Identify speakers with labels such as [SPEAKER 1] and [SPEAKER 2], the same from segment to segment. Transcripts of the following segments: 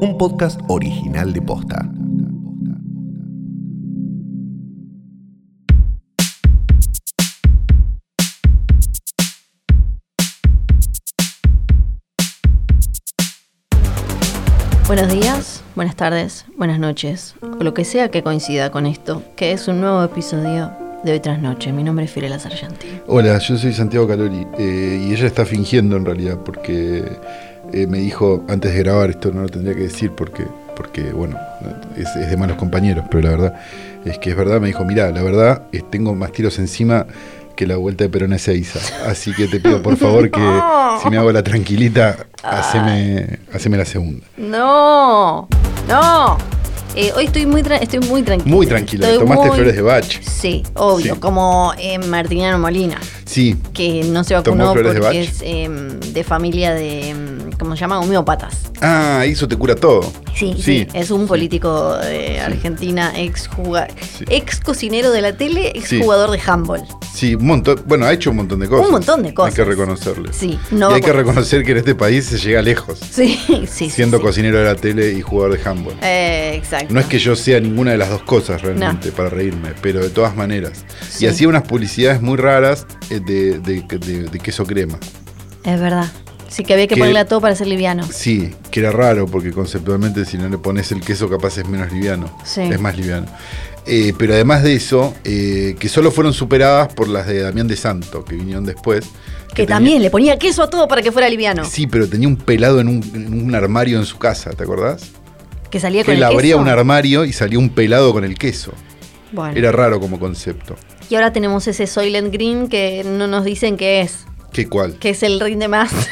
[SPEAKER 1] Un podcast original de Posta.
[SPEAKER 2] Buenos días, buenas tardes, buenas noches, o lo que sea que coincida con esto, que es un nuevo episodio de Hoy tras Noche. Mi nombre es Firela Sargenti.
[SPEAKER 3] Hola, yo soy Santiago Calori eh, y ella está fingiendo en realidad porque eh, me dijo antes de grabar esto no lo tendría que decir porque porque bueno es, es de malos compañeros pero la verdad es que es verdad me dijo mira la verdad es- tengo más tiros encima que la vuelta de Perón a Ezeiza así que te pido por favor que si me hago la tranquilita haceme, haceme la segunda
[SPEAKER 2] ¡No! ¡No! Eh, hoy estoy muy, tra- estoy muy tranquila.
[SPEAKER 3] muy tranquila
[SPEAKER 2] Estoy
[SPEAKER 3] tomaste
[SPEAKER 2] muy-
[SPEAKER 3] flores de bach
[SPEAKER 2] Sí, obvio,
[SPEAKER 3] Sí.
[SPEAKER 2] como eh, Martiniano Molina,
[SPEAKER 3] sí
[SPEAKER 2] que no se
[SPEAKER 3] Tomó
[SPEAKER 2] vacunó
[SPEAKER 3] flores
[SPEAKER 2] porque
[SPEAKER 3] de Bach.
[SPEAKER 2] es eh, de familia de, mm, ¿cómo se llama? Homeópatas.
[SPEAKER 3] ah eso te cura todo
[SPEAKER 2] Sí, sí, es un político de Argentina, ex,
[SPEAKER 3] Sí.
[SPEAKER 2] ex cocinero de la tele, ex
[SPEAKER 3] Sí.
[SPEAKER 2] jugador de handball.
[SPEAKER 3] sí un montón bueno ha hecho un montón de cosas
[SPEAKER 2] Un montón de cosas.
[SPEAKER 3] hay que reconocerle
[SPEAKER 2] Sí, no
[SPEAKER 3] y hay que
[SPEAKER 2] vacunas.
[SPEAKER 3] reconocer que en este país se llega lejos
[SPEAKER 2] Sí, sí, sí.
[SPEAKER 3] siendo
[SPEAKER 2] sí.
[SPEAKER 3] cocinero de la tele y jugador de handball.
[SPEAKER 2] Eh, exacto.
[SPEAKER 3] No es que yo sea ninguna de las dos cosas realmente para reírme, pero de todas maneras.
[SPEAKER 2] Sí.
[SPEAKER 3] Y hacía unas publicidades muy raras eh, de, de- de- de queso crema.
[SPEAKER 2] Es verdad. Sí, que había que
[SPEAKER 3] Que-
[SPEAKER 2] ponerle a todo para ser liviano.
[SPEAKER 3] Sí, que era raro porque conceptualmente si no le pones el queso capaz es menos liviano.
[SPEAKER 2] Sí.
[SPEAKER 3] Es más liviano. Eh, pero además de eso, eh, que solo fueron superadas por las de Damián de Santo, que vinieron después.
[SPEAKER 2] Que
[SPEAKER 3] tenía-
[SPEAKER 2] también le ponía queso a todo para que fuera liviano.
[SPEAKER 3] Sí, pero tenía un pelado en un, en un armario en su casa, ¿te acordás?
[SPEAKER 2] Que salía con
[SPEAKER 3] Él
[SPEAKER 2] el
[SPEAKER 3] abría
[SPEAKER 2] queso. Ah.
[SPEAKER 3] un armario y salía un pelado con el queso.
[SPEAKER 2] Bueno.
[SPEAKER 3] Era raro como concepto.
[SPEAKER 2] Y ahora tenemos ese Soylent Green que no nos dicen qué es.
[SPEAKER 3] ¿Qué cuál?
[SPEAKER 2] Que es el rinde más. Este,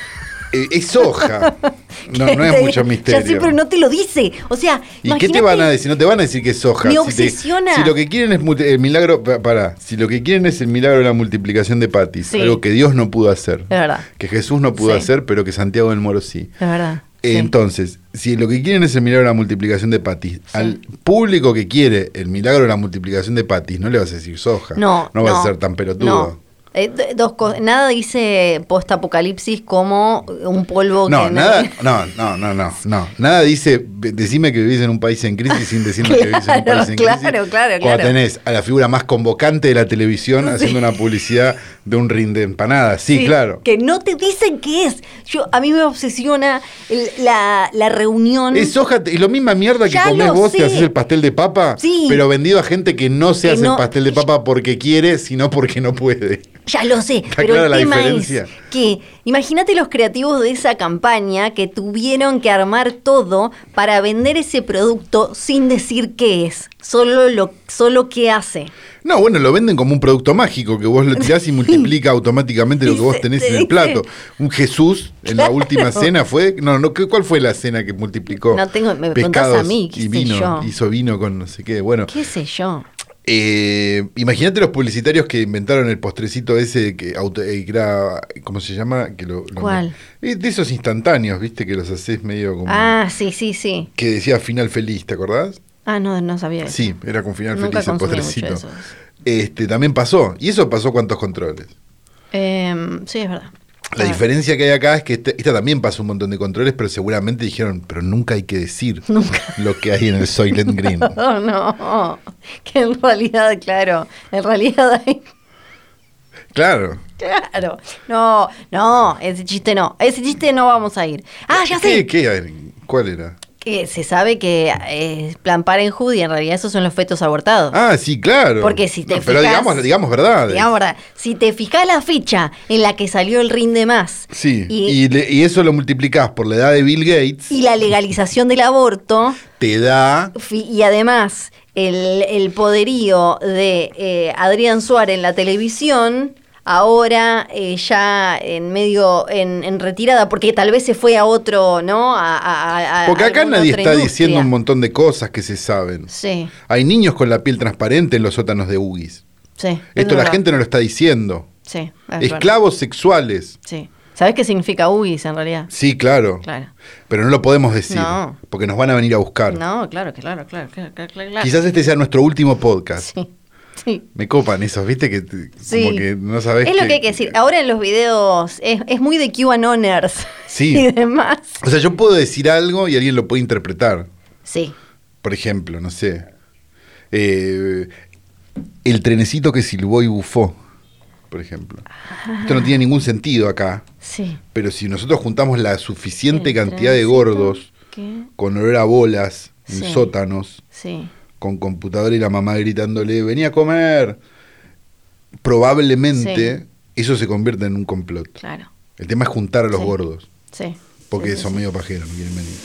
[SPEAKER 3] Eh, es hoja. No, no es mucho misterio.
[SPEAKER 2] Ya sé, pero no te lo dice. O sea,
[SPEAKER 3] ¿Y qué te
[SPEAKER 2] imagínate-
[SPEAKER 3] van a decir? No te van a decir que es hoja.
[SPEAKER 2] Me
[SPEAKER 3] Si te-
[SPEAKER 2] obsesiona.
[SPEAKER 3] Si, lo que quieren es multi- el milagro, pa- pará, si lo que quieren es el milagro de la multiplicación de patis,
[SPEAKER 2] Sí.
[SPEAKER 3] algo que Dios no pudo hacer,
[SPEAKER 2] Es verdad.
[SPEAKER 3] que Jesús no pudo
[SPEAKER 2] Sí.
[SPEAKER 3] hacer, pero que Santiago del Moro sí.
[SPEAKER 2] Es verdad.
[SPEAKER 3] Eh,
[SPEAKER 2] sí.
[SPEAKER 3] Entonces, si lo que quieren es el milagro de la multiplicación de patis, al público que quiere el milagro de la multiplicación de patis, no le vas a decir soja.
[SPEAKER 2] No,
[SPEAKER 3] No vas a ser tan pelotudo.
[SPEAKER 2] no. Eh, d- dos cosas. Nada dice post-apocalipsis como un polvo
[SPEAKER 3] No,
[SPEAKER 2] que
[SPEAKER 3] nada, no, no, no, no, no. Nada dice, ve- decime que vivís en un país en crisis sin decirme que vivís en un
[SPEAKER 2] Claro,
[SPEAKER 3] país en
[SPEAKER 2] claro,
[SPEAKER 3] crisis.
[SPEAKER 2] claro,
[SPEAKER 3] Cuando
[SPEAKER 2] claro.
[SPEAKER 3] tenés a la figura más convocante de la televisión haciendo una publicidad de un rinde de empanadas. Sí,
[SPEAKER 2] Sí,
[SPEAKER 3] claro.
[SPEAKER 2] Que no te dicen qué es. Yo, a mí me obsesiona el- la, la reunión.
[SPEAKER 3] Es hoja, y lo misma mierda que
[SPEAKER 2] Ya
[SPEAKER 3] comés
[SPEAKER 2] lo
[SPEAKER 3] vos
[SPEAKER 2] sé.
[SPEAKER 3] que haces el pastel de papa,
[SPEAKER 2] Sí.
[SPEAKER 3] pero vendido a gente que no se
[SPEAKER 2] Que
[SPEAKER 3] hace
[SPEAKER 2] no-
[SPEAKER 3] el pastel de papa porque quiere, sino porque no puede.
[SPEAKER 2] Ya lo sé,
[SPEAKER 3] Está
[SPEAKER 2] pero
[SPEAKER 3] clara
[SPEAKER 2] el
[SPEAKER 3] la
[SPEAKER 2] tema
[SPEAKER 3] diferencia.
[SPEAKER 2] es que imagínate los creativos de esa campaña que tuvieron que armar todo para vender ese producto sin decir qué es, solo lo solo qué hace.
[SPEAKER 3] No, bueno, lo venden como un producto mágico que vos lo tirás y multiplica automáticamente lo que vos tenés en el plato. Un Jesús en la última cena fue. No, no, ¿qué- ¿cuál fue la cena que multiplicó?
[SPEAKER 2] No tengo- me preguntás a
[SPEAKER 3] pescados
[SPEAKER 2] mí, qué
[SPEAKER 3] y
[SPEAKER 2] sé
[SPEAKER 3] vino,
[SPEAKER 2] yo.
[SPEAKER 3] hizo vino con no sé qué. Bueno,
[SPEAKER 2] ¿Qué sé yo?
[SPEAKER 3] eh, imagínate los publicitarios que inventaron el postrecito ese que, auto- eh, que era. ¿Cómo se llama? Que lo, lo-
[SPEAKER 2] ¿Cuál?
[SPEAKER 3] Eh, de esos instantáneos, viste, que los haces medio como.
[SPEAKER 2] Ah, sí, sí, sí.
[SPEAKER 3] Que decía final feliz, ¿te acordás?
[SPEAKER 2] Ah, no, no sabía eso.
[SPEAKER 3] Sí, era con final
[SPEAKER 2] Nunca
[SPEAKER 3] feliz el
[SPEAKER 2] consumí mucho
[SPEAKER 3] postrecito.
[SPEAKER 2] esos.
[SPEAKER 3] Este, también pasó. ¿Y eso pasó cuántos controles?
[SPEAKER 2] Em, sí, es verdad.
[SPEAKER 3] La
[SPEAKER 2] Ah,
[SPEAKER 3] diferencia que hay acá es que este- esta también pasa un montón de controles, pero seguramente dijeron, pero nunca hay que decir
[SPEAKER 2] Nunca.
[SPEAKER 3] lo que hay en el Soylent Green.
[SPEAKER 2] No, no, que en realidad, claro, en realidad hay
[SPEAKER 3] Claro.
[SPEAKER 2] Claro. No, no, ese chiste no. A Ese chiste no vamos a ir. Ah, ya
[SPEAKER 3] ¿Qué,
[SPEAKER 2] sé.
[SPEAKER 3] qué hay? ¿Cuál era?
[SPEAKER 2] Que se sabe que eh, plan parenthood y en realidad esos son los fetos abortados.
[SPEAKER 3] Ah, sí, claro.
[SPEAKER 2] Porque si te
[SPEAKER 3] No, Pero
[SPEAKER 2] fijas-
[SPEAKER 3] digamos, digamos verdad.
[SPEAKER 2] Digamos, ¿verdad? si te fijas la fecha en la que salió el rinde más
[SPEAKER 3] Sí, y,
[SPEAKER 2] y,
[SPEAKER 3] le- y eso lo multiplicás por la edad de Bill Gates,
[SPEAKER 2] y la legalización del aborto
[SPEAKER 3] te da...
[SPEAKER 2] fi- y además el, el poderío de eh, Adrián Suárez en la televisión. Ahora eh, ya en medio, en, en retirada, porque tal vez se fue a otro, ¿no? A, a- a- a
[SPEAKER 3] Porque acá
[SPEAKER 2] alguna
[SPEAKER 3] nadie
[SPEAKER 2] otra
[SPEAKER 3] está
[SPEAKER 2] industria.
[SPEAKER 3] diciendo un montón de cosas que se saben.
[SPEAKER 2] Sí,
[SPEAKER 3] Hay niños con la piel transparente en los sótanos de UGIS.
[SPEAKER 2] sí. es
[SPEAKER 3] Esto la
[SPEAKER 2] verdad.
[SPEAKER 3] gente no lo está diciendo.
[SPEAKER 2] Sí, es verdad.
[SPEAKER 3] Esclavos sexuales.
[SPEAKER 2] Sí. ¿Sabes qué significa UGIS en realidad?
[SPEAKER 3] Sí, claro.
[SPEAKER 2] Claro.
[SPEAKER 3] Pero no lo podemos decir,
[SPEAKER 2] No.
[SPEAKER 3] porque nos van a venir a buscar.
[SPEAKER 2] No, claro, que claro, claro, claro, claro, claro.
[SPEAKER 3] Quizás este sea nuestro último podcast.
[SPEAKER 2] Sí. Sí. Sí.
[SPEAKER 3] Me copan esos, viste, que te-
[SPEAKER 2] Sí.
[SPEAKER 3] como que no sabes.
[SPEAKER 2] Es lo que hay que decir. Ahora en los videos es, es muy de QAnoners
[SPEAKER 3] Sí.
[SPEAKER 2] y demás.
[SPEAKER 3] O sea, yo puedo decir algo y alguien lo puede interpretar.
[SPEAKER 2] Sí.
[SPEAKER 3] Por ejemplo, no sé. eh, el trenecito que silbó y bufó, por ejemplo. Esto no tiene ningún sentido acá.
[SPEAKER 2] Sí.
[SPEAKER 3] Pero si nosotros juntamos la suficiente
[SPEAKER 2] El
[SPEAKER 3] cantidad de
[SPEAKER 2] trencito
[SPEAKER 3] gordos
[SPEAKER 2] que-
[SPEAKER 3] con olor a bolas en
[SPEAKER 2] Sí.
[SPEAKER 3] sótanos,
[SPEAKER 2] Sí.
[SPEAKER 3] con computadora y la mamá gritándole, vení a comer, probablemente
[SPEAKER 2] Sí.
[SPEAKER 3] eso se convierte en un complot.
[SPEAKER 2] Claro.
[SPEAKER 3] El tema es juntar a los
[SPEAKER 2] Sí.
[SPEAKER 3] gordos,
[SPEAKER 2] Sí.
[SPEAKER 3] porque
[SPEAKER 2] Sí, sí,
[SPEAKER 3] son
[SPEAKER 2] sí.
[SPEAKER 3] medio pajeros, no quieren venir.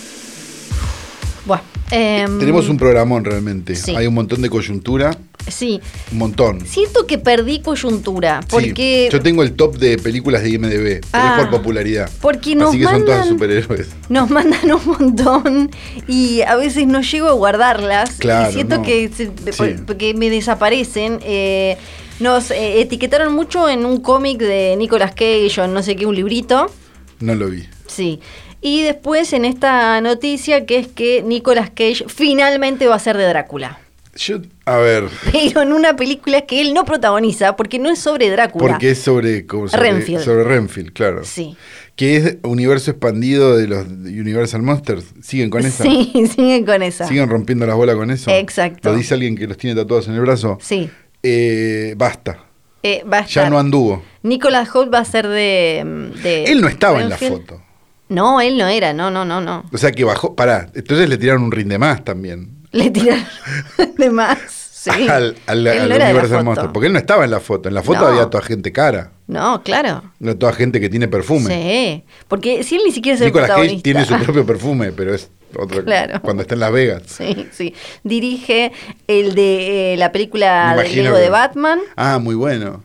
[SPEAKER 2] Bueno. em,
[SPEAKER 3] Tenemos un programón realmente,
[SPEAKER 2] sí.
[SPEAKER 3] hay un montón de coyuntura,
[SPEAKER 2] Sí.
[SPEAKER 3] un montón.
[SPEAKER 2] Siento que perdí coyuntura.
[SPEAKER 3] Sí,
[SPEAKER 2] Porque.
[SPEAKER 3] Yo tengo el top de películas de IMDB, pero
[SPEAKER 2] Ah,
[SPEAKER 3] es por popularidad.
[SPEAKER 2] porque nos
[SPEAKER 3] Así que son todas
[SPEAKER 2] mandan-
[SPEAKER 3] superhéroes.
[SPEAKER 2] Nos mandan un montón y a veces no llego a guardarlas.
[SPEAKER 3] Claro,
[SPEAKER 2] y siento
[SPEAKER 3] no.
[SPEAKER 2] que, se-
[SPEAKER 3] Sí.
[SPEAKER 2] porque me desaparecen. Eh, nos eh, etiquetaron mucho en un cómic de Nicolas Cage o en no sé qué, un librito.
[SPEAKER 3] No lo vi.
[SPEAKER 2] Sí. Y después en esta noticia que es que Nicolas Cage finalmente va a ser de Drácula.
[SPEAKER 3] Yo, a ver,
[SPEAKER 2] Pero en una película que él no protagoniza porque no es sobre Drácula.
[SPEAKER 3] porque es sobre, como sobre
[SPEAKER 2] Renfield.
[SPEAKER 3] sobre Renfield, claro.
[SPEAKER 2] Sí.
[SPEAKER 3] Que es universo expandido de los Universal Monsters. ¿Siguen con esa?
[SPEAKER 2] Sí, siguen con esa.
[SPEAKER 3] ¿Siguen rompiendo las bolas con eso?
[SPEAKER 2] Exacto.
[SPEAKER 3] Lo dice alguien que los tiene tatuados en el brazo.
[SPEAKER 2] Sí.
[SPEAKER 3] Eh, basta.
[SPEAKER 2] Eh, va a
[SPEAKER 3] Ya
[SPEAKER 2] estar-
[SPEAKER 3] no anduvo.
[SPEAKER 2] Nicolas Holt va a ser de. de
[SPEAKER 3] Él no estaba en la
[SPEAKER 2] Renfield.
[SPEAKER 3] foto.
[SPEAKER 2] No, él no era, no, no, no, no.
[SPEAKER 3] O sea que bajó. Pará, entonces le tiraron un rinde más también.
[SPEAKER 2] Le tiraron de más. Sí.
[SPEAKER 3] Al, al-
[SPEAKER 2] Él
[SPEAKER 3] al
[SPEAKER 2] no era de la
[SPEAKER 3] Universal
[SPEAKER 2] foto.
[SPEAKER 3] Monsters. Porque él no estaba en la foto. En la foto
[SPEAKER 2] No.
[SPEAKER 3] había toda gente cara.
[SPEAKER 2] No, claro.
[SPEAKER 3] No toda gente que tiene perfume.
[SPEAKER 2] Sí. Porque si él ni siquiera es el
[SPEAKER 3] Nicolas Cage
[SPEAKER 2] protagonista.
[SPEAKER 3] tiene su propio perfume, pero es otro.
[SPEAKER 2] Claro.
[SPEAKER 3] Cuando está en Las Vegas.
[SPEAKER 2] Sí, sí. Dirige el de eh, la
[SPEAKER 3] Me
[SPEAKER 2] película del
[SPEAKER 3] imagino
[SPEAKER 2] Lego
[SPEAKER 3] que-
[SPEAKER 2] de Batman.
[SPEAKER 3] Ah, muy bueno.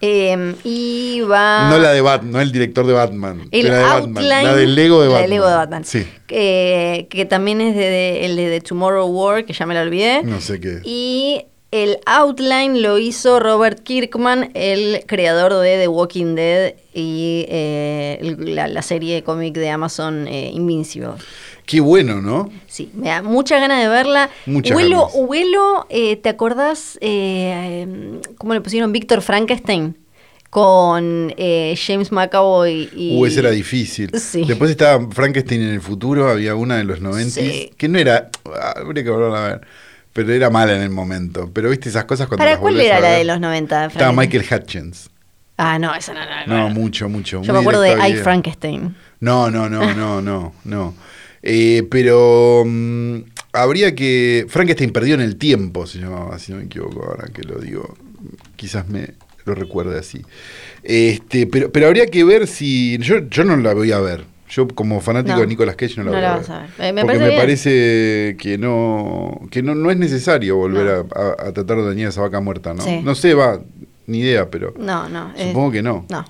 [SPEAKER 2] eh, y va.
[SPEAKER 3] No la de Batman, no el director de Batman.
[SPEAKER 2] Ah. El
[SPEAKER 3] la de
[SPEAKER 2] outline.
[SPEAKER 3] Batman, la del Lego de
[SPEAKER 2] la
[SPEAKER 3] Batman.
[SPEAKER 2] del Lego de Batman.
[SPEAKER 3] Sí,
[SPEAKER 2] Eh, que también es de, de- el de, The Tomorrow War, que ya me lo olvidé.
[SPEAKER 3] no sé qué.
[SPEAKER 2] Y el outline lo hizo Robert Kirkman, el creador de The Walking Dead y eh, el- la, la serie de cómic de Amazon eh, Invincible.
[SPEAKER 3] Qué bueno, ¿no?
[SPEAKER 2] Sí, me da mucha ganas de verla.
[SPEAKER 3] Muchas
[SPEAKER 2] Huelo,
[SPEAKER 3] ganas.
[SPEAKER 2] huelo, eh, ¿te acordás eh, em, cómo le pusieron Víctor Frankenstein? Con eh, James McAvoy y...
[SPEAKER 3] Uh, ese era difícil.
[SPEAKER 2] Sí.
[SPEAKER 3] Después estaba Frankenstein en el futuro, había una de los 90
[SPEAKER 2] Sí.
[SPEAKER 3] que no era. ah, Habría que volverla a ver. Pero era mala en el momento. Pero viste esas cosas cuando.
[SPEAKER 2] ¿Para
[SPEAKER 3] las
[SPEAKER 2] cuál
[SPEAKER 3] volvés
[SPEAKER 2] era
[SPEAKER 3] a
[SPEAKER 2] la
[SPEAKER 3] ver?
[SPEAKER 2] de los 90?
[SPEAKER 3] Estaba
[SPEAKER 2] Frankenstein?
[SPEAKER 3] Michael Hutchins.
[SPEAKER 2] Ah, no, esa no la
[SPEAKER 3] No, mucho, mucho.
[SPEAKER 2] Yo
[SPEAKER 3] muy
[SPEAKER 2] me acuerdo de
[SPEAKER 3] director
[SPEAKER 2] Ike
[SPEAKER 3] bien.
[SPEAKER 2] Frankenstein.
[SPEAKER 3] No, no, no, no, no, no. Eh, pero mm, habría que. Frankenstein perdió en el tiempo, si no, si no me equivoco, ahora que lo digo. Quizás me lo recuerde así. Este, pero, pero habría que ver si. Yo, yo no la voy a ver. Yo, como fanático
[SPEAKER 2] No.
[SPEAKER 3] de Nicolas Cage, no la
[SPEAKER 2] No
[SPEAKER 3] voy
[SPEAKER 2] la
[SPEAKER 3] a ver.
[SPEAKER 2] vas a ver. Eh, me
[SPEAKER 3] Porque
[SPEAKER 2] parece
[SPEAKER 3] me
[SPEAKER 2] bien.
[SPEAKER 3] parece que no. que no, no es necesario volver
[SPEAKER 2] No.
[SPEAKER 3] a, a- a tratar de dañar esa vaca muerta, ¿no?
[SPEAKER 2] Sí.
[SPEAKER 3] No sé, va, ni idea, pero.
[SPEAKER 2] No, no. eh,
[SPEAKER 3] Supongo que no.
[SPEAKER 2] No.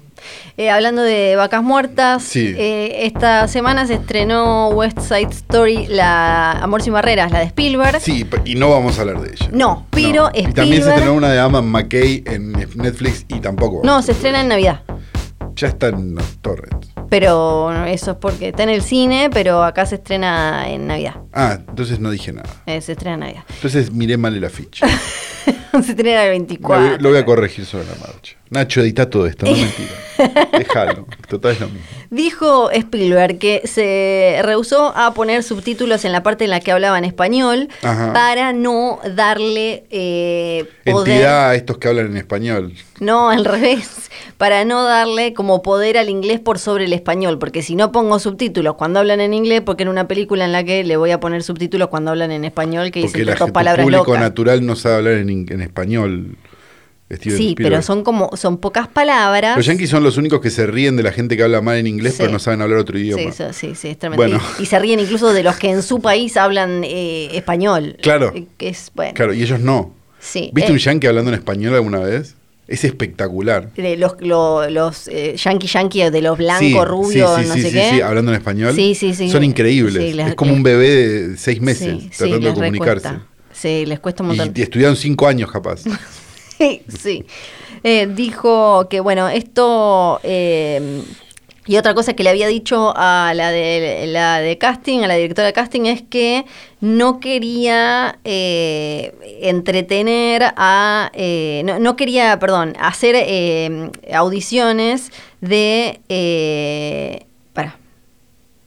[SPEAKER 2] Eh, hablando de vacas muertas,
[SPEAKER 3] Sí.
[SPEAKER 2] eh, esta semana se estrenó West Side Story, la Amor sin Barreras, la de Spielberg.
[SPEAKER 3] Sí, pe- y no vamos a hablar de ella.
[SPEAKER 2] No, pero
[SPEAKER 3] Y también
[SPEAKER 2] Spielberg-
[SPEAKER 3] se estrenó una de Adam McKay en Netflix y tampoco.
[SPEAKER 2] No, se estrena en Navidad.
[SPEAKER 3] Ya está en los torres.
[SPEAKER 2] Pero eso es porque está en el cine, pero acá se estrena en Navidad.
[SPEAKER 3] Ah, entonces no dije nada.
[SPEAKER 2] Eh, se estrena en Navidad.
[SPEAKER 3] Entonces miré mal el afiche.
[SPEAKER 2] se estrena el
[SPEAKER 3] Lo voy-
[SPEAKER 2] 24.
[SPEAKER 3] Lo, voy a corregir sobre la marcha. Nacho, edita todo esto, no mentira. Déjalo. Total es lo mismo.
[SPEAKER 2] Dijo Spielberg que se rehusó a poner subtítulos en la parte en la que hablaba en español
[SPEAKER 3] Ajá.
[SPEAKER 2] para no darle eh, poder.
[SPEAKER 3] Entidad a estos que hablan en español.
[SPEAKER 2] No, al revés. Para no darle como poder al inglés por sobre el español. Porque si no pongo subtítulos cuando hablan en inglés, porque en una película en la que le voy a poner subtítulos cuando hablan en español, que
[SPEAKER 3] Porque
[SPEAKER 2] dicen
[SPEAKER 3] la
[SPEAKER 2] tantas
[SPEAKER 3] gente,
[SPEAKER 2] palabras
[SPEAKER 3] público
[SPEAKER 2] locas.
[SPEAKER 3] natural no sabe hablar en, in- en español. Steven
[SPEAKER 2] Sí,
[SPEAKER 3] Spielberg.
[SPEAKER 2] pero son como, son pocas palabras.
[SPEAKER 3] Los yankees son los únicos que se ríen de la gente que habla mal en inglés,
[SPEAKER 2] Sí.
[SPEAKER 3] pero no saben hablar otro idioma.
[SPEAKER 2] Sí, so- sí, sí, es tremendo.
[SPEAKER 3] Bueno.
[SPEAKER 2] Y, y se ríen incluso de los que en su país hablan eh, español.
[SPEAKER 3] Claro.
[SPEAKER 2] Eh, que Es, bueno.
[SPEAKER 3] Claro, y ellos no.
[SPEAKER 2] Sí.
[SPEAKER 3] ¿Viste
[SPEAKER 2] eh,
[SPEAKER 3] un yankee hablando en español alguna vez? Es espectacular.
[SPEAKER 2] de los lo- los eh, yanqui yanqui de los blancos,
[SPEAKER 3] Sí,
[SPEAKER 2] rubios,
[SPEAKER 3] sí, sí,
[SPEAKER 2] no
[SPEAKER 3] sí,
[SPEAKER 2] sé
[SPEAKER 3] sí,
[SPEAKER 2] qué.
[SPEAKER 3] sí, hablando en español.
[SPEAKER 2] Sí, sí, sí.
[SPEAKER 3] Son increíbles.
[SPEAKER 2] Sí, las-
[SPEAKER 3] es como un bebé de seis meses
[SPEAKER 2] Sí, sí,
[SPEAKER 3] tratando de
[SPEAKER 2] les
[SPEAKER 3] comunicarse.
[SPEAKER 2] recuesta. Sí, les cuesta un montón.
[SPEAKER 3] Y, y estudiaron cinco años, capaz. Este
[SPEAKER 2] sí. Eh, dijo que, bueno, esto eh, Y otra cosa que le había dicho a la de, la de casting, a la directora de casting, es que no quería eh, entretener a... eh, no, no quería, perdón, hacer eh, audiciones de... eh, para.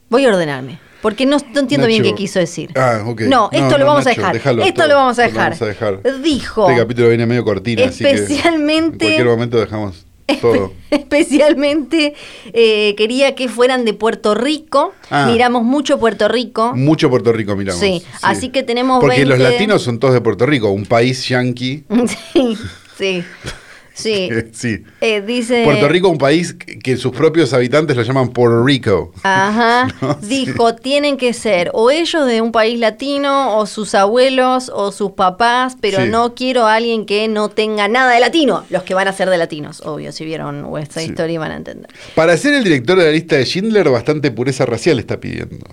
[SPEAKER 2] Voy a ordenarme. Porque no, no entiendo bien
[SPEAKER 3] Nacho.
[SPEAKER 2] qué quiso decir.
[SPEAKER 3] Ah, ok.
[SPEAKER 2] No, esto lo vamos a
[SPEAKER 3] Nacho,
[SPEAKER 2] dejar.
[SPEAKER 3] déjalo,
[SPEAKER 2] esto
[SPEAKER 3] todo.
[SPEAKER 2] lo vamos a
[SPEAKER 3] Lo
[SPEAKER 2] dejar.
[SPEAKER 3] vamos a dejar.
[SPEAKER 2] Dijo.
[SPEAKER 3] Este capítulo viene medio cortina, así que en
[SPEAKER 2] Especialmente-
[SPEAKER 3] cualquier momento dejamos todo.
[SPEAKER 2] Especialmente eh, quería que fueran de Puerto Rico.
[SPEAKER 3] Ah.
[SPEAKER 2] Miramos mucho Puerto Rico.
[SPEAKER 3] Mucho Puerto Rico miramos.
[SPEAKER 2] Sí, así que tenemos
[SPEAKER 3] Porque los
[SPEAKER 2] 20
[SPEAKER 3] latinos son todos de Puerto Rico, un país yanqui.
[SPEAKER 2] sí, sí. sí.
[SPEAKER 3] sí.
[SPEAKER 2] Eh, dice.
[SPEAKER 3] Puerto Rico, un país que que sus propios habitantes lo llaman Puerto Rico.
[SPEAKER 2] Ajá.
[SPEAKER 3] No, sí.
[SPEAKER 2] Dijo, tienen que ser o ellos de un país latino, o sus abuelos, o sus papás, pero
[SPEAKER 3] Sí.
[SPEAKER 2] no quiero a alguien que no tenga nada de latino. Los que van a ser de latinos, obvio, si vieron West Side
[SPEAKER 3] Sí.
[SPEAKER 2] Story van a entender.
[SPEAKER 3] Para ser el director de la lista de Schindler, bastante pureza racial está pidiendo.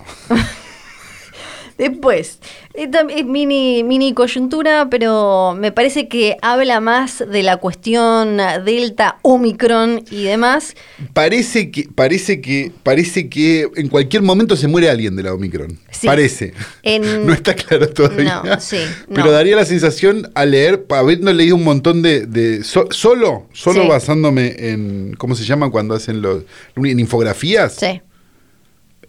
[SPEAKER 2] Después, eh, tam- eh, mini, mini coyuntura, pero me parece que habla más de la cuestión Delta, Omicron y demás.
[SPEAKER 3] Parece que, parece que, parece que en cualquier momento se muere alguien de la Omicron.
[SPEAKER 2] Sí.
[SPEAKER 3] Parece.
[SPEAKER 2] En-
[SPEAKER 3] No está claro todavía.
[SPEAKER 2] No, sí, no.
[SPEAKER 3] Pero daría la sensación al leer, habiendo leído un montón de. de- so- solo, solo
[SPEAKER 2] Sí.
[SPEAKER 3] basándome en. ¿Cómo se llama cuando hacen los. en infografías?
[SPEAKER 2] Sí.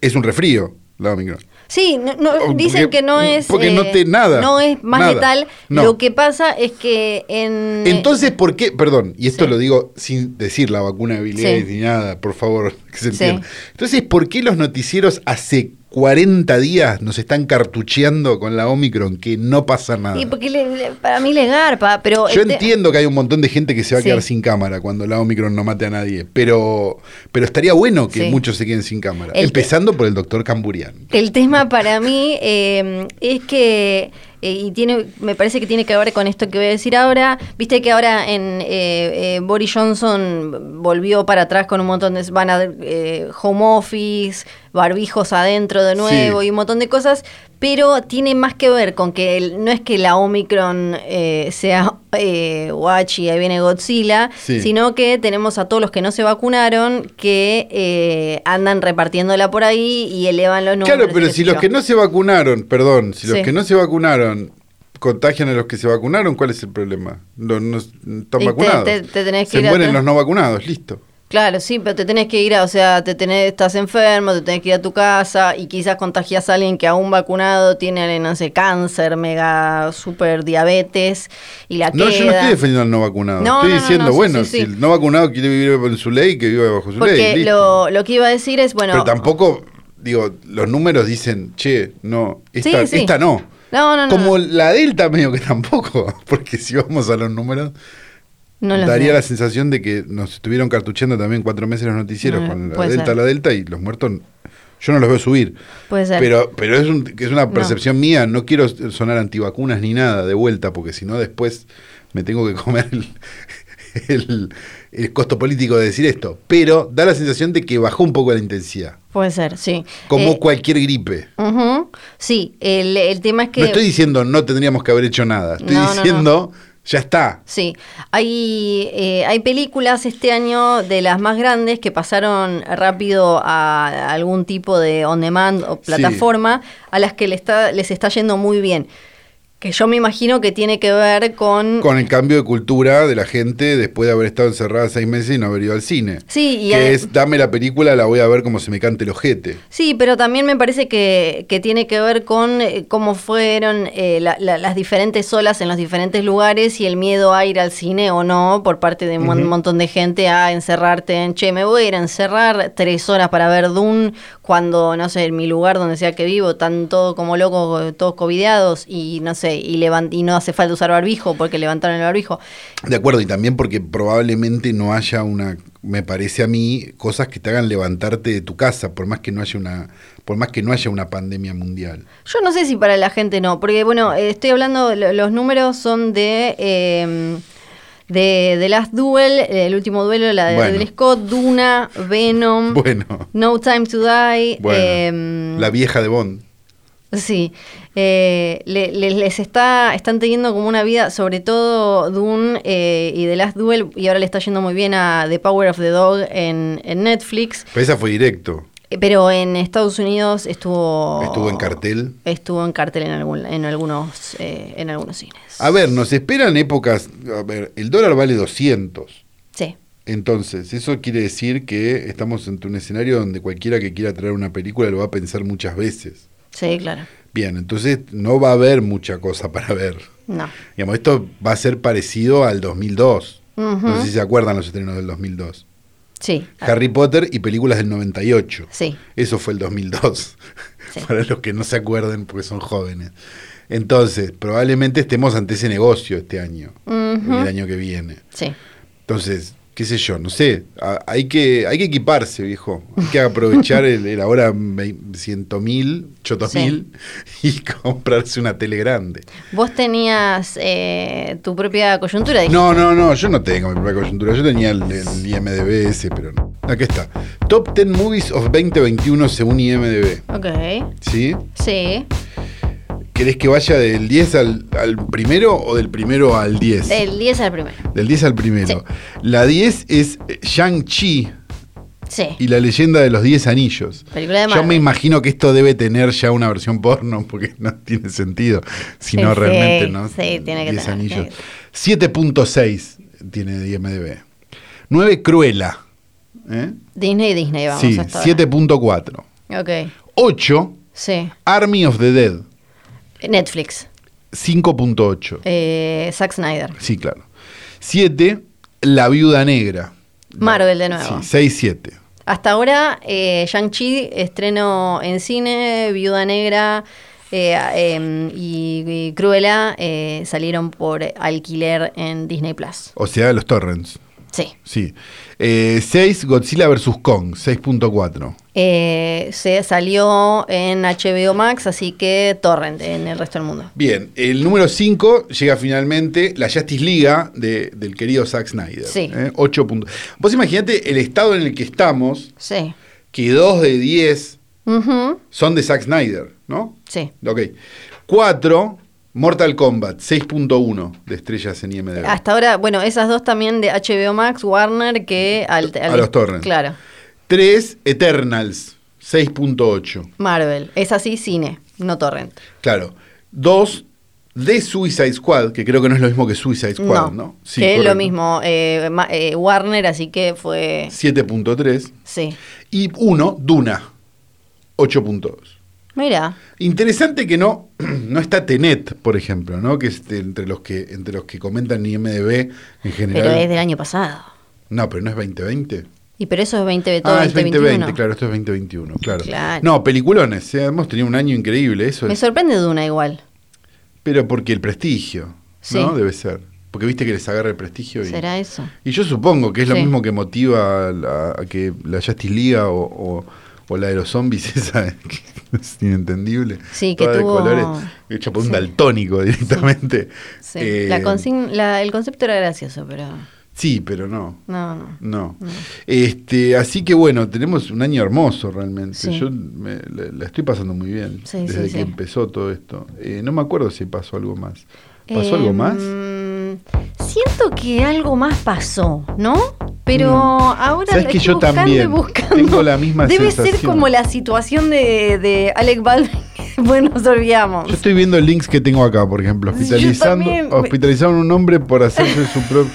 [SPEAKER 3] Es un refrío la Omicron.
[SPEAKER 2] Sí, no- no,
[SPEAKER 3] O-
[SPEAKER 2] dicen
[SPEAKER 3] porque-
[SPEAKER 2] que no es.
[SPEAKER 3] Oh,
[SPEAKER 2] eh,
[SPEAKER 3] porque no te- nada,
[SPEAKER 2] No es más
[SPEAKER 3] nada,
[SPEAKER 2] letal.
[SPEAKER 3] no.
[SPEAKER 2] Lo que pasa es que en.
[SPEAKER 3] Entonces, ¿por qué? Perdón, y esto
[SPEAKER 2] Sí.
[SPEAKER 3] lo digo sin decir la vacuna de Billy
[SPEAKER 2] Sí.
[SPEAKER 3] ni nada, por favor, que se
[SPEAKER 2] Sí.
[SPEAKER 3] entienda. Entonces, ¿por qué los noticieros hace 40 días nos están cartucheando con la Omicron que no pasa nada?
[SPEAKER 2] Y porque le- le- para mí le garpa, pero.
[SPEAKER 3] Yo
[SPEAKER 2] este-
[SPEAKER 3] entiendo que hay un montón de gente que se va a
[SPEAKER 2] Sí.
[SPEAKER 3] quedar sin cámara cuando la Omicron no mate a nadie, pero, pero estaría bueno que
[SPEAKER 2] Sí.
[SPEAKER 3] muchos se queden sin cámara,
[SPEAKER 2] El-
[SPEAKER 3] empezando por el doctor Camburian.
[SPEAKER 2] El tema para mí eh, es que, eh, y tiene, me parece que tiene que ver con esto que voy a decir ahora, viste que ahora en eh, eh, Boris Johnson volvió para atrás con un montón de, van a eh, home office, barbijos adentro de nuevo
[SPEAKER 3] Sí.
[SPEAKER 2] y un montón de cosas, pero tiene más que ver con que el- no es que la Omicron eh, sea eh, guachi, ahí viene Godzilla,
[SPEAKER 3] Sí.
[SPEAKER 2] sino sino que tenemos a todos los que no se vacunaron que eh, andan repartiéndola por ahí y elevan los números.
[SPEAKER 3] Claro, pero si los que no se vacunaron, perdón, si los
[SPEAKER 2] Sí.
[SPEAKER 3] que no se vacunaron contagian a los que se vacunaron, ¿cuál es el problema? Los no están
[SPEAKER 2] Y te-
[SPEAKER 3] vacunados.
[SPEAKER 2] te- te tenés que
[SPEAKER 3] se
[SPEAKER 2] ir a
[SPEAKER 3] mueren
[SPEAKER 2] tra-
[SPEAKER 3] los no vacunados, listo.
[SPEAKER 2] Claro, sí, pero te tenés que ir a, o sea, te tenés, estás enfermo, te tenés que ir a tu casa y quizás contagias a alguien que aún vacunado tiene, no sé, cáncer, mega, super diabetes y la
[SPEAKER 3] No,
[SPEAKER 2] queda.
[SPEAKER 3] yo no estoy defendiendo al no vacunado.
[SPEAKER 2] No,
[SPEAKER 3] estoy
[SPEAKER 2] no, no,
[SPEAKER 3] diciendo,
[SPEAKER 2] no, sí,
[SPEAKER 3] bueno,
[SPEAKER 2] sí, sí.
[SPEAKER 3] si el no vacunado quiere vivir con su ley, que viva bajo su ley.
[SPEAKER 2] Porque
[SPEAKER 3] listo.
[SPEAKER 2] lo, lo que iba a decir es, bueno...
[SPEAKER 3] Pero tampoco, digo, los números dicen, che, no, esta,
[SPEAKER 2] Sí, sí.
[SPEAKER 3] esta no.
[SPEAKER 2] No, no, no.
[SPEAKER 3] Como
[SPEAKER 2] no,
[SPEAKER 3] la Delta medio que tampoco, porque si vamos a los números,
[SPEAKER 2] no lo
[SPEAKER 3] daría
[SPEAKER 2] sé.
[SPEAKER 3] la sensación de que nos estuvieron cartucheando también cuatro meses los noticieros
[SPEAKER 2] No,
[SPEAKER 3] con la
[SPEAKER 2] Mm, puede
[SPEAKER 3] Delta,
[SPEAKER 2] ser.
[SPEAKER 3] la Delta y los muertos, yo no los veo subir.
[SPEAKER 2] Puede ser.
[SPEAKER 3] Pero, pero es, un- que es una
[SPEAKER 2] No.
[SPEAKER 3] percepción mía, no quiero sonar antivacunas ni nada de vuelta, porque si no después me tengo que comer el, el- el costo político de decir esto. Pero da la sensación de que bajó un poco la intensidad,
[SPEAKER 2] Puede ser, sí.
[SPEAKER 3] como
[SPEAKER 2] Eh,
[SPEAKER 3] cualquier gripe.
[SPEAKER 2] ujú, Sí, el, el tema es que...
[SPEAKER 3] No estoy diciendo no tendríamos que haber hecho nada, estoy
[SPEAKER 2] No, no, no.
[SPEAKER 3] diciendo ya está.
[SPEAKER 2] Sí, hay, eh, hay películas este año de las más grandes que pasaron rápido a algún tipo de on-demand o plataforma a las que le está, les está yendo muy bien. Que yo me imagino que tiene que ver con...
[SPEAKER 3] Con el cambio de cultura de la gente después de haber estado encerrada seis meses y no haber ido al cine.
[SPEAKER 2] Sí, y
[SPEAKER 3] que
[SPEAKER 2] ade-
[SPEAKER 3] es, dame la película, la voy a ver como se me cante el ojete.
[SPEAKER 2] Sí, pero también me parece que, que tiene que ver con eh, cómo fueron eh, la- la- las diferentes olas en los diferentes lugares y el miedo a ir al cine o no por parte de un mon- montón de gente a encerrarte en, che, me voy a ir a encerrar tres horas para ver Dune cuando, no sé, en mi lugar donde sea que vivo, están todos como locos, eh, todos covideados y no sé, y, levan- y no hace falta usar barbijo porque levantaron el barbijo.
[SPEAKER 3] De acuerdo, y también porque probablemente no haya una, me parece a mí, cosas que te hagan levantarte de tu casa, por más que no haya una, por más que no haya una pandemia mundial.
[SPEAKER 2] Yo no sé si para la gente no, porque bueno, eh, estoy hablando, lo- los números son de, eh, de The Last Duel, eh, el último duelo, la de
[SPEAKER 3] Bueno.
[SPEAKER 2] Ridley Scott, Duna, Venom,
[SPEAKER 3] Bueno,
[SPEAKER 2] No Time to Die,
[SPEAKER 3] bueno.
[SPEAKER 2] Mm. eh,
[SPEAKER 3] la vieja de Bond.
[SPEAKER 2] Sí, eh, le- le- les está, están teniendo como una vida, sobre todo Dune eh, y The Last Duel, y ahora le está yendo muy bien a The Power of the Dog en, en Netflix,
[SPEAKER 3] Pero esa fue directo.
[SPEAKER 2] Eh, pero en Estados Unidos estuvo...
[SPEAKER 3] Estuvo en cartel.
[SPEAKER 2] Estuvo en cartel en, algún, en, algunos, eh, en algunos cines.
[SPEAKER 3] A ver, nos esperan épocas. A ver, el dólar vale 200.
[SPEAKER 2] Sí,
[SPEAKER 3] Entonces, eso quiere decir que estamos ante un escenario donde cualquiera que quiera traer una película lo va a pensar muchas veces.
[SPEAKER 2] sí, claro.
[SPEAKER 3] Bien, entonces no va a haber mucha cosa para ver.
[SPEAKER 2] No.
[SPEAKER 3] Digamos, esto va a ser parecido al 2002.
[SPEAKER 2] Ujú. Ah.
[SPEAKER 3] No sé si se acuerdan los estrenos del 2002.
[SPEAKER 2] Sí.
[SPEAKER 3] Harry Potter y películas del 98.
[SPEAKER 2] Sí.
[SPEAKER 3] Eso fue el 2002.
[SPEAKER 2] Sí.
[SPEAKER 3] Para los que no se acuerden porque son jóvenes. Entonces, probablemente estemos ante ese negocio este año
[SPEAKER 2] Ujú.
[SPEAKER 3] y el año que viene.
[SPEAKER 2] Sí.
[SPEAKER 3] Entonces, qué sé yo, no sé. a- Hay que, hay que equiparse, viejo. Hay que aprovechar el, el ahora ciento mil, chotos
[SPEAKER 2] Sí.
[SPEAKER 3] mil y comprarse una tele grande.
[SPEAKER 2] Vos tenías eh, tu propia coyuntura. dijiste.
[SPEAKER 3] No, no, no, yo no tengo mi propia coyuntura. Yo tenía el, el IMDB ese, pero no. Aquí está. Top 10 Movies of 2021 según IMDB.
[SPEAKER 2] Ok.
[SPEAKER 3] ¿Sí?
[SPEAKER 2] Sí.
[SPEAKER 3] ¿Querés que vaya del 10 al, al primero o del primero al 10?
[SPEAKER 2] Del 10 al primero.
[SPEAKER 3] Del 10 al primero.
[SPEAKER 2] Sí.
[SPEAKER 3] La 10 es eh, Shang-Chi
[SPEAKER 2] Sí.
[SPEAKER 3] y la leyenda de los 10 anillos.
[SPEAKER 2] Película de
[SPEAKER 3] Yo me
[SPEAKER 2] Marvel.
[SPEAKER 3] imagino que esto debe tener ya una versión porno porque no tiene sentido. Si no,
[SPEAKER 2] Sí,
[SPEAKER 3] realmente, ¿no?
[SPEAKER 2] sí, tiene que
[SPEAKER 3] 10
[SPEAKER 2] tener,
[SPEAKER 3] anillos.
[SPEAKER 2] tiene que
[SPEAKER 3] 7.6 tiene de IMDb. 9 Cruella. ¿eh?
[SPEAKER 2] Disney, Disney, vamos
[SPEAKER 3] Sí,
[SPEAKER 2] hasta ahora.
[SPEAKER 3] 7.4.
[SPEAKER 2] Ok.
[SPEAKER 3] 8
[SPEAKER 2] Sí.
[SPEAKER 3] Army of the Dead.
[SPEAKER 2] Netflix.
[SPEAKER 3] 5.8.
[SPEAKER 2] Eh, Zack Snyder.
[SPEAKER 3] Sí, claro. 7, La Viuda Negra.
[SPEAKER 2] Marvel de nuevo.
[SPEAKER 3] Sí, 6, 7.
[SPEAKER 2] Hasta ahora, eh, Shang-Chi estreno en cine, Viuda Negra eh, em, y, y Cruella eh, salieron por alquiler en Disney Plus.
[SPEAKER 3] O sea, los torrents.
[SPEAKER 2] Sí.
[SPEAKER 3] Sí. 6, Godzilla vs. Kong, 6.4.
[SPEAKER 2] Eh, se salió en HBO Max, así que torrent en el resto del mundo.
[SPEAKER 3] Bien, el número 5 llega finalmente la Justice Liga de- del querido Zack Snyder.
[SPEAKER 2] Sí.
[SPEAKER 3] 8 puntos. Vos imaginate el estado en el que estamos,
[SPEAKER 2] Sí.
[SPEAKER 3] que 2 de 10
[SPEAKER 2] Ujú,
[SPEAKER 3] son de Zack Snyder, ¿no?
[SPEAKER 2] Sí.
[SPEAKER 3] Ok. 4, Mortal Kombat, 6.1 de estrellas en IMDb.
[SPEAKER 2] Hasta ahora, bueno, esas dos también de HBO Max, Warner, que al,
[SPEAKER 3] A los torrents.
[SPEAKER 2] Claro.
[SPEAKER 3] 3, Eternals, 6.8.
[SPEAKER 2] Marvel. Es así, cine, no torrent.
[SPEAKER 3] Claro. 2, The Suicide Squad, que creo que no es lo mismo que Suicide Squad, ¿no? Sí,
[SPEAKER 2] que es
[SPEAKER 3] correcto.
[SPEAKER 2] lo mismo, eh, ma- eh, Warner, así que fue...
[SPEAKER 3] 7.3.
[SPEAKER 2] Sí.
[SPEAKER 3] Y 1, Duna, 8.2.
[SPEAKER 2] Mira,
[SPEAKER 3] Interesante que no, no está Tenet, por ejemplo, ¿no? Que es de- entre los que, entre los que comentan IMDB en general.
[SPEAKER 2] pero es del año pasado.
[SPEAKER 3] No, pero no es 2020.
[SPEAKER 2] Y pero eso es 20 de todo,
[SPEAKER 3] Ah, es
[SPEAKER 2] 2021.
[SPEAKER 3] 2020, claro, esto es 2021, claro.
[SPEAKER 2] Claro.
[SPEAKER 3] No, peliculones, eh, hemos tenido un año increíble, eso
[SPEAKER 2] Me
[SPEAKER 3] es.
[SPEAKER 2] sorprende Duna igual.
[SPEAKER 3] Pero porque el prestigio,
[SPEAKER 2] Sí.
[SPEAKER 3] ¿no? Debe ser. Porque viste que les agarra el prestigio y...
[SPEAKER 2] ¿Será eso?
[SPEAKER 3] Y yo supongo que es lo
[SPEAKER 2] Sí.
[SPEAKER 3] mismo que motiva a, la- a que la Justice Liga o, o- o la de los zombies, esa que es inentendible.
[SPEAKER 2] Sí, que
[SPEAKER 3] toda
[SPEAKER 2] tuvo-
[SPEAKER 3] de colores, hecha por un
[SPEAKER 2] Sí.
[SPEAKER 3] daltónico directamente.
[SPEAKER 2] Sí.
[SPEAKER 3] Eh,
[SPEAKER 2] la consign- la- el concepto era gracioso, pero
[SPEAKER 3] Sí, pero no.
[SPEAKER 2] no, no.
[SPEAKER 3] No. Este, así que bueno, tenemos un año hermoso realmente.
[SPEAKER 2] Sí.
[SPEAKER 3] Yo me- la, la estoy pasando muy bien
[SPEAKER 2] Sí,
[SPEAKER 3] desde
[SPEAKER 2] sí,
[SPEAKER 3] que
[SPEAKER 2] sí.
[SPEAKER 3] empezó todo esto. Eh, no me acuerdo si pasó algo más. ¿Pasó algo
[SPEAKER 2] Em,
[SPEAKER 3] más?
[SPEAKER 2] Siento que algo más pasó, ¿no? Pero
[SPEAKER 3] Mm.
[SPEAKER 2] ahora
[SPEAKER 3] Sabes
[SPEAKER 2] lo
[SPEAKER 3] que
[SPEAKER 2] estoy
[SPEAKER 3] yo
[SPEAKER 2] buscando y
[SPEAKER 3] también
[SPEAKER 2] buscando.
[SPEAKER 3] tengo la misma
[SPEAKER 2] Debe ser
[SPEAKER 3] sensación.
[SPEAKER 2] como la situación de, de Alec Baldwin que después nos olvidamos.
[SPEAKER 3] Yo estoy viendo links que tengo acá, por ejemplo,
[SPEAKER 2] Yo
[SPEAKER 3] hospitalizando,
[SPEAKER 2] también me-
[SPEAKER 3] hospitalizaron a un hombre por hacerse su pro-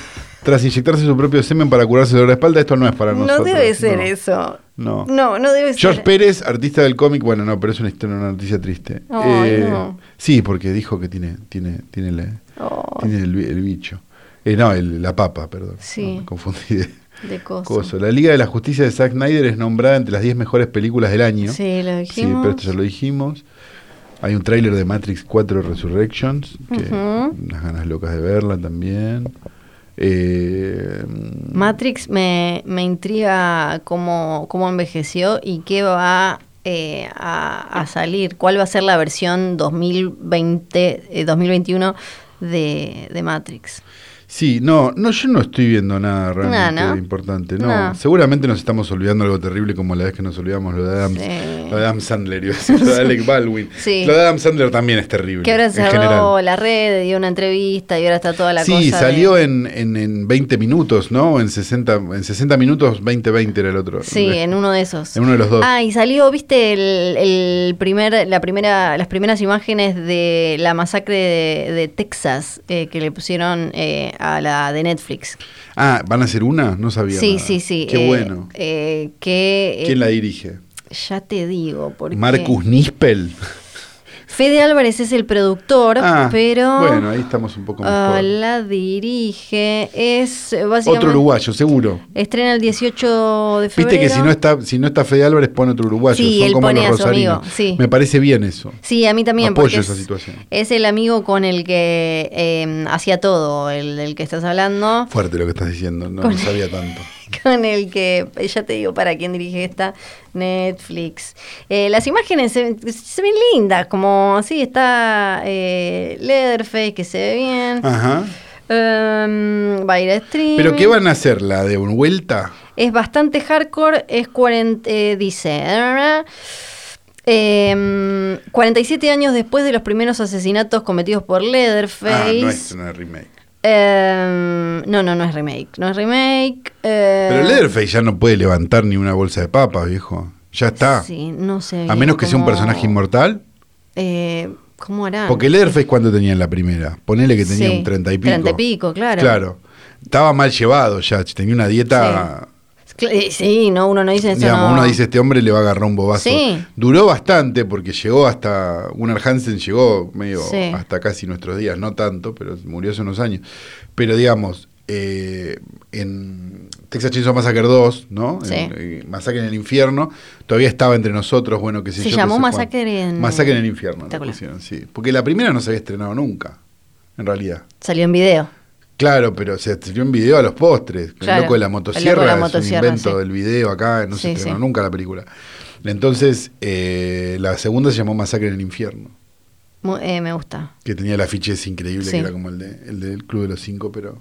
[SPEAKER 3] tras inyectarse su propio semen para curarse el dolor de espalda. Esto no es para
[SPEAKER 2] no
[SPEAKER 3] nosotros.
[SPEAKER 2] debe ser
[SPEAKER 3] no.
[SPEAKER 2] eso.
[SPEAKER 3] No.
[SPEAKER 2] No, no debe
[SPEAKER 3] George
[SPEAKER 2] ser.
[SPEAKER 3] Pérez, artista del cómic, bueno, no, pero es una, historia, una noticia triste. Eh,
[SPEAKER 2] Ay, no.
[SPEAKER 3] Sí, porque dijo que tiene, tiene, tiene, la-
[SPEAKER 2] Oh,
[SPEAKER 3] tiene el, bi- el bicho. Eh, no, el- la papa, perdón.
[SPEAKER 2] Sí.
[SPEAKER 3] No, me confundí de
[SPEAKER 2] de cosas.
[SPEAKER 3] coso. La Liga de la Justicia de Zack Snyder es nombrada entre las 10 mejores películas del año.
[SPEAKER 2] Sí, lo
[SPEAKER 3] Sí, pero
[SPEAKER 2] dijimos.
[SPEAKER 3] esto ya lo dijimos. Hay un tráiler de Matrix 4 Resurrections, que
[SPEAKER 2] Ujú.
[SPEAKER 3] unas ganas locas de verla también. Eh,
[SPEAKER 2] Matrix me, me intriga cómo, cómo envejeció y qué va eh, a, a salir. ¿Cuál va a ser la versión 2020, eh, 2021 de, de Matrix?
[SPEAKER 3] Sí, no, no, yo no estoy viendo nada realmente
[SPEAKER 2] No, no.
[SPEAKER 3] importante. No.
[SPEAKER 2] No.
[SPEAKER 3] seguramente nos estamos olvidando algo terrible como la vez que nos olvidamos lo de Adam,
[SPEAKER 2] Sí.
[SPEAKER 3] lo de Adam Sandler, iba a decir, lo de Alec Baldwin.
[SPEAKER 2] Sí.
[SPEAKER 3] Lo de Adam Sandler también es terrible.
[SPEAKER 2] Que ahora
[SPEAKER 3] en general.
[SPEAKER 2] cerró la red, dio una entrevista y ahora está toda la cosa.
[SPEAKER 3] Sí,
[SPEAKER 2] de-
[SPEAKER 3] salió en, en, en 20 minutos, ¿no? En 60, en 60 minutos, 20-20 era el otro.
[SPEAKER 2] Sí, en uno de esos.
[SPEAKER 3] Este, En uno de los dos.
[SPEAKER 2] Ah, y salió, viste, el, el primer, la primera, las primeras imágenes de la masacre de, de Texas eh, que le pusieron eh, a la de Netflix.
[SPEAKER 3] Ah, ¿van a hacer una? No sabía.
[SPEAKER 2] Sí,
[SPEAKER 3] nada.
[SPEAKER 2] sí, sí.
[SPEAKER 3] Qué
[SPEAKER 2] eh,
[SPEAKER 3] bueno.
[SPEAKER 2] eh, que, eh,
[SPEAKER 3] ¿Quién la dirige?
[SPEAKER 2] Ya te digo, porque
[SPEAKER 3] Marcus Nispel.
[SPEAKER 2] Fede Álvarez es el productor,
[SPEAKER 3] Ah,
[SPEAKER 2] pero
[SPEAKER 3] Bueno, ahí estamos un poco
[SPEAKER 2] ah,
[SPEAKER 3] mejor.
[SPEAKER 2] la dirige. Es eh, básicamente...
[SPEAKER 3] Otro uruguayo, seguro.
[SPEAKER 2] Estrena el 18 de febrero.
[SPEAKER 3] Viste que si no está, si no está Fede Álvarez, pone otro uruguayo.
[SPEAKER 2] Sí,
[SPEAKER 3] Son
[SPEAKER 2] él
[SPEAKER 3] como
[SPEAKER 2] pone
[SPEAKER 3] los
[SPEAKER 2] a su amigo,
[SPEAKER 3] rosarinos.
[SPEAKER 2] sí.
[SPEAKER 3] Me parece bien eso.
[SPEAKER 2] Sí, a mí también.
[SPEAKER 3] Apoyo
[SPEAKER 2] porque
[SPEAKER 3] esa
[SPEAKER 2] es-
[SPEAKER 3] situación.
[SPEAKER 2] Es el amigo con el que eh, hacía todo, el del que estás hablando.
[SPEAKER 3] Fuerte lo que estás diciendo, no,
[SPEAKER 2] Con-
[SPEAKER 3] no sabía tanto.
[SPEAKER 2] Con el que, ya te digo para quién dirige esta, Netflix. Eh, las imágenes se, se ven lindas, como sí, está eh, Leatherface que se ve bien.
[SPEAKER 3] Ajá.
[SPEAKER 2] Em, va a ir a streaming.
[SPEAKER 3] Ah. ¿Pero qué van a hacer? ¿La de un vuelta?
[SPEAKER 2] Es bastante hardcore, es 40, eh, dice. em, 47 años después de los primeros asesinatos cometidos por
[SPEAKER 3] Ah,
[SPEAKER 2] Leatherface.
[SPEAKER 3] no es una remake.
[SPEAKER 2] Em, no, no, no es remake. No es remake. eh,
[SPEAKER 3] Pero Leatherface ya no puede levantar ni una bolsa de papa, viejo. Ya está.
[SPEAKER 2] Sí, no sé.
[SPEAKER 3] a
[SPEAKER 2] bien
[SPEAKER 3] menos que sea un
[SPEAKER 2] cómo-
[SPEAKER 3] personaje inmortal.
[SPEAKER 2] Eh, ¿Cómo hará?
[SPEAKER 3] Porque Leatherface, ¿cuánto tenía en la primera? Ponele que tenía
[SPEAKER 2] Sí,
[SPEAKER 3] un treinta y pico.
[SPEAKER 2] 30 y pico, claro.
[SPEAKER 3] Claro. Estaba mal llevado ya, tenía una dieta...
[SPEAKER 2] Cla- eh, Sí, no, uno no dice eso.
[SPEAKER 3] Digamos,
[SPEAKER 2] no.
[SPEAKER 3] uno dice, este hombre le va a agarrar un bobazo.
[SPEAKER 2] Sí.
[SPEAKER 3] Duró bastante porque llegó hasta... Gunnar Hansen llegó medio
[SPEAKER 2] Sí.
[SPEAKER 3] hasta casi nuestros días, no tanto, pero murió hace unos años. Pero digamos, eh, en Texas Chainsaw Massacre 2, ¿no?
[SPEAKER 2] Sí.
[SPEAKER 3] En- eh, Masacre en el infierno, todavía estaba entre nosotros, bueno, qué sé
[SPEAKER 2] Se
[SPEAKER 3] yo.
[SPEAKER 2] llamó
[SPEAKER 3] qué sé cuánto.
[SPEAKER 2] Masacre en-
[SPEAKER 3] Masacre en el infierno. la
[SPEAKER 2] Espectacular.
[SPEAKER 3] pusieron, sí. Porque la primera no se había estrenado nunca, en realidad.
[SPEAKER 2] Salió en video.
[SPEAKER 3] Claro, pero se estrenó un video a los postres.
[SPEAKER 2] Claro,
[SPEAKER 3] el loco de la
[SPEAKER 2] el loco de la
[SPEAKER 3] motosierra,
[SPEAKER 2] motosierra,
[SPEAKER 3] es un invento
[SPEAKER 2] sí.
[SPEAKER 3] del video acá, no
[SPEAKER 2] Sí,
[SPEAKER 3] se estrenó
[SPEAKER 2] sí.
[SPEAKER 3] nunca la película. Entonces, eh, la segunda se llamó Masacre en el Infierno,
[SPEAKER 2] Mu- eh, me gusta.
[SPEAKER 3] que tenía el afiche ese increíble,
[SPEAKER 2] Sí.
[SPEAKER 3] que era como el, de, el del Club de los Cinco, pero,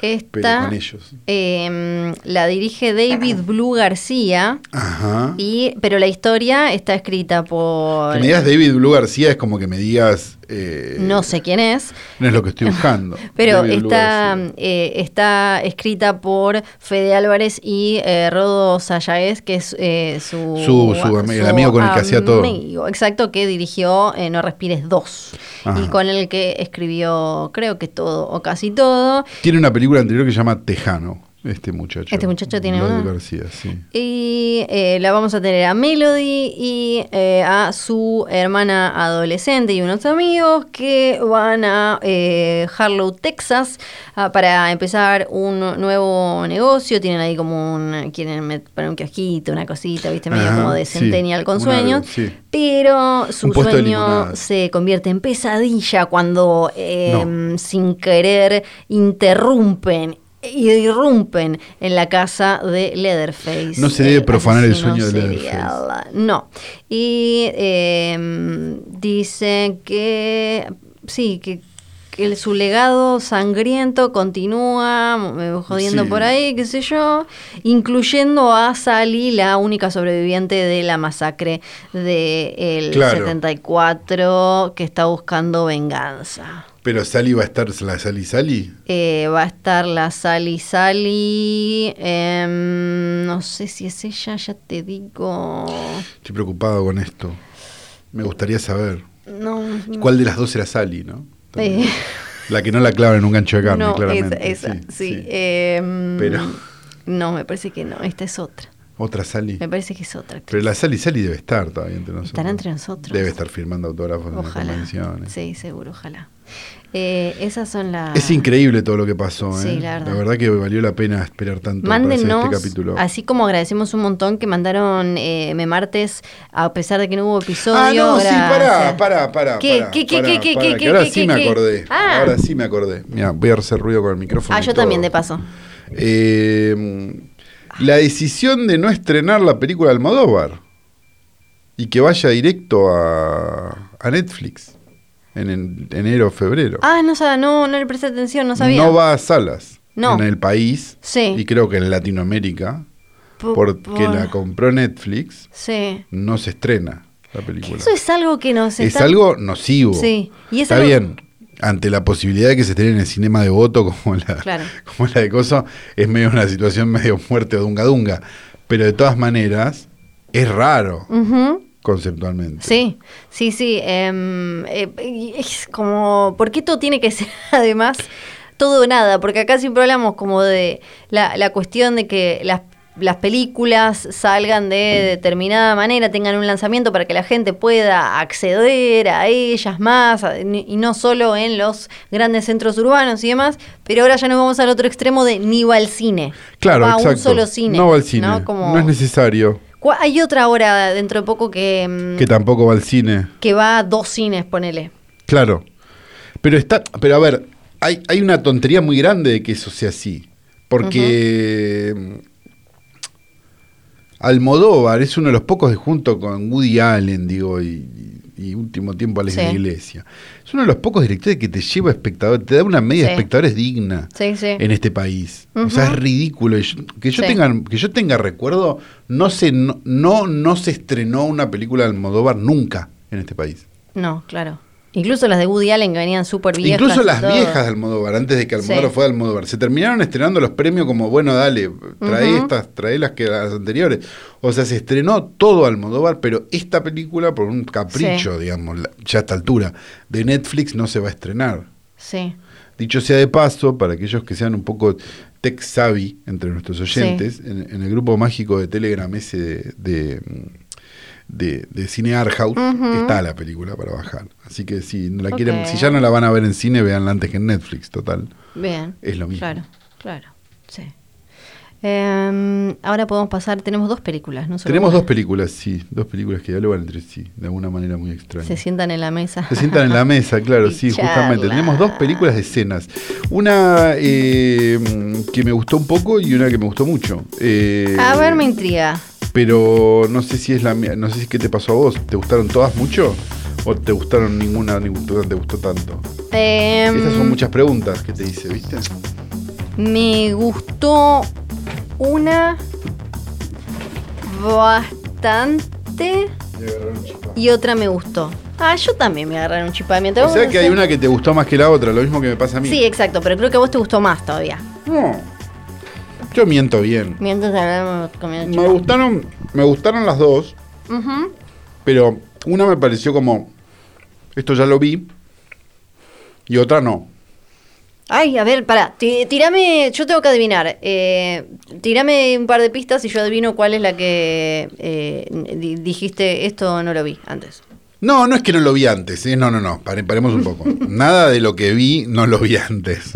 [SPEAKER 3] pero
[SPEAKER 2] Esta
[SPEAKER 3] con ellos.
[SPEAKER 2] em, la dirige David Blue García.
[SPEAKER 3] Ajá.
[SPEAKER 2] Y, pero la historia está escrita por.
[SPEAKER 3] Que me digas David Blue García es como que me digas... eh,
[SPEAKER 2] no sé quién es.
[SPEAKER 3] No es lo que estoy buscando.
[SPEAKER 2] Pero
[SPEAKER 3] David Blue
[SPEAKER 2] está,
[SPEAKER 3] García.
[SPEAKER 2] eh, está escrita por Fede Álvarez y eh, Rodo Sayaez, que es eh, su,
[SPEAKER 3] Su- su ami- el amigo con el que hacía todo.
[SPEAKER 2] amigo, exacto, que dirigió eh, No Respires 2 y
[SPEAKER 3] Ajá.
[SPEAKER 2] con el que escribió creo que todo o casi todo.
[SPEAKER 3] Tiene una película anterior que se llama Tejano, este muchacho.
[SPEAKER 2] Este muchacho tiene
[SPEAKER 3] David
[SPEAKER 2] una.
[SPEAKER 3] García, sí.
[SPEAKER 2] Y eh, la vamos a tener a Melody y eh, a su hermana adolescente y unos amigos que van a eh, Harlow, Texas, ah, para empezar un nuevo negocio. Tienen ahí como un. Quieren met- poner un kiosquito, una cosita, ¿viste? Medio
[SPEAKER 3] Ajá,
[SPEAKER 2] como de
[SPEAKER 3] sí,
[SPEAKER 2] Centennial con
[SPEAKER 3] un
[SPEAKER 2] sueños.
[SPEAKER 3] algo, sí.
[SPEAKER 2] Pero su
[SPEAKER 3] Un puesto de
[SPEAKER 2] sueño
[SPEAKER 3] limonada.
[SPEAKER 2] se convierte en pesadilla cuando eh,
[SPEAKER 3] No.
[SPEAKER 2] sin querer interrumpen irrumpen en la casa de Leatherface.
[SPEAKER 3] No se debe
[SPEAKER 2] el
[SPEAKER 3] profanar el
[SPEAKER 2] asesino
[SPEAKER 3] sueño de Leatherface.
[SPEAKER 2] serial. eh, No. Y eh, dice que sí, que, que el- su legado sangriento continúa mm, jodiendo
[SPEAKER 3] Sí.
[SPEAKER 2] por ahí, qué sé yo, incluyendo a Sally, la única sobreviviente de la masacre del el
[SPEAKER 3] Claro.
[SPEAKER 2] 74, que está buscando venganza.
[SPEAKER 3] Pero Sally va a estar, la Sally Sally.
[SPEAKER 2] Eh, va a estar la Sally Sally. em, no sé si es ella, ya te digo.
[SPEAKER 3] Estoy preocupado con esto. Me gustaría saber.
[SPEAKER 2] No. eh, no.
[SPEAKER 3] ¿Cuál de las dos era Sally, no? También.
[SPEAKER 2] Eh,
[SPEAKER 3] La que no la clava en un gancho de carne,
[SPEAKER 2] no,
[SPEAKER 3] claramente.
[SPEAKER 2] esa, esa, sí.
[SPEAKER 3] sí.
[SPEAKER 2] em,
[SPEAKER 3] Pero-
[SPEAKER 2] No, me parece que no. Esta es otra.
[SPEAKER 3] Otra Sally.
[SPEAKER 2] Me parece que es otra. actriz.
[SPEAKER 3] Pero la Sally Sally debe estar todavía entre nosotros.
[SPEAKER 2] Estará entre nosotros.
[SPEAKER 3] Debe estar firmando autógrafos en las
[SPEAKER 2] Ojalá.
[SPEAKER 3] convenciones.
[SPEAKER 2] Sí, seguro, ojalá. Eh, esas son las.
[SPEAKER 3] Es increíble todo lo que pasó, ¿eh?
[SPEAKER 2] Sí, la verdad.
[SPEAKER 3] que valió la pena esperar tanto para
[SPEAKER 2] Mándenos,
[SPEAKER 3] hacer este capítulo.
[SPEAKER 2] así como agradecemos un montón que mandaron eh, Me Martes, a pesar de que no hubo episodio.
[SPEAKER 3] Ah, no, sí,
[SPEAKER 2] gracias.
[SPEAKER 3] pará, pará, pará.
[SPEAKER 2] ¿Qué,
[SPEAKER 3] pará,
[SPEAKER 2] qué, qué,
[SPEAKER 3] pará,
[SPEAKER 2] qué, qué,
[SPEAKER 3] pará,
[SPEAKER 2] qué,
[SPEAKER 3] que Ahora
[SPEAKER 2] qué,
[SPEAKER 3] sí
[SPEAKER 2] qué,
[SPEAKER 3] me
[SPEAKER 2] qué?
[SPEAKER 3] acordé.
[SPEAKER 2] Ah.
[SPEAKER 3] Ahora sí me acordé. Mira, voy a hacer ruido con el micrófono.
[SPEAKER 2] Ah,
[SPEAKER 3] y
[SPEAKER 2] yo
[SPEAKER 3] todo.
[SPEAKER 2] también, de paso.
[SPEAKER 3] Eh, la decisión de no estrenar la película de Almodóvar y que vaya directo a, a Netflix. en, en enero o febrero.
[SPEAKER 2] Ah, no, sab- no, no le presté atención, no sabía.
[SPEAKER 3] No va a salas
[SPEAKER 2] No.
[SPEAKER 3] en el país
[SPEAKER 2] Sí.
[SPEAKER 3] y creo que en Latinoamérica,
[SPEAKER 2] Por-
[SPEAKER 3] porque
[SPEAKER 2] por-
[SPEAKER 3] la compró Netflix,
[SPEAKER 2] Sí.
[SPEAKER 3] no se estrena la película.
[SPEAKER 2] Eso es algo que nos
[SPEAKER 3] es
[SPEAKER 2] está-
[SPEAKER 3] algo nocivo.
[SPEAKER 2] Sí, y es
[SPEAKER 3] Está
[SPEAKER 2] algo-
[SPEAKER 3] bien. Ante la posibilidad de que se estrene en el cinema de voto como la,
[SPEAKER 2] Claro. Ujú.
[SPEAKER 3] conceptualmente.
[SPEAKER 2] Sí, sí, sí. em, eh, y es como, ¿por qué todo tiene que ser además todo o nada? Porque acá siempre hablamos como de la, la cuestión de que las, las películas salgan de determinada manera, tengan un lanzamiento para que la gente pueda acceder a ellas más, a- ni- y no solo en los grandes centros urbanos y demás, pero ahora ya nos vamos al otro extremo de ni va al cine.
[SPEAKER 3] Claro,
[SPEAKER 2] va a un
[SPEAKER 3] exacto.
[SPEAKER 2] solo cine.
[SPEAKER 3] No va al cine. No,
[SPEAKER 2] Como-
[SPEAKER 3] es necesario
[SPEAKER 2] ¿Cuá- Hay otra hora dentro de poco que... em,
[SPEAKER 3] que tampoco va al cine.
[SPEAKER 2] que va a dos cines, ponele.
[SPEAKER 3] Claro. Pero está, pero a ver, hay, hay una tontería muy grande de que eso sea así. Porque mm, Almodóvar es uno de los pocos de junto con Woody Allen, digo, y, y último tiempo Alex
[SPEAKER 2] Sí.
[SPEAKER 3] de la Iglesia. Es uno de los pocos directores que te lleva a espectadores, te da una media
[SPEAKER 2] Sí.
[SPEAKER 3] de espectadores digna
[SPEAKER 2] Sí, sí.
[SPEAKER 3] en este país. O sea,
[SPEAKER 2] Ujú.
[SPEAKER 3] es ridículo. Y yo- que, yo
[SPEAKER 2] Sí.
[SPEAKER 3] tenga, que yo tenga recuerdo, no se, no, no, no se estrenó una película de Almodóvar nunca en este país.
[SPEAKER 2] No, claro. Incluso las de Woody Allen que venían súper viejas.
[SPEAKER 3] Incluso
[SPEAKER 2] y
[SPEAKER 3] las
[SPEAKER 2] todo.
[SPEAKER 3] viejas de Almodóvar, antes de que Almodóvar
[SPEAKER 2] Sí.
[SPEAKER 3] fue de Almodóvar, se terminaron estrenando los premios como, bueno, dale, trae
[SPEAKER 2] Ujú.
[SPEAKER 3] estas, trae las que las anteriores. O sea, se estrenó todo Almodóvar, pero esta película, por un capricho, digamos, la- ya a esta altura, de Netflix no se va a estrenar.
[SPEAKER 2] Sí,
[SPEAKER 3] Dicho sea de paso, para aquellos que sean un poco tech savvy entre nuestros oyentes, en, en el grupo mágico de Telegram ese de, de, de- de Cine Art House
[SPEAKER 2] Ujú.
[SPEAKER 3] está la película para bajar. Así que si no la quieren,
[SPEAKER 2] Ok.
[SPEAKER 3] si ya no la van a ver en cine, veanla antes que en Netflix, total.
[SPEAKER 2] bien.
[SPEAKER 3] Es lo mismo.
[SPEAKER 2] Claro, claro. Sí. Em, ahora podemos pasar. Tenemos dos películas, ¿no? Solo
[SPEAKER 3] Tenemos
[SPEAKER 2] una.
[SPEAKER 3] dos películas, sí, dos películas que dialogan entre sí, de alguna manera muy extraña.
[SPEAKER 2] Se sientan en la mesa.
[SPEAKER 3] Se sientan en la mesa, claro,
[SPEAKER 2] Y
[SPEAKER 3] sí,
[SPEAKER 2] charlan.
[SPEAKER 3] justamente. Tenemos dos películas de escenas. Una eh, que me gustó un poco y una que me gustó mucho. Eh,
[SPEAKER 2] A ver, me intriga.
[SPEAKER 3] Pero no sé si es la mía- no sé si qué te pasó a vos. ¿Te gustaron todas mucho? ¿O te gustaron ninguna, ninguna te gustó tanto?
[SPEAKER 2] Em,
[SPEAKER 3] Estas son muchas preguntas que te hice, ¿viste?
[SPEAKER 2] Me gustó una bastante y otra me gustó. Ah, yo también me agarraron chipamiento.
[SPEAKER 3] O sea que hay una que te gustó más que la otra, lo mismo que me pasa a mí.
[SPEAKER 2] Sí, exacto, pero creo que a vos te gustó más todavía.
[SPEAKER 3] No. Yo miento bien.
[SPEAKER 2] Mientras hablamos comiendo
[SPEAKER 3] Me gustaron, me gustaron las dos,
[SPEAKER 2] Ujú.
[SPEAKER 3] pero una me pareció como esto ya lo vi y otra no.
[SPEAKER 2] Ay, a ver, pará. ti- Tirame, yo tengo que adivinar. Eh, tirame un par de pistas y yo adivino cuál es la que eh, di- dijiste esto no lo vi antes.
[SPEAKER 3] No, no es que no lo vi antes, ¿eh? no, no, no, pare- paremos un poco. Nada de lo que vi no lo vi antes.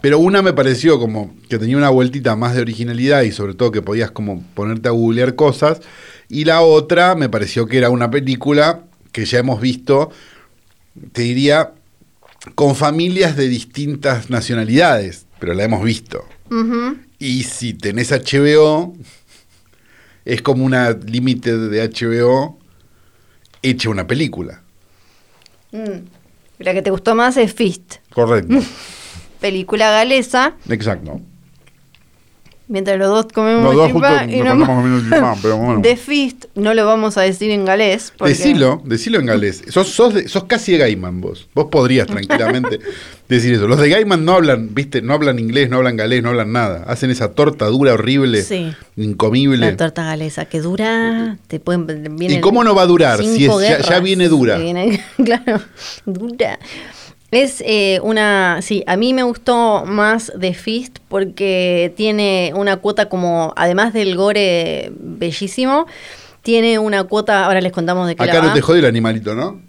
[SPEAKER 3] Pero una me pareció como que tenía una vueltita más de originalidad y sobre todo que podías como ponerte a googlear cosas. Y la otra me pareció que era una película que ya hemos visto, te diría, con familias de distintas nacionalidades, pero la hemos visto.
[SPEAKER 2] Ujú.
[SPEAKER 3] Y si tenés HBO, es como una límite de HBO hecha una película.
[SPEAKER 2] Mm. La que te gustó más es Fist,
[SPEAKER 3] Correcto.
[SPEAKER 2] película galesa.
[SPEAKER 3] Exacto.
[SPEAKER 2] Mientras los dos comemos
[SPEAKER 3] Los dos
[SPEAKER 2] chipá
[SPEAKER 3] justo
[SPEAKER 2] y
[SPEAKER 3] nos
[SPEAKER 2] no-
[SPEAKER 3] estamos comiendo chipá, pero bueno.
[SPEAKER 2] De Fist no lo vamos a decir en galés. porque-
[SPEAKER 3] Decilo, decilo en galés. Sos, sos, de- sos casi de Gaiman vos. Vos podrías tranquilamente decir eso. Los de Gaiman no hablan, viste, no hablan inglés, no hablan galés, no hablan nada. Hacen esa torta dura, horrible,
[SPEAKER 2] Sí. La
[SPEAKER 3] incomible.
[SPEAKER 2] torta galesa que dura, te pueden viene
[SPEAKER 3] ¿Y cómo no va a durar si
[SPEAKER 2] cinco
[SPEAKER 3] es- ya- ya
[SPEAKER 2] guerras
[SPEAKER 3] viene dura?
[SPEAKER 2] que vienen- claro, dura. Es eh, una, sí, a mí me gustó más The Fist porque tiene una cuota como, además del gore bellísimo, tiene una cuota, ahora les contamos de qué la
[SPEAKER 3] Acá no
[SPEAKER 2] va.
[SPEAKER 3] te jode el animalito, ¿no?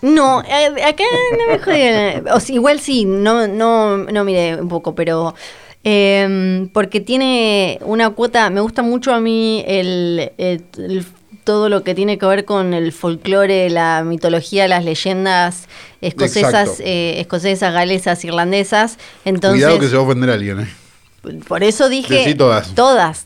[SPEAKER 2] No, eh, acá no me jodieron. O sea, igual sí, no, no, no miré un poco, pero em, porque tiene una cuota, me gusta mucho a mí el, el- el- todo lo que tiene que ver con el folclore, la mitología, las leyendas escocesas,
[SPEAKER 3] Exacto.
[SPEAKER 2] eh, escocesas, galesas, irlandesas. Entonces,
[SPEAKER 3] Cuidado que se va a ofender a alguien, ¿eh?
[SPEAKER 2] por eso dije
[SPEAKER 3] Decí todas.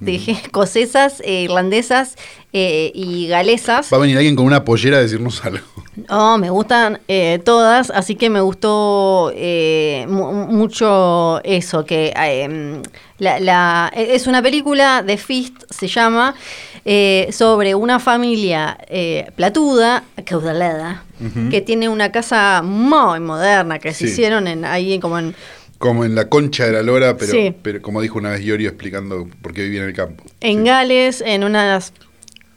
[SPEAKER 2] dije escocesas, eh, irlandesas eh, y galesas.
[SPEAKER 3] Va a venir alguien con una pollera a decirnos algo.
[SPEAKER 2] No, Oh, me gustan eh, todas, así que me gustó eh, mu- mucho eso, que eh, la- la- e-, es una película de Fist, se llama, eh, sobre una familia eh, platuda, acaudalada, que tiene una casa muy moderna que se
[SPEAKER 3] Sí.
[SPEAKER 2] hicieron en, ahí como en...
[SPEAKER 3] Como en la concha de la lora, pero,
[SPEAKER 2] Sí.
[SPEAKER 3] pero como dijo una vez Iorio explicando por qué vivía en el campo.
[SPEAKER 2] en
[SPEAKER 3] Sí.
[SPEAKER 2] Gales, en unas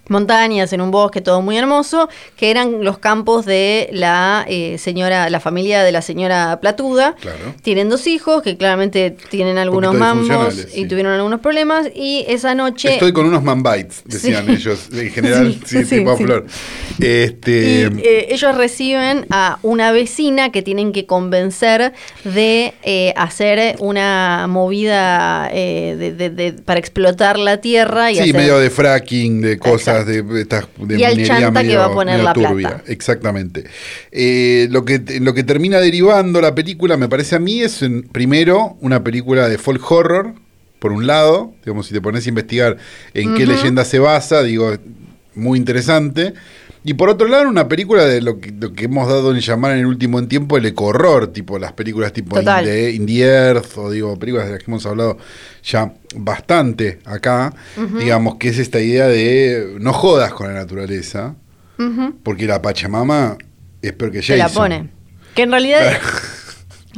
[SPEAKER 2] montañas, en un bosque, todo muy hermoso, que eran los campos de la eh, señora, la familia de la señora Platuda.
[SPEAKER 3] Claro.
[SPEAKER 2] Tienen dos hijos que claramente tienen algunos
[SPEAKER 3] poquito
[SPEAKER 2] mambos
[SPEAKER 3] disfuncionales,
[SPEAKER 2] y
[SPEAKER 3] sí.
[SPEAKER 2] tuvieron algunos problemas y esa noche...
[SPEAKER 3] Estoy con unos mambites, decían
[SPEAKER 2] Sí.
[SPEAKER 3] ellos, en general, sí,
[SPEAKER 2] Sí, sí,
[SPEAKER 3] tipo a
[SPEAKER 2] sí.
[SPEAKER 3] flor.
[SPEAKER 2] y,
[SPEAKER 3] Este,
[SPEAKER 2] eh, ellos reciben a una vecina que tienen que convencer de eh, hacer una movida eh, de- de- de- para explotar la tierra y
[SPEAKER 3] sí,
[SPEAKER 2] hacer-
[SPEAKER 3] medio de fracking, de cosas, de, de estas de
[SPEAKER 2] Y al chanta que va a poner la plata.
[SPEAKER 3] Exactamente. Eh, lo, que, lo que termina derivando la película, me parece a mí, es en- primero una película de folk horror, por un lado, digamos, si te pones a investigar en qué leyenda se basa, digo, muy interesante. Y por otro lado, una película de lo que, lo que hemos dado en llamar en el último en tiempo el eco-horror, tipo las películas tipo In
[SPEAKER 2] Total.
[SPEAKER 3] the- In the Earth, o digo, películas de las que hemos hablado ya bastante acá, digamos que es esta idea de no jodas con la naturaleza,
[SPEAKER 2] Ujú.
[SPEAKER 3] porque la Pachamama es peor que
[SPEAKER 2] Se
[SPEAKER 3] Jason.
[SPEAKER 2] la pone. Que en realidad,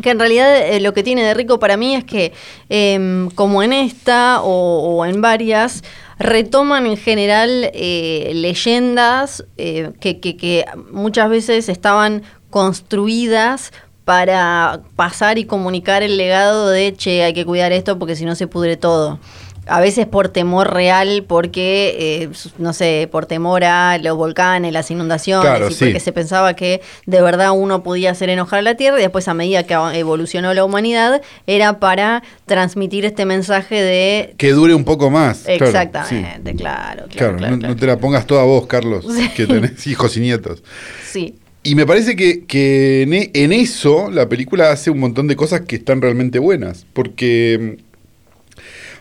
[SPEAKER 2] que en realidad eh, lo que tiene de rico para mí es que, em, como en esta o, o en varias, retoman en general eh, leyendas eh, que, que- que muchas veces estaban construidas para pasar y comunicar el legado de, che, hay que cuidar esto porque si no se pudre todo. A veces por temor real, porque, eh, no sé, por temor a los volcanes, las inundaciones,
[SPEAKER 3] Claro,
[SPEAKER 2] y
[SPEAKER 3] sí.
[SPEAKER 2] porque se pensaba que de verdad uno podía hacer enojar a la Tierra y después a medida que evolucionó la humanidad era para transmitir este mensaje de...
[SPEAKER 3] Que dure un poco más. claro, sí.
[SPEAKER 2] Exactamente, claro, claro,
[SPEAKER 3] Claro,
[SPEAKER 2] claro,
[SPEAKER 3] no,
[SPEAKER 2] claro.
[SPEAKER 3] no te la pongas toda vos, Carlos,
[SPEAKER 2] Sí.
[SPEAKER 3] que tenés hijos y nietos.
[SPEAKER 2] Sí,
[SPEAKER 3] Y me parece que, que en, e- en eso la película hace un montón de cosas que están realmente buenas. Porque.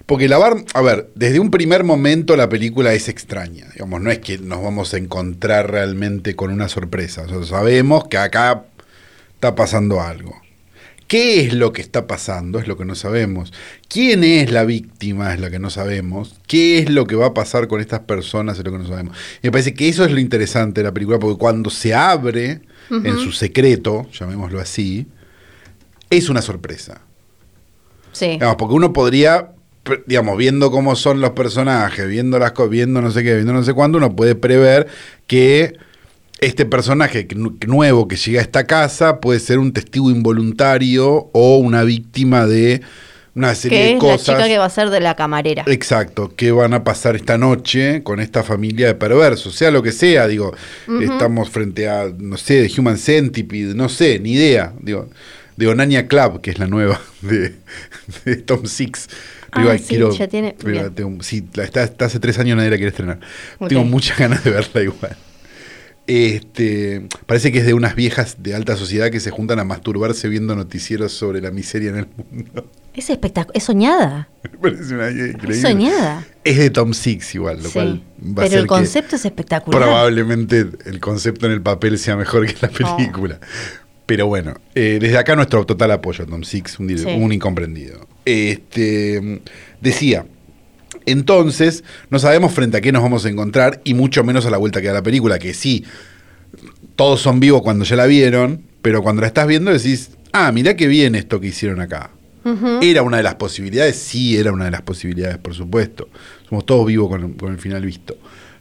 [SPEAKER 3] Porque la bar. A ver, desde un primer momento la película es extraña. Digamos, no es que nos vamos a encontrar realmente con una sorpresa. O sea, sabemos que acá está pasando algo. ¿Qué es lo que está pasando? Es lo que no sabemos. ¿Quién es la víctima? Es lo que no sabemos. ¿Qué es lo que va a pasar con estas personas? Es lo que no sabemos. Y me parece que eso es lo interesante de la película, porque cuando se abre en su secreto, llamémoslo así, es una sorpresa.
[SPEAKER 2] sí.
[SPEAKER 3] Digamos, porque uno podría, pre- digamos, viendo cómo son los personajes, viendo las cosas, viendo no sé qué, viendo no sé cuándo, uno puede prever que este personaje que nu- que nuevo que llega a esta casa puede ser un testigo involuntario o una víctima de una serie
[SPEAKER 2] Que
[SPEAKER 3] de
[SPEAKER 2] es la
[SPEAKER 3] cosas.
[SPEAKER 2] chica que va a ser de la camarera.
[SPEAKER 3] Exacto, que van a pasar esta noche con esta familia de perversos, sea lo que sea, digo, estamos frente a, no sé, de Human Centipede, no sé, ni idea, digo, de Onania Club, que es la nueva de, de Tom Six.
[SPEAKER 2] Ah, sí, ya tiene- bien.
[SPEAKER 3] tengo- sí, la- está, está hace tres años nadie la quiere estrenar.
[SPEAKER 2] Ok.
[SPEAKER 3] Tengo muchas ganas de verla igual. Este, parece que es de unas viejas de alta sociedad que se juntan a masturbarse viendo noticieros sobre la miseria en el mundo.
[SPEAKER 2] Es espectacular, es soñada,
[SPEAKER 3] Me parece una idea increíble.
[SPEAKER 2] es soñada.
[SPEAKER 3] Es de Tom Six igual, lo
[SPEAKER 2] Sí.
[SPEAKER 3] cual va a
[SPEAKER 2] Pero
[SPEAKER 3] ser
[SPEAKER 2] el concepto es
[SPEAKER 3] que
[SPEAKER 2] espectacular.
[SPEAKER 3] probablemente el concepto en el papel sea mejor que la
[SPEAKER 2] Oh.
[SPEAKER 3] película. Pero bueno, eh, desde acá nuestro total apoyo a Tom Six, un, dire-
[SPEAKER 2] Sí.
[SPEAKER 3] un incomprendido. Este, decía, entonces no sabemos frente a qué nos vamos a encontrar y mucho menos a la vuelta que da la película, que sí, todos son vivos cuando ya la vieron, pero cuando la estás viendo decís, ah, mirá qué bien esto que hicieron acá. ¿Era una de las posibilidades? Sí, era una de las posibilidades, por supuesto. Somos todos vivos con, con el final visto.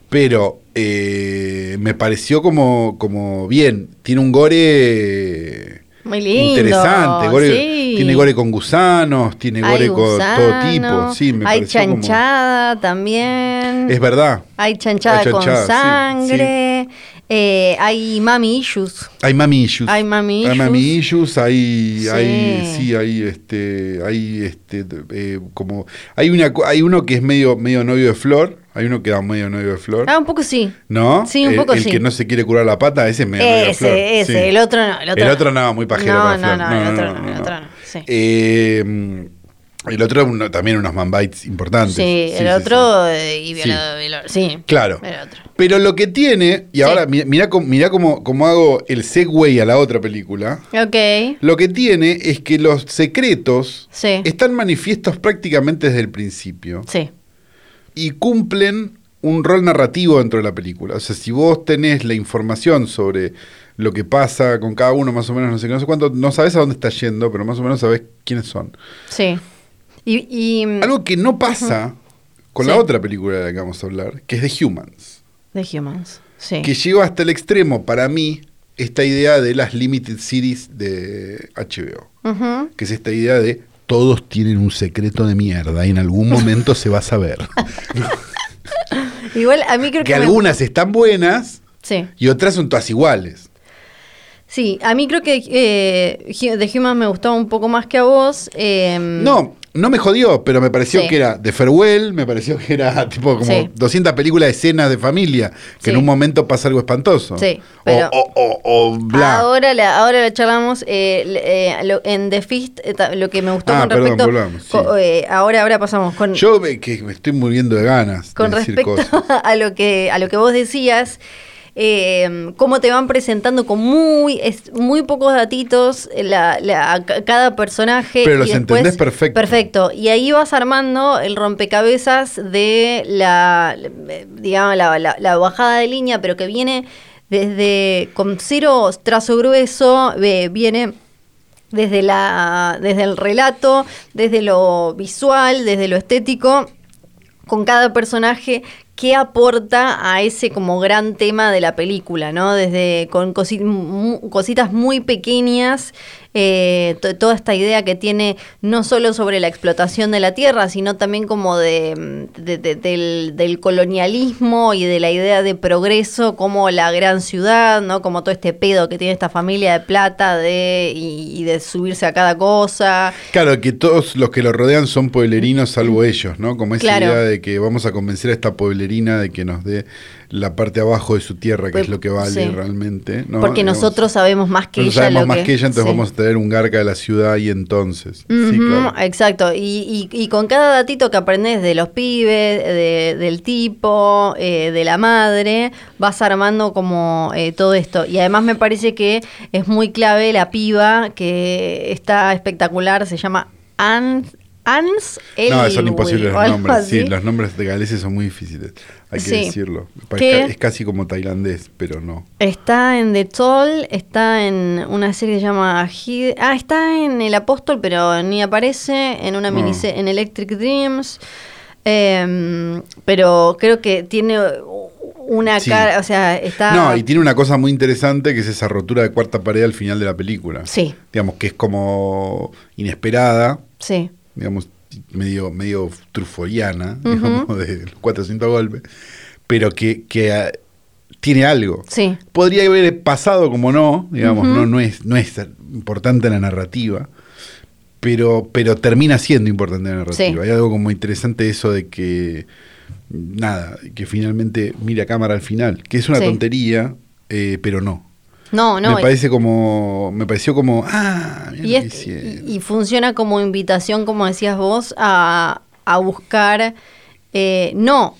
[SPEAKER 3] Pero eh, me pareció como, como bien. Tiene un gore
[SPEAKER 2] Muy lindo.
[SPEAKER 3] interesante. gore-
[SPEAKER 2] sí.
[SPEAKER 3] Tiene gore con gusanos, tiene gore
[SPEAKER 2] Hay
[SPEAKER 3] con todo
[SPEAKER 2] gusano,
[SPEAKER 3] tipo. Sí, me
[SPEAKER 2] hay
[SPEAKER 3] pareció como-
[SPEAKER 2] chanchada también.
[SPEAKER 3] Es verdad.
[SPEAKER 2] Hay chanchada,
[SPEAKER 3] Hay chanchada, sí,
[SPEAKER 2] con sangre, eh, hay mami issues.
[SPEAKER 3] Hay mami issues.
[SPEAKER 2] Hay mami
[SPEAKER 3] Hay mami issues, hay,
[SPEAKER 2] Sí.
[SPEAKER 3] hay, sí, hay, este, hay, este, eh, como, hay una, cu- hay uno que es medio, medio novio de Flor, hay uno que da medio novio de Flor,
[SPEAKER 2] Ah, un poco sí.
[SPEAKER 3] ¿no?
[SPEAKER 2] sí, un
[SPEAKER 3] el,
[SPEAKER 2] poco
[SPEAKER 3] el
[SPEAKER 2] sí.
[SPEAKER 3] que no se quiere curar la pata, ese es medio novio de
[SPEAKER 2] Ese,
[SPEAKER 3] Flor.
[SPEAKER 2] ese,
[SPEAKER 3] sí.
[SPEAKER 2] el otro no. El otro,
[SPEAKER 3] El otro no, Eh, muy pajero
[SPEAKER 2] No,
[SPEAKER 3] para
[SPEAKER 2] no,
[SPEAKER 3] Flor.
[SPEAKER 2] no, el otro no, el otro no, sí.
[SPEAKER 3] Eh, El otro uno- también unos manbites importantes.
[SPEAKER 2] Sí,
[SPEAKER 3] Sí,
[SPEAKER 2] el
[SPEAKER 3] sí, sí.
[SPEAKER 2] otro eh, y violador. violador, Sí,
[SPEAKER 3] Claro.
[SPEAKER 2] el otro.
[SPEAKER 3] Pero lo que tiene, y ahora mi- mirá, cómo- mirá cómo, cómo hago el segue a la otra película,
[SPEAKER 2] Ok,
[SPEAKER 3] lo que tiene es que los secretos
[SPEAKER 2] sí,
[SPEAKER 3] están manifiestos prácticamente desde el principio
[SPEAKER 2] sí,
[SPEAKER 3] y cumplen un rol narrativo dentro de la película. O sea, si vos tenés la información sobre lo que pasa con cada uno, más o menos, no sé qué, no sé cuánto, no sabes a dónde está yendo, pero más o menos sabés quiénes son.
[SPEAKER 2] sí. Y, y mm,
[SPEAKER 3] Algo que no pasa con la
[SPEAKER 2] Sí.
[SPEAKER 3] otra película de la que vamos a hablar, que es The Humans.
[SPEAKER 2] de Humans, sí.
[SPEAKER 3] que lleva hasta el extremo para mí esta idea de las limited series de HBO,
[SPEAKER 2] Ujú.
[SPEAKER 3] que es esta idea de todos tienen un secreto de mierda y en algún momento se va a saber.
[SPEAKER 2] Igual a mí creo que...
[SPEAKER 3] que
[SPEAKER 2] me-
[SPEAKER 3] algunas están buenas
[SPEAKER 2] Sí.
[SPEAKER 3] y otras son todas iguales.
[SPEAKER 2] Sí, a mí creo que eh, Hu- The Humans me gustaba un poco más que a vos. eh,
[SPEAKER 3] No, no me jodió, pero me pareció
[SPEAKER 2] Sí.
[SPEAKER 3] que era de Farewell, me pareció que era tipo como
[SPEAKER 2] Sí.
[SPEAKER 3] 200 películas de escenas de familia, que en
[SPEAKER 2] Sí.
[SPEAKER 3] un momento pasa algo espantoso.
[SPEAKER 2] Sí,
[SPEAKER 3] O-
[SPEAKER 2] pero-
[SPEAKER 3] o, o- o bla.
[SPEAKER 2] Ahora la, ahora la charlamos eh, le- eh, lo- en The Fist, eh, ta- lo que me gustó
[SPEAKER 3] Ah,
[SPEAKER 2] con
[SPEAKER 3] perdón,
[SPEAKER 2] respecto...
[SPEAKER 3] volvamos, sí.
[SPEAKER 2] co- eh, ahora, ahora pasamos con...
[SPEAKER 3] Yo me, que me estoy muriendo de ganas
[SPEAKER 2] Con
[SPEAKER 3] de decir
[SPEAKER 2] respecto
[SPEAKER 3] cosas.
[SPEAKER 2] a lo que a lo que vos decías, eh, cómo te van presentando con muy es- muy pocos datitos eh, la- la- a ca- cada personaje.
[SPEAKER 3] Pero los entendés perfecto.
[SPEAKER 2] Perfecto. Y ahí vas armando el rompecabezas de la, eh, digamos, la, la- la bajada de línea, pero que viene desde con cero trazo grueso, eh, viene desde la desde el relato, desde lo visual, desde lo estético, con cada personaje qué aporta a ese como gran tema de la película, ¿no? Desde con cosi- mu- cositas muy pequeñas, eh, to- toda esta idea que tiene no solo sobre la explotación de la tierra, sino también como de, mm, de- de- del, del colonialismo y de la idea de progreso como la gran ciudad, ¿no? Como todo este pedo que tiene esta familia de plata de, y, y de subirse a cada cosa.
[SPEAKER 3] Claro, que todos los que lo rodean son pueblerinos salvo ellos, ¿no? Como esa
[SPEAKER 2] Claro.
[SPEAKER 3] idea de que vamos a convencer a esta pueblerina de que nos dé la parte abajo de su tierra, que
[SPEAKER 2] Pues,
[SPEAKER 3] es lo que vale
[SPEAKER 2] sí.
[SPEAKER 3] realmente. ¿no?
[SPEAKER 2] porque
[SPEAKER 3] Digamos,
[SPEAKER 2] nosotros sabemos más que
[SPEAKER 3] nosotros
[SPEAKER 2] ella.
[SPEAKER 3] sabemos
[SPEAKER 2] lo
[SPEAKER 3] más que, ella, entonces
[SPEAKER 2] sí.
[SPEAKER 3] vamos a tener un garca de la ciudad y entonces. Sí,
[SPEAKER 2] Ujú,
[SPEAKER 3] claro.
[SPEAKER 2] Exacto, y, y- y con cada datito que aprendes de los pibes, de- del tipo, eh, de la madre, vas armando como eh, todo esto. Y además me parece que es muy clave la piba que está espectacular, se llama Anne. Ans
[SPEAKER 3] No,
[SPEAKER 2] Elwood,
[SPEAKER 3] son imposibles
[SPEAKER 2] o
[SPEAKER 3] los
[SPEAKER 2] algo
[SPEAKER 3] nombres. Sí,
[SPEAKER 2] así.
[SPEAKER 3] los nombres de galeses son muy difíciles, hay que
[SPEAKER 2] Sí.
[SPEAKER 3] decirlo. Pa-
[SPEAKER 2] ¿Qué?
[SPEAKER 3] Es casi como tailandés, pero no.
[SPEAKER 2] Está en The Toll, está en una serie que se llama Hid- Ah, está en El Apóstol, pero ni aparece en una
[SPEAKER 3] No.
[SPEAKER 2] miniserie, en Electric Dreams. Em, pero creo que tiene una
[SPEAKER 3] Sí.
[SPEAKER 2] cara, o sea, está...
[SPEAKER 3] No, y tiene una cosa muy interesante que es esa rotura de cuarta pared al final de la película.
[SPEAKER 2] Sí,
[SPEAKER 3] Digamos que es como inesperada,
[SPEAKER 2] sí,
[SPEAKER 3] digamos, medio, medio trufoliana, digamos, de los 400 golpes, pero que, que, ah, tiene algo.
[SPEAKER 2] sí,
[SPEAKER 3] Podría haber pasado como no, digamos,
[SPEAKER 2] Ujú.
[SPEAKER 3] no, no, es, no es importante en la narrativa, pero, pero termina siendo importante en la
[SPEAKER 2] Sí.
[SPEAKER 3] narrativa. Hay algo como interesante eso de que, nada, que finalmente mira cámara al final, que es una
[SPEAKER 2] Sí.
[SPEAKER 3] tontería, eh, pero no.
[SPEAKER 2] No, no.
[SPEAKER 3] me
[SPEAKER 2] y-
[SPEAKER 3] parece como, me pareció como, ah, mirá
[SPEAKER 2] y,
[SPEAKER 3] lo
[SPEAKER 2] es-
[SPEAKER 3] que hicieron.
[SPEAKER 2] y- y funciona como invitación, como decías vos, a, a buscar, eh, no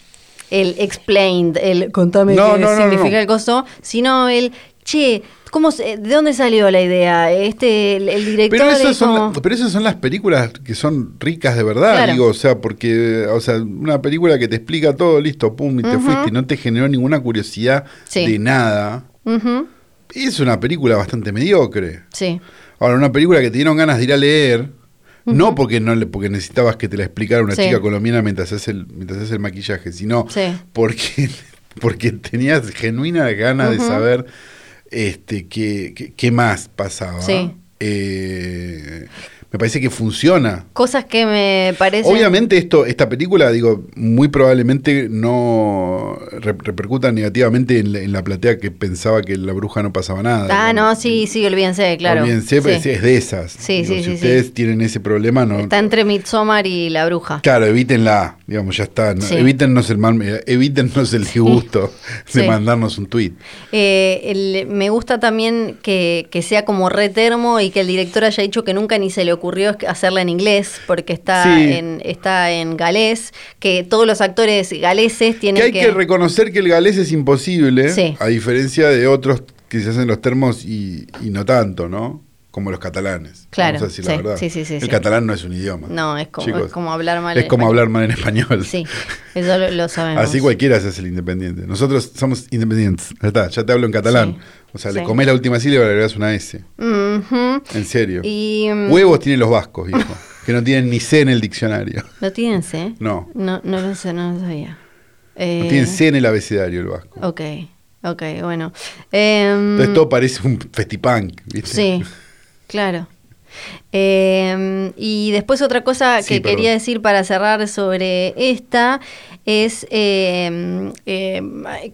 [SPEAKER 2] el explained, el contame
[SPEAKER 3] No,
[SPEAKER 2] qué
[SPEAKER 3] no, no,
[SPEAKER 2] significa
[SPEAKER 3] no.
[SPEAKER 2] el coso, sino el, che, ¿cómo se- ¿de dónde salió la idea? Este, el, el director
[SPEAKER 3] Pero esas,
[SPEAKER 2] es
[SPEAKER 3] son,
[SPEAKER 2] como-
[SPEAKER 3] la- pero esas son las películas que son ricas de verdad,
[SPEAKER 2] Claro.
[SPEAKER 3] digo, o sea, porque, o sea, una película que te explica todo, listo, pum, y te
[SPEAKER 2] Ujú.
[SPEAKER 3] fuiste, y no te generó ninguna curiosidad
[SPEAKER 2] Sí.
[SPEAKER 3] de nada.
[SPEAKER 2] Ujú,
[SPEAKER 3] Es una película bastante mediocre.
[SPEAKER 2] Sí,
[SPEAKER 3] Ahora, una película que te dieron ganas de ir a leer, no porque no le, porque necesitabas que te la explicara una
[SPEAKER 2] Sí.
[SPEAKER 3] chica colombiana mientras haces el, mientras haces el maquillaje, sino
[SPEAKER 2] Sí.
[SPEAKER 3] porque, porque tenías genuina ganas de
[SPEAKER 2] Ujú.
[SPEAKER 3] saber este qué, qué- qué más pasaba.
[SPEAKER 2] Sí.
[SPEAKER 3] Eh, me parece que funciona.
[SPEAKER 2] cosas que me parecen...
[SPEAKER 3] Obviamente esto, esta película, digo, muy probablemente no re- repercuta negativamente en la, en la platea que pensaba que la bruja no pasaba nada.
[SPEAKER 2] Ah,
[SPEAKER 3] digamos.
[SPEAKER 2] no, sí, sí, olvídense, claro.
[SPEAKER 3] También siempre
[SPEAKER 2] Sí.
[SPEAKER 3] es de esas.
[SPEAKER 2] Sí,
[SPEAKER 3] Digo,
[SPEAKER 2] sí,
[SPEAKER 3] si
[SPEAKER 2] sí,
[SPEAKER 3] ustedes tienen ese problema, no.
[SPEAKER 2] Está entre Midsommar y La Bruja.
[SPEAKER 3] Claro, evítenla, digamos, ya está. ¿no?
[SPEAKER 2] Sí.
[SPEAKER 3] Evítennos el mal, eh, evítennos el disgusto de
[SPEAKER 2] Sí.
[SPEAKER 3] mandarnos un tweet.
[SPEAKER 2] Eh, el- me gusta también que, que sea como re termo y que el director haya dicho que nunca ni se le ocurrió es hacerla en inglés, porque está,
[SPEAKER 3] Sí.
[SPEAKER 2] en, está en galés, que todos los actores galeses tienen
[SPEAKER 3] Que hay que reconocer que el galés es imposible,
[SPEAKER 2] Sí.
[SPEAKER 3] a diferencia de otros que se hacen los termos y, y no tanto, ¿no? Como los catalanes.
[SPEAKER 2] Claro,
[SPEAKER 3] Vamos a decir
[SPEAKER 2] sí,
[SPEAKER 3] la verdad.
[SPEAKER 2] sí, sí, sí,
[SPEAKER 3] el
[SPEAKER 2] sí.
[SPEAKER 3] catalán no es un idioma.
[SPEAKER 2] No, es como-
[SPEAKER 3] chicos.
[SPEAKER 2] es como hablar mal
[SPEAKER 3] Es
[SPEAKER 2] en
[SPEAKER 3] como
[SPEAKER 2] español.
[SPEAKER 3] hablar mal en español.
[SPEAKER 2] Sí, eso lo, lo sabemos.
[SPEAKER 3] Así cualquiera se hace el independiente. Nosotros somos independientes. Ya está, ya te hablo en catalán.
[SPEAKER 2] Sí,
[SPEAKER 3] O sea,
[SPEAKER 2] sí.
[SPEAKER 3] le comes la última sílaba y le agregas una S.
[SPEAKER 2] Ujú.
[SPEAKER 3] En serio.
[SPEAKER 2] Y mm,
[SPEAKER 3] Huevos tienen los vascos, hijo. que no tienen ni C en el diccionario.
[SPEAKER 2] no tienen C.
[SPEAKER 3] No.
[SPEAKER 2] No, no lo sé, no lo sabía. Eh,
[SPEAKER 3] No tienen C en el abecedario el vasco.
[SPEAKER 2] Ok, ok, bueno. Em,
[SPEAKER 3] Entonces todo parece un festipunk, ¿viste?
[SPEAKER 2] Sí, claro. Eh, y después otra cosa
[SPEAKER 3] Sí,
[SPEAKER 2] que
[SPEAKER 3] perdón.
[SPEAKER 2] quería decir para cerrar sobre esta es eh, eh,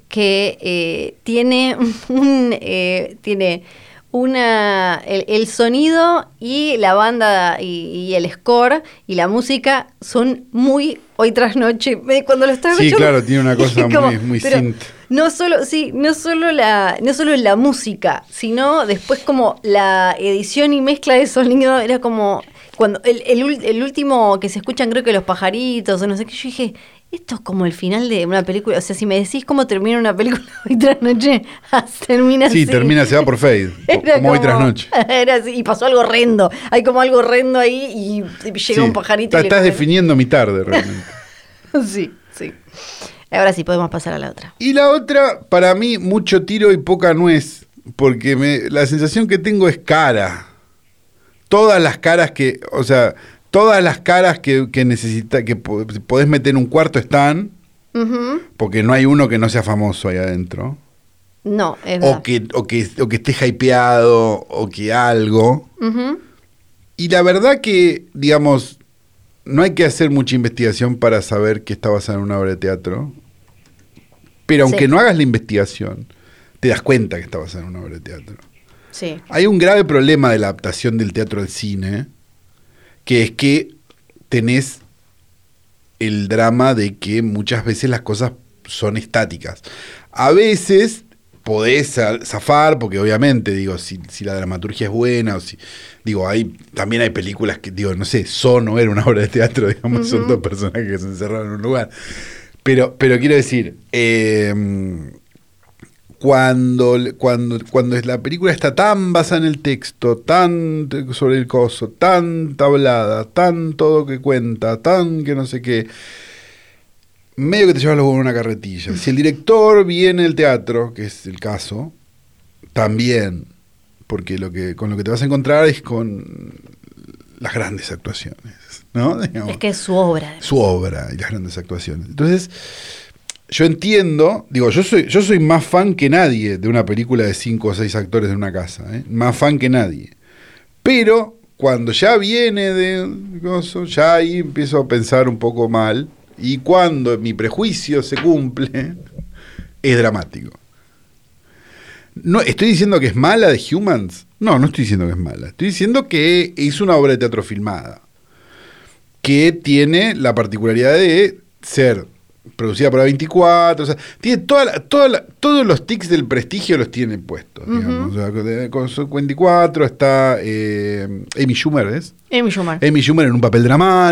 [SPEAKER 2] que eh, tiene un eh, tiene una el, el sonido y la banda y, y el score y la música son muy hoy tras noche Me- cuando lo estaba
[SPEAKER 3] Sí,
[SPEAKER 2] escuchando-
[SPEAKER 3] claro, tiene una cosa
[SPEAKER 2] es como,
[SPEAKER 3] muy- muy
[SPEAKER 2] pero-
[SPEAKER 3] synth.
[SPEAKER 2] no solo, sí, no solo la, no solo la música, sino después como la edición y mezcla de sonido era como cuando el, el ul- el último que se escuchan creo que los pajaritos o no sé qué, yo dije, esto es como el final de una película, o sea, si me decís cómo termina una película hoy tras noche, ah, termina
[SPEAKER 3] Sí,
[SPEAKER 2] así.
[SPEAKER 3] termina, se va por Fade. co-
[SPEAKER 2] Era
[SPEAKER 3] como, hoy tras noche.
[SPEAKER 2] Era así, y pasó algo horrendo. Hay como algo horrendo ahí y llega
[SPEAKER 3] Sí.
[SPEAKER 2] un pajarito.
[SPEAKER 3] Está-
[SPEAKER 2] y le
[SPEAKER 3] estás
[SPEAKER 2] come.
[SPEAKER 3] definiendo mi tarde realmente.
[SPEAKER 2] Sí, sí. Ahora sí, podemos pasar a la otra.
[SPEAKER 3] Y la otra, para mí, mucho tiro y poca nuez. Porque me- la sensación que tengo es cara. Todas las caras que. O sea, todas las caras que, que necesita, que po- podés meter en un cuarto están.
[SPEAKER 2] Ujú.
[SPEAKER 3] Porque no hay uno que no sea famoso ahí adentro.
[SPEAKER 2] No, es verdad.
[SPEAKER 3] O que, o, que, o que esté hypeado, o que algo.
[SPEAKER 2] Ujú.
[SPEAKER 3] Y la verdad que, digamos, no hay que hacer mucha investigación para saber que está basada en una obra de teatro. Pero aunque
[SPEAKER 2] Sí.
[SPEAKER 3] no hagas la investigación, te das cuenta que está basada en una obra de teatro.
[SPEAKER 2] Sí.
[SPEAKER 3] Hay un grave problema de la adaptación del teatro al cine, que es que tenés el drama de que muchas veces las cosas son estáticas. A veces podés za- zafar, porque obviamente, digo, si, si la dramaturgia es buena, o si, digo, hay, también hay películas que, digo, no sé, Sono era una obra de teatro, digamos, son dos personajes que se encerraron en un lugar. Pero, pero quiero decir, eh, cuando, cuando, cuando es- la película está tan basada en el texto, tan t- sobre el coso, tan tablada, tan todo que cuenta, tan que no sé qué, medio que te llevas los huevos en una carretilla. Si el director viene del teatro, que es el caso, también, porque lo que, con lo que te vas a encontrar es con las grandes actuaciones, ¿no? Digamos
[SPEAKER 2] Es que es su obra.
[SPEAKER 3] su obra y las grandes actuaciones. Entonces, yo entiendo, digo, yo soy, yo soy más fan que nadie de una película de cinco o seis actores en una casa, ¿eh? más fan que nadie. Pero cuando ya viene de coso, ya ahí empiezo a pensar un poco mal y cuando mi prejuicio se cumple, es dramático. No, ¿Estoy diciendo que es mala de Humans? No, no estoy diciendo que es mala. Estoy diciendo que es una obra de teatro filmada que tiene la particularidad de ser producida para 24, o sea, tiene toda la- toda la- todos los tics del prestigio los tiene puestos, digamos. O sea, con- eh, con su 24 está eh, Amy Schumer, ¿es?
[SPEAKER 2] Amy Schumer.
[SPEAKER 3] Amy Schumer en un papel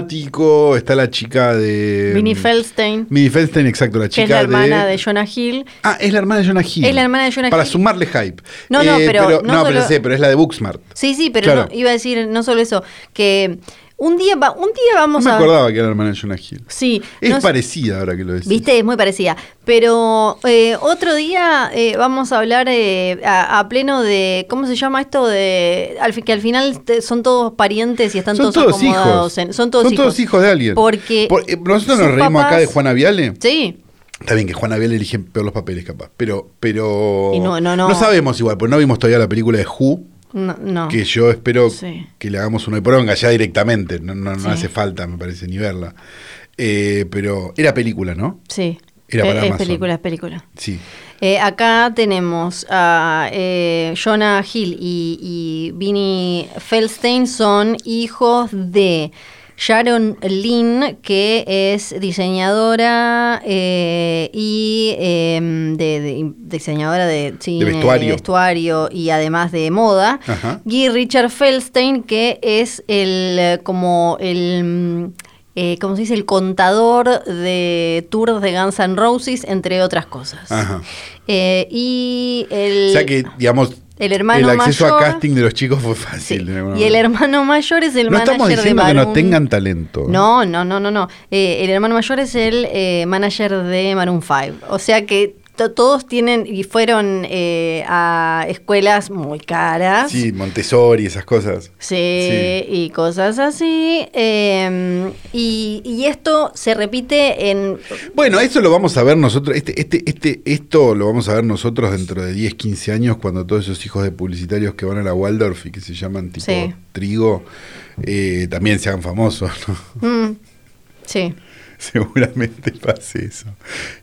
[SPEAKER 3] dramático, está la chica de... mm,
[SPEAKER 2] Minnie Feldstein,
[SPEAKER 3] Minnie Feldstein, exacto, la
[SPEAKER 2] que
[SPEAKER 3] Eh, chica
[SPEAKER 2] es la hermana de, Jonah Hill.
[SPEAKER 3] Ah, es la hermana de Jonah Hill.
[SPEAKER 2] Es la hermana de Jonah
[SPEAKER 3] Para
[SPEAKER 2] Hill.
[SPEAKER 3] sumarle hype.
[SPEAKER 2] No, no, pero no
[SPEAKER 3] No, pero
[SPEAKER 2] solo-
[SPEAKER 3] sé, pero es la de Booksmart.
[SPEAKER 2] Sí, sí, pero
[SPEAKER 3] Claro.
[SPEAKER 2] no- iba a decir no solo eso, que un día, va, un día
[SPEAKER 3] No
[SPEAKER 2] vamos
[SPEAKER 3] me
[SPEAKER 2] a...
[SPEAKER 3] acordaba que era la hermana de Jonah Hill.
[SPEAKER 2] Sí,
[SPEAKER 3] Es
[SPEAKER 2] no sé-
[SPEAKER 3] parecida ahora que lo decís.
[SPEAKER 2] Viste, es muy parecida. Pero eh, otro día eh, vamos a hablar eh, a, a pleno de, ¿cómo se llama esto? de al fi- Que al final te- son todos parientes y están
[SPEAKER 3] son
[SPEAKER 2] todos
[SPEAKER 3] todos
[SPEAKER 2] acomodados.
[SPEAKER 3] hijos.
[SPEAKER 2] en- son todos hijos.
[SPEAKER 3] de alguien.
[SPEAKER 2] Porque
[SPEAKER 3] Por- eh, nosotros
[SPEAKER 2] sus
[SPEAKER 3] nos reímos acá
[SPEAKER 2] papás-
[SPEAKER 3] de Juana Viale.
[SPEAKER 2] Sí,
[SPEAKER 3] Está bien que Juana Viale elige peor los papeles, capaz. Pero, pero.
[SPEAKER 2] Y no, no, no.
[SPEAKER 3] sabemos igual, porque no vimos todavía la película de Who,
[SPEAKER 2] no. no.
[SPEAKER 3] que yo espero
[SPEAKER 2] Ah. Sí.
[SPEAKER 3] que le hagamos una poronga ya directamente. No, no, no
[SPEAKER 2] Sí.
[SPEAKER 3] hace falta, me parece, ni verla. Eh, pero era película, ¿no?
[SPEAKER 2] Sí.
[SPEAKER 3] Era
[SPEAKER 2] Eh,
[SPEAKER 3] para
[SPEAKER 2] es
[SPEAKER 3] Amazon.
[SPEAKER 2] película, es película.
[SPEAKER 3] Sí.
[SPEAKER 2] Eh, acá tenemos a eh, Jonah Hill y, y Vinnie Feldstein son hijos de Sharon Lin, que es diseñadora eh, y eh, de, de- diseñadora de, cine,
[SPEAKER 3] vestuario.
[SPEAKER 2] vestuario y además de moda.
[SPEAKER 3] Ajá.
[SPEAKER 2] Y Richard Feldstein, que es el eh, como el mm, eh, ¿cómo se dice? el contador de tours de Guns N' Roses, entre otras cosas.
[SPEAKER 3] Ajá.
[SPEAKER 2] Eh, y el
[SPEAKER 3] O sea que, digamos,
[SPEAKER 2] el hermano
[SPEAKER 3] acceso a
[SPEAKER 2] mayor-
[SPEAKER 3] casting de los chicos fue
[SPEAKER 2] Sí.
[SPEAKER 3] fácil. de alguna
[SPEAKER 2] Y el
[SPEAKER 3] manera.
[SPEAKER 2] hermano mayor es el
[SPEAKER 3] No
[SPEAKER 2] manager
[SPEAKER 3] estamos
[SPEAKER 2] de
[SPEAKER 3] diciendo que no
[SPEAKER 2] Maroon.
[SPEAKER 3] tengan talento.
[SPEAKER 2] No, no, no, no, no. Eh, el hermano mayor es el eh, manager de Maroon 5. O sea que to- todos tienen y fueron eh, a escuelas muy caras.
[SPEAKER 3] Sí, Montessori, esas cosas.
[SPEAKER 2] Sí, y cosas así. eh, y, y esto se repite en...
[SPEAKER 3] Bueno, eso lo vamos a ver nosotros, este, este, este, esto lo vamos a ver nosotros dentro de 10, 15 años, cuando todos esos hijos de publicitarios que van a la Waldorf y que se llaman tipo
[SPEAKER 2] Sí.
[SPEAKER 3] trigo, eh, también sean famosos, ¿no?
[SPEAKER 2] Mm, sí.
[SPEAKER 3] Seguramente pase eso.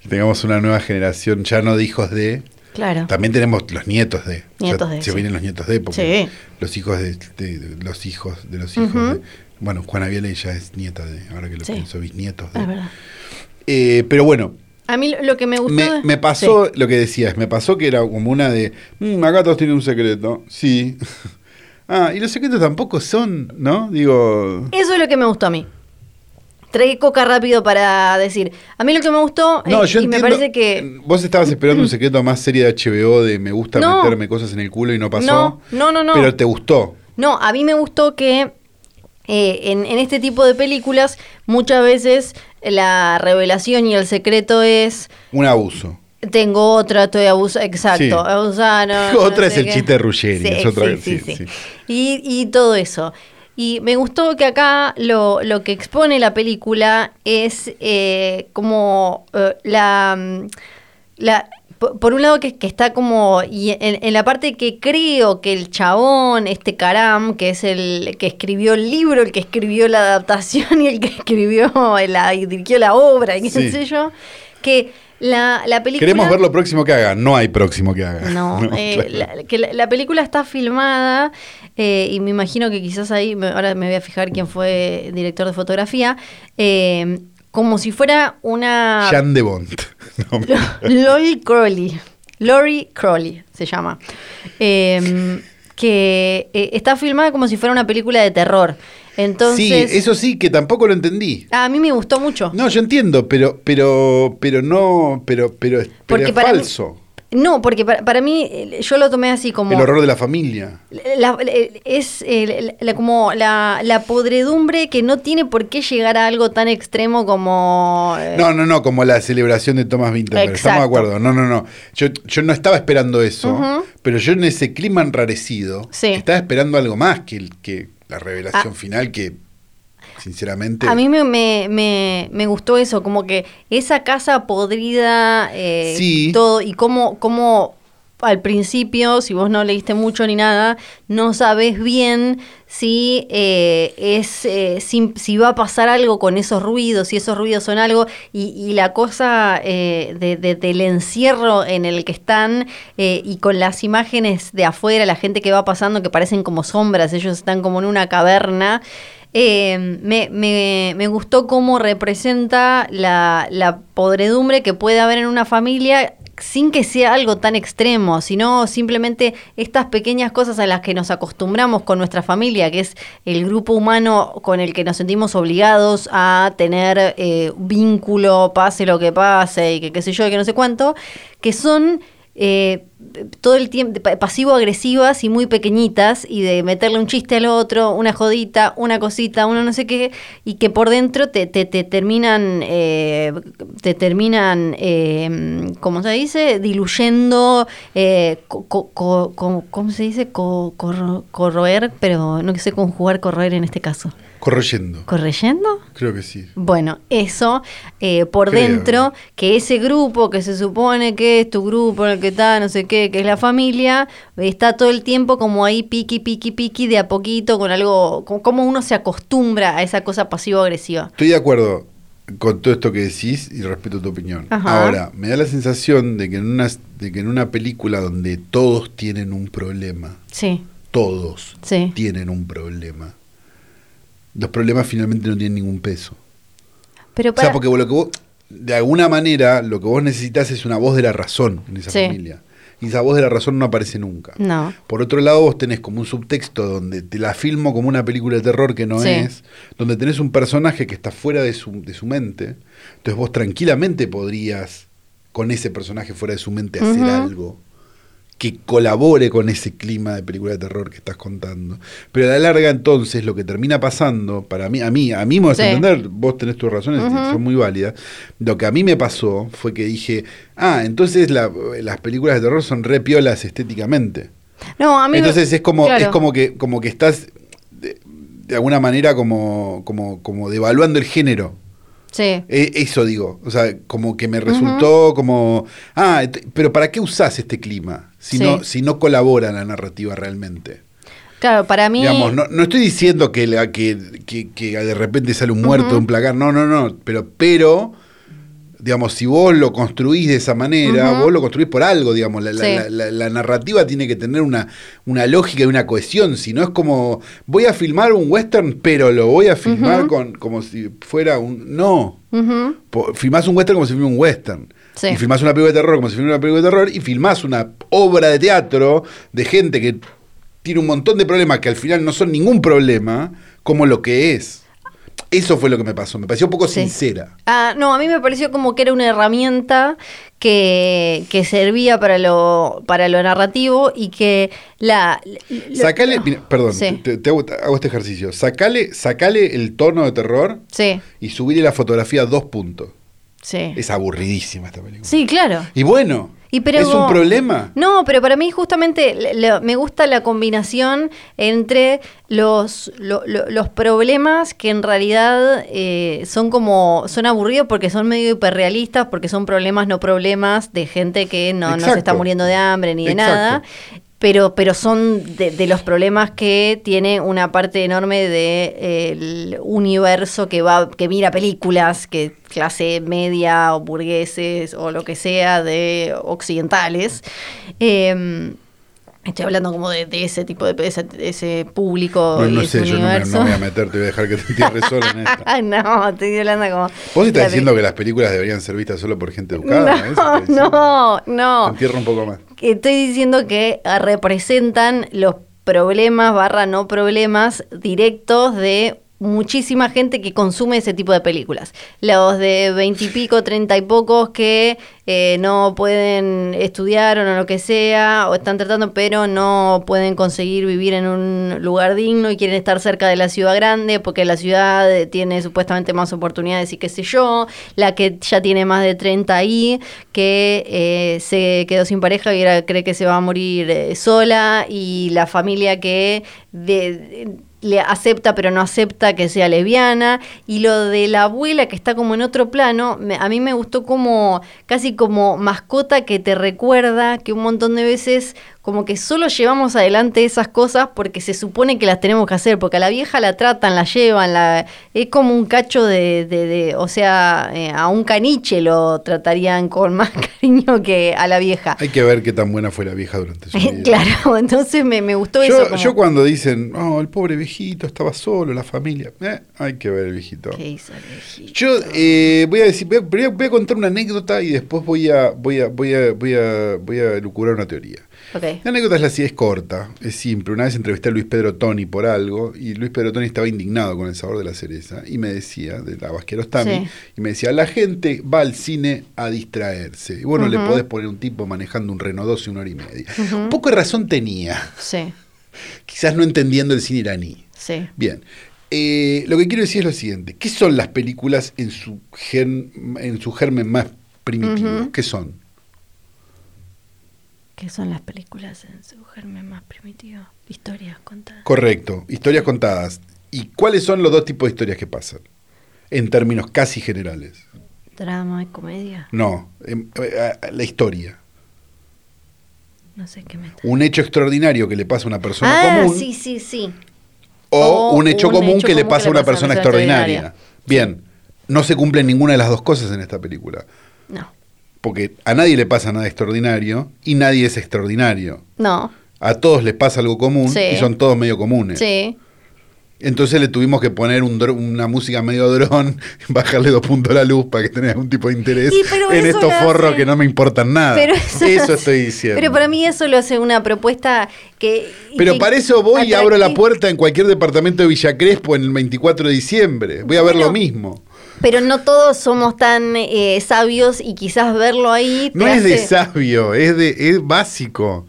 [SPEAKER 3] Y tengamos una nueva generación, ya no de hijos de.
[SPEAKER 2] Claro.
[SPEAKER 3] También tenemos los nietos de.
[SPEAKER 2] Ah. Nietos de, sí.
[SPEAKER 3] se vienen los nietos de, porque
[SPEAKER 2] Sí.
[SPEAKER 3] los hijos de, de- de los hijos de los hijos
[SPEAKER 2] Ujú.
[SPEAKER 3] de- Bueno, Juana Viale ya es nieta de, ahora que lo
[SPEAKER 2] Sí.
[SPEAKER 3] pienso, bisnietos
[SPEAKER 2] Es
[SPEAKER 3] de.
[SPEAKER 2] verdad.
[SPEAKER 3] Eh, pero bueno,
[SPEAKER 2] A mí lo- lo que me gustó...
[SPEAKER 3] me,
[SPEAKER 2] de-
[SPEAKER 3] me pasó lo que decías, me pasó que era como una de, "Mm, acá todos tienen un secreto, sí. ah, y los secretos tampoco son, ¿no? Digo,
[SPEAKER 2] Eso es lo que me gustó a mí. Trae coca rápido para decir. A mí lo que me gustó eh,
[SPEAKER 3] no, yo
[SPEAKER 2] y me
[SPEAKER 3] entiendo-
[SPEAKER 2] parece que
[SPEAKER 3] Vos estabas esperando un secreto más serie de HBO de me gusta
[SPEAKER 2] No.
[SPEAKER 3] meterme cosas en el culo y no pasó.
[SPEAKER 2] No, no, no, no.
[SPEAKER 3] Pero te gustó.
[SPEAKER 2] no, a mí me gustó que eh, en, en este tipo de películas muchas veces la revelación y el secreto es
[SPEAKER 3] Un abuso.
[SPEAKER 2] tengo otra, estoy abusando, exacto,
[SPEAKER 3] Sí.
[SPEAKER 2] abusaron, no
[SPEAKER 3] Otra
[SPEAKER 2] sé
[SPEAKER 3] es el
[SPEAKER 2] qué.
[SPEAKER 3] chiste de Ruggeri, es otra- sí, sí.
[SPEAKER 2] Y, y todo eso. Y me gustó que acá lo, lo que expone la película es eh, como eh, la, mm, la- po- Por un lado que, que está como... Y en, en la parte que creo que el chabón, este Karam, que es el que escribió el libro, el que escribió la adaptación y el que escribió, la, y dirigió la obra y qué
[SPEAKER 3] Sí.
[SPEAKER 2] sé yo, que la, la película...
[SPEAKER 3] Queremos ver lo próximo que haga. No hay próximo que haga.
[SPEAKER 2] No, eh,
[SPEAKER 3] claro.
[SPEAKER 2] la, que la, la película está filmada eh, y me imagino que quizás ahí, me- ahora me voy a fijar quién fue director de fotografía, eh, como si fuera una...
[SPEAKER 3] Jean de Bont. No, me-
[SPEAKER 2] Lori Crowley. Lori Crowley se llama. Eh, que eh, está filmada como si fuera una película de terror. Entonces,
[SPEAKER 3] sí, eso sí, que tampoco lo entendí.
[SPEAKER 2] a mí me gustó mucho.
[SPEAKER 3] No, yo entiendo, pero, pero, pero no, pero, pero, pero
[SPEAKER 2] Porque
[SPEAKER 3] es
[SPEAKER 2] para mí-
[SPEAKER 3] falso.
[SPEAKER 2] No, porque para, para mí eh, yo lo tomé así como...
[SPEAKER 3] El horror de la familia.
[SPEAKER 2] La- la- es eh, la- la- como la, la podredumbre que no tiene por qué llegar a algo tan extremo como... eh,
[SPEAKER 3] No, no, no, como la celebración de Thomas Winterberg. Estamos de
[SPEAKER 2] Exacto.
[SPEAKER 3] acuerdo. No, no, no. Yo, yo no estaba esperando eso,
[SPEAKER 2] Ujú.
[SPEAKER 3] pero yo en ese clima enrarecido
[SPEAKER 2] Sí.
[SPEAKER 3] estaba esperando algo más que, el- que la revelación
[SPEAKER 2] Ah.
[SPEAKER 3] final que, sinceramente...
[SPEAKER 2] A mí me, me, me- me gustó eso, como que esa casa podrida, eh,
[SPEAKER 3] Sí.
[SPEAKER 2] todo, y cómo, cómo al principio, si vos no leíste mucho ni nada, no sabés bien si, eh, es, eh, si, si va a pasar algo con esos ruidos, si esos ruidos son algo, y, y la cosa eh, de- de- del encierro en el que están eh, y con las imágenes de afuera, la gente que va pasando que parecen como sombras, ellos están como en una caverna. Eh, me, me- me gustó cómo representa la, la podredumbre que puede haber en una familia sin que sea algo tan extremo, sino simplemente estas pequeñas cosas a las que nos acostumbramos con nuestra familia, que es el grupo humano con el que nos sentimos obligados a tener eh, vínculo, pase lo que pase, y que qué sé yo, y que no sé cuánto, que son eh, todo el tiempo pa- pasivo-agresivas y muy pequeñitas y de meterle un chiste al otro, una jodita, una cosita, uno no sé qué, y que por dentro te, te, te terminan, eh, te terminan, eh, ¿cómo se dice? Diluyendo, eh, co- co- co- co- ¿cómo se dice? Co- corro- corroer, pero no sé conjugar corroer en este caso.
[SPEAKER 3] Corroyendo.
[SPEAKER 2] ¿Correyendo?
[SPEAKER 3] Creo que sí.
[SPEAKER 2] Bueno, eso eh, por
[SPEAKER 3] Creo.
[SPEAKER 2] dentro, que ese grupo que se supone que es tu grupo, en el que está, no sé qué, que es la familia, está todo el tiempo como ahí piqui, piqui, piqui, de a poquito, con algo, como, como uno se acostumbra a esa cosa pasivo-agresiva.
[SPEAKER 3] Estoy de acuerdo con todo esto que decís y respeto tu opinión.
[SPEAKER 2] Ajá.
[SPEAKER 3] Ahora, me da la sensación de que, en una, de que en una película donde todos tienen un problema,
[SPEAKER 2] Sí,
[SPEAKER 3] todos
[SPEAKER 2] sí.
[SPEAKER 3] tienen un problema. los problemas finalmente no tienen ningún peso.
[SPEAKER 2] Pero
[SPEAKER 3] O sea,
[SPEAKER 2] para,
[SPEAKER 3] porque lo que vos, de alguna manera, lo que vos necesitas es una voz de la razón en esa
[SPEAKER 2] Sí.
[SPEAKER 3] familia. Y esa voz de la razón no aparece nunca.
[SPEAKER 2] No.
[SPEAKER 3] Por otro lado, vos tenés como un subtexto donde te la filmo como una película de terror que no
[SPEAKER 2] Sí.
[SPEAKER 3] es, donde tenés un personaje que está fuera de su, de su mente. Entonces vos tranquilamente podrías, con ese personaje fuera de su mente, hacer
[SPEAKER 2] Ujú.
[SPEAKER 3] algo que colabore con ese clima de película de terror que estás contando. Pero a la larga, entonces, lo que termina pasando, para mí, a mí, a mí me vas a
[SPEAKER 2] Sí.
[SPEAKER 3] entender, vos tenés tus razones,
[SPEAKER 2] Ujú.
[SPEAKER 3] son muy válidas. Lo que a mí me pasó fue que dije, ah, entonces la- las películas de terror son re piolas estéticamente.
[SPEAKER 2] no, a mí me-
[SPEAKER 3] Entonces es como,
[SPEAKER 2] claro.
[SPEAKER 3] es como que, como que estás de, de alguna manera como, como, como devaluando el género.
[SPEAKER 2] Sí.
[SPEAKER 3] E- eso digo. O sea, como que me resultó como. Ah, et- pero ¿para qué usás este clima? Si,
[SPEAKER 2] Sí.
[SPEAKER 3] no, si no colabora la narrativa realmente.
[SPEAKER 2] Claro, para mí.
[SPEAKER 3] Digamos, no, no estoy diciendo que, la, que, que- que de repente sale un muerto de un placar, no, no, no, pero, pero digamos, si vos lo construís de esa manera,
[SPEAKER 2] Ujú.
[SPEAKER 3] vos lo construís por algo, digamos, la, la-
[SPEAKER 2] Sí.
[SPEAKER 3] la- la- la narrativa tiene que tener una, una lógica y una cohesión, si no es como, voy a filmar un western, pero lo voy a filmar
[SPEAKER 2] Ujú.
[SPEAKER 3] con, como si fuera un... No.
[SPEAKER 2] Ujú.
[SPEAKER 3] Po- Filmás un western como si fuera un western.
[SPEAKER 2] Sí.
[SPEAKER 3] Y filmás una película de terror como si fuera una película de terror. Y filmás una obra de teatro de gente que tiene un montón de problemas que al final no son ningún problema, como lo que es. Eso fue lo que me pasó. Me pareció un poco
[SPEAKER 2] Sí.
[SPEAKER 3] sincera.
[SPEAKER 2] Ah, no, a mí me pareció como que era una herramienta que, que servía para lo, para lo narrativo y que la. lo-
[SPEAKER 3] Sacale, mira, perdón,
[SPEAKER 2] Sí.
[SPEAKER 3] te, te hago, te hago este ejercicio. Sacale, sacale el tono de terror
[SPEAKER 2] Sí,
[SPEAKER 3] y subile la fotografía a dos puntos.
[SPEAKER 2] sí.
[SPEAKER 3] Es aburridísima esta película.
[SPEAKER 2] Sí, claro.
[SPEAKER 3] Y bueno,
[SPEAKER 2] Y pero
[SPEAKER 3] ¿es un
[SPEAKER 2] como-
[SPEAKER 3] problema?
[SPEAKER 2] No, pero para mí justamente le- le- me gusta la combinación entre los, lo- lo- los problemas que en realidad eh, son como son aburridos porque son medio hiperrealistas, porque son problemas no problemas de gente que no, no se está
[SPEAKER 3] Exacto.
[SPEAKER 2] muriendo de hambre ni de
[SPEAKER 3] Exacto.
[SPEAKER 2] nada. Pero, pero son de, de los problemas que tiene una parte enorme de, eh, el universo que va que mira películas que clase media o burgueses o lo que sea de occidentales. Eh, estoy hablando como de, de ese tipo de, de ese, de ese público.
[SPEAKER 3] No,
[SPEAKER 2] y
[SPEAKER 3] no
[SPEAKER 2] ese
[SPEAKER 3] sé, yo no me,
[SPEAKER 2] universo.
[SPEAKER 3] no me voy a meter, te voy a dejar que te entierres solo en esta.
[SPEAKER 2] no, estoy hablando como.
[SPEAKER 3] Vos estás
[SPEAKER 2] la
[SPEAKER 3] diciendo que las películas deberían ser vistas solo por gente educada. ¿eh? Eso
[SPEAKER 2] No,
[SPEAKER 3] estás diciendo.
[SPEAKER 2] no, no.
[SPEAKER 3] Te Entierro un poco más.
[SPEAKER 2] que Estoy diciendo que ah, representan los problemas barra no problemas directos de muchísima gente que consume ese tipo de películas. Los de veintipico, treinta y pocos que eh, no pueden estudiar o no lo que sea, o están tratando pero no pueden conseguir vivir en un lugar digno y quieren estar cerca de la ciudad grande porque la ciudad eh, tiene supuestamente más oportunidades y qué sé yo, la que ya tiene más de 30 ahí, que eh, se quedó sin pareja y ahora cree que se va a morir eh, sola, y la familia que de- de- le acepta pero no acepta que sea lesbiana, y lo de la abuela que está como en otro plano, me- a mí me gustó como casi como mascota que te recuerda que un montón de veces como que solo llevamos adelante esas cosas porque se supone que las tenemos que hacer, porque a la vieja la tratan, la llevan, la, es como un cacho de, de- de- o sea, eh, a un caniche lo tratarían con más cariño que a la vieja.
[SPEAKER 3] Hay que ver qué tan buena fue la vieja durante su vida.
[SPEAKER 2] claro, entonces me, me gustó
[SPEAKER 3] Yo,
[SPEAKER 2] eso. como-
[SPEAKER 3] yo cuando dicen, oh, el pobre viejito estaba solo, la familia. eh, hay que ver el viejito.
[SPEAKER 2] ¿Qué hizo el viejito?
[SPEAKER 3] Yo eh, voy a decir, voy a, voy a- voy a contar una anécdota y después voy a, voy a, voy a, voy a, voy a elucubrar una teoría.
[SPEAKER 2] Ok.
[SPEAKER 3] La anécdota es la así, es corta, es simple. Una vez entrevisté a Luis Pedro Toni por algo y Luis Pedro Toni estaba indignado con el sabor de la cereza y me decía, de la Basquerostami,
[SPEAKER 2] Sí.
[SPEAKER 3] y me decía, la gente va al cine a distraerse. Y bueno, le
[SPEAKER 2] Ujú.
[SPEAKER 3] podés poner un tipo manejando un Renault 12 una hora y media. Un poco de razón tenía,
[SPEAKER 2] Sí,
[SPEAKER 3] quizás no entendiendo el cine iraní.
[SPEAKER 2] sí.
[SPEAKER 3] Bien. Eh, lo que quiero decir es lo siguiente. ¿Qué son las películas en su, gen- en su germen más primitivo?
[SPEAKER 2] Ujú.
[SPEAKER 3] ¿Qué son?
[SPEAKER 2] ¿Qué son las películas en su germen más primitivo? Historias contadas.
[SPEAKER 3] Correcto, historias contadas. ¿Y cuáles son los dos tipos de historias que pasan? En términos casi generales.
[SPEAKER 2] Drama y comedia.
[SPEAKER 3] No, em, eh, eh, la historia.
[SPEAKER 2] No sé qué me está.
[SPEAKER 3] Un hecho extraordinario que le pasa a una persona
[SPEAKER 2] Ah,
[SPEAKER 3] común
[SPEAKER 2] sí, sí, sí.
[SPEAKER 3] o
[SPEAKER 2] o
[SPEAKER 3] un hecho
[SPEAKER 2] un
[SPEAKER 3] común
[SPEAKER 2] hecho
[SPEAKER 3] que le
[SPEAKER 2] común
[SPEAKER 3] pasa a una persona extraordinaria. Bien, no se cumplen ninguna de las dos cosas en esta película.
[SPEAKER 2] No.
[SPEAKER 3] Porque a nadie le pasa nada extraordinario y nadie es extraordinario.
[SPEAKER 2] No.
[SPEAKER 3] A todos les pasa algo común
[SPEAKER 2] Sí.
[SPEAKER 3] y son todos medio comunes.
[SPEAKER 2] Sí.
[SPEAKER 3] Entonces le tuvimos que poner un dro- una música medio dron, bajarle dos puntos a la luz para que tenga algún tipo de interés
[SPEAKER 2] Y, pero
[SPEAKER 3] en
[SPEAKER 2] eso
[SPEAKER 3] estos
[SPEAKER 2] lo
[SPEAKER 3] forros
[SPEAKER 2] hace-
[SPEAKER 3] que no me importan nada.
[SPEAKER 2] Pero
[SPEAKER 3] eso
[SPEAKER 2] eso-
[SPEAKER 3] estoy diciendo.
[SPEAKER 2] Pero para mí eso lo hace una propuesta que...
[SPEAKER 3] Pero
[SPEAKER 2] que-
[SPEAKER 3] para eso voy y abro la
[SPEAKER 2] atractiva.
[SPEAKER 3] puerta en cualquier departamento de Villa Crespo en el 24 de diciembre. Voy a ver lo
[SPEAKER 2] Bueno,
[SPEAKER 3] mismo.
[SPEAKER 2] Pero no todos somos tan eh, sabios y quizás verlo ahí... te
[SPEAKER 3] No es de
[SPEAKER 2] hace-
[SPEAKER 3] sabio, es de es básico.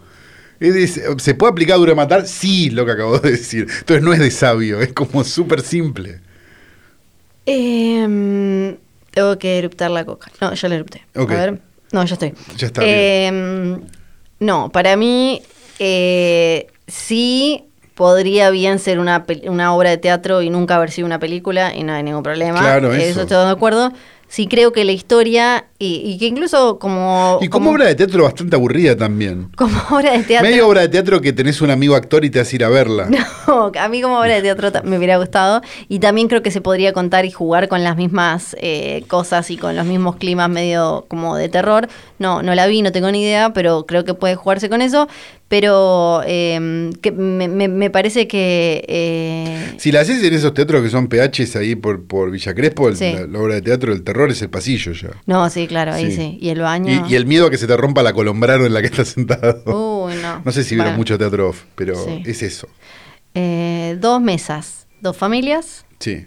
[SPEAKER 3] Es de- ¿Se puede aplicar a dura matar? Sí, lo que acabo de decir. Entonces no es de sabio, es como súper simple.
[SPEAKER 2] Em, tengo que eruptar la coca. No, ya la erupté.
[SPEAKER 3] Ok.
[SPEAKER 2] A ver. No, ya estoy.
[SPEAKER 3] Ya está,
[SPEAKER 2] Em, no, para mí eh, sí podría bien ser una, pel- una obra de teatro y nunca haber sido una película y no hay ningún problema.
[SPEAKER 3] Claro, eso.
[SPEAKER 2] eso. estoy de acuerdo. Sí creo que la historia y, y que incluso como...
[SPEAKER 3] Y como obra de teatro bastante aburrida también.
[SPEAKER 2] como obra de teatro...
[SPEAKER 3] Medio obra de teatro que tenés un amigo actor y te has ir a verla.
[SPEAKER 2] No, a mí como obra de teatro ta- me hubiera gustado y también creo que se podría contar y jugar con las mismas eh, cosas y con los mismos climas medio como de terror. No, no la vi, no tengo ni idea, pero creo que puede jugarse con eso. Pero eh, que me, me- me parece que... eh,
[SPEAKER 3] Si la haces en esos teatros que son PHs ahí por, por Villa Crespo, el-
[SPEAKER 2] Sí.
[SPEAKER 3] la, la obra de teatro del terror es el pasillo ya.
[SPEAKER 2] No, sí, claro, ahí
[SPEAKER 3] Sí.
[SPEAKER 2] sí. Y el baño...
[SPEAKER 3] Y, y el miedo a que se te rompa la colombraro en la que estás sentado.
[SPEAKER 2] Uy, no.
[SPEAKER 3] No sé si vieron
[SPEAKER 2] Uh, Bueno,
[SPEAKER 3] mucho teatro off, pero
[SPEAKER 2] Sí.
[SPEAKER 3] es eso.
[SPEAKER 2] eh, dos mesas, dos familias,
[SPEAKER 3] Sí.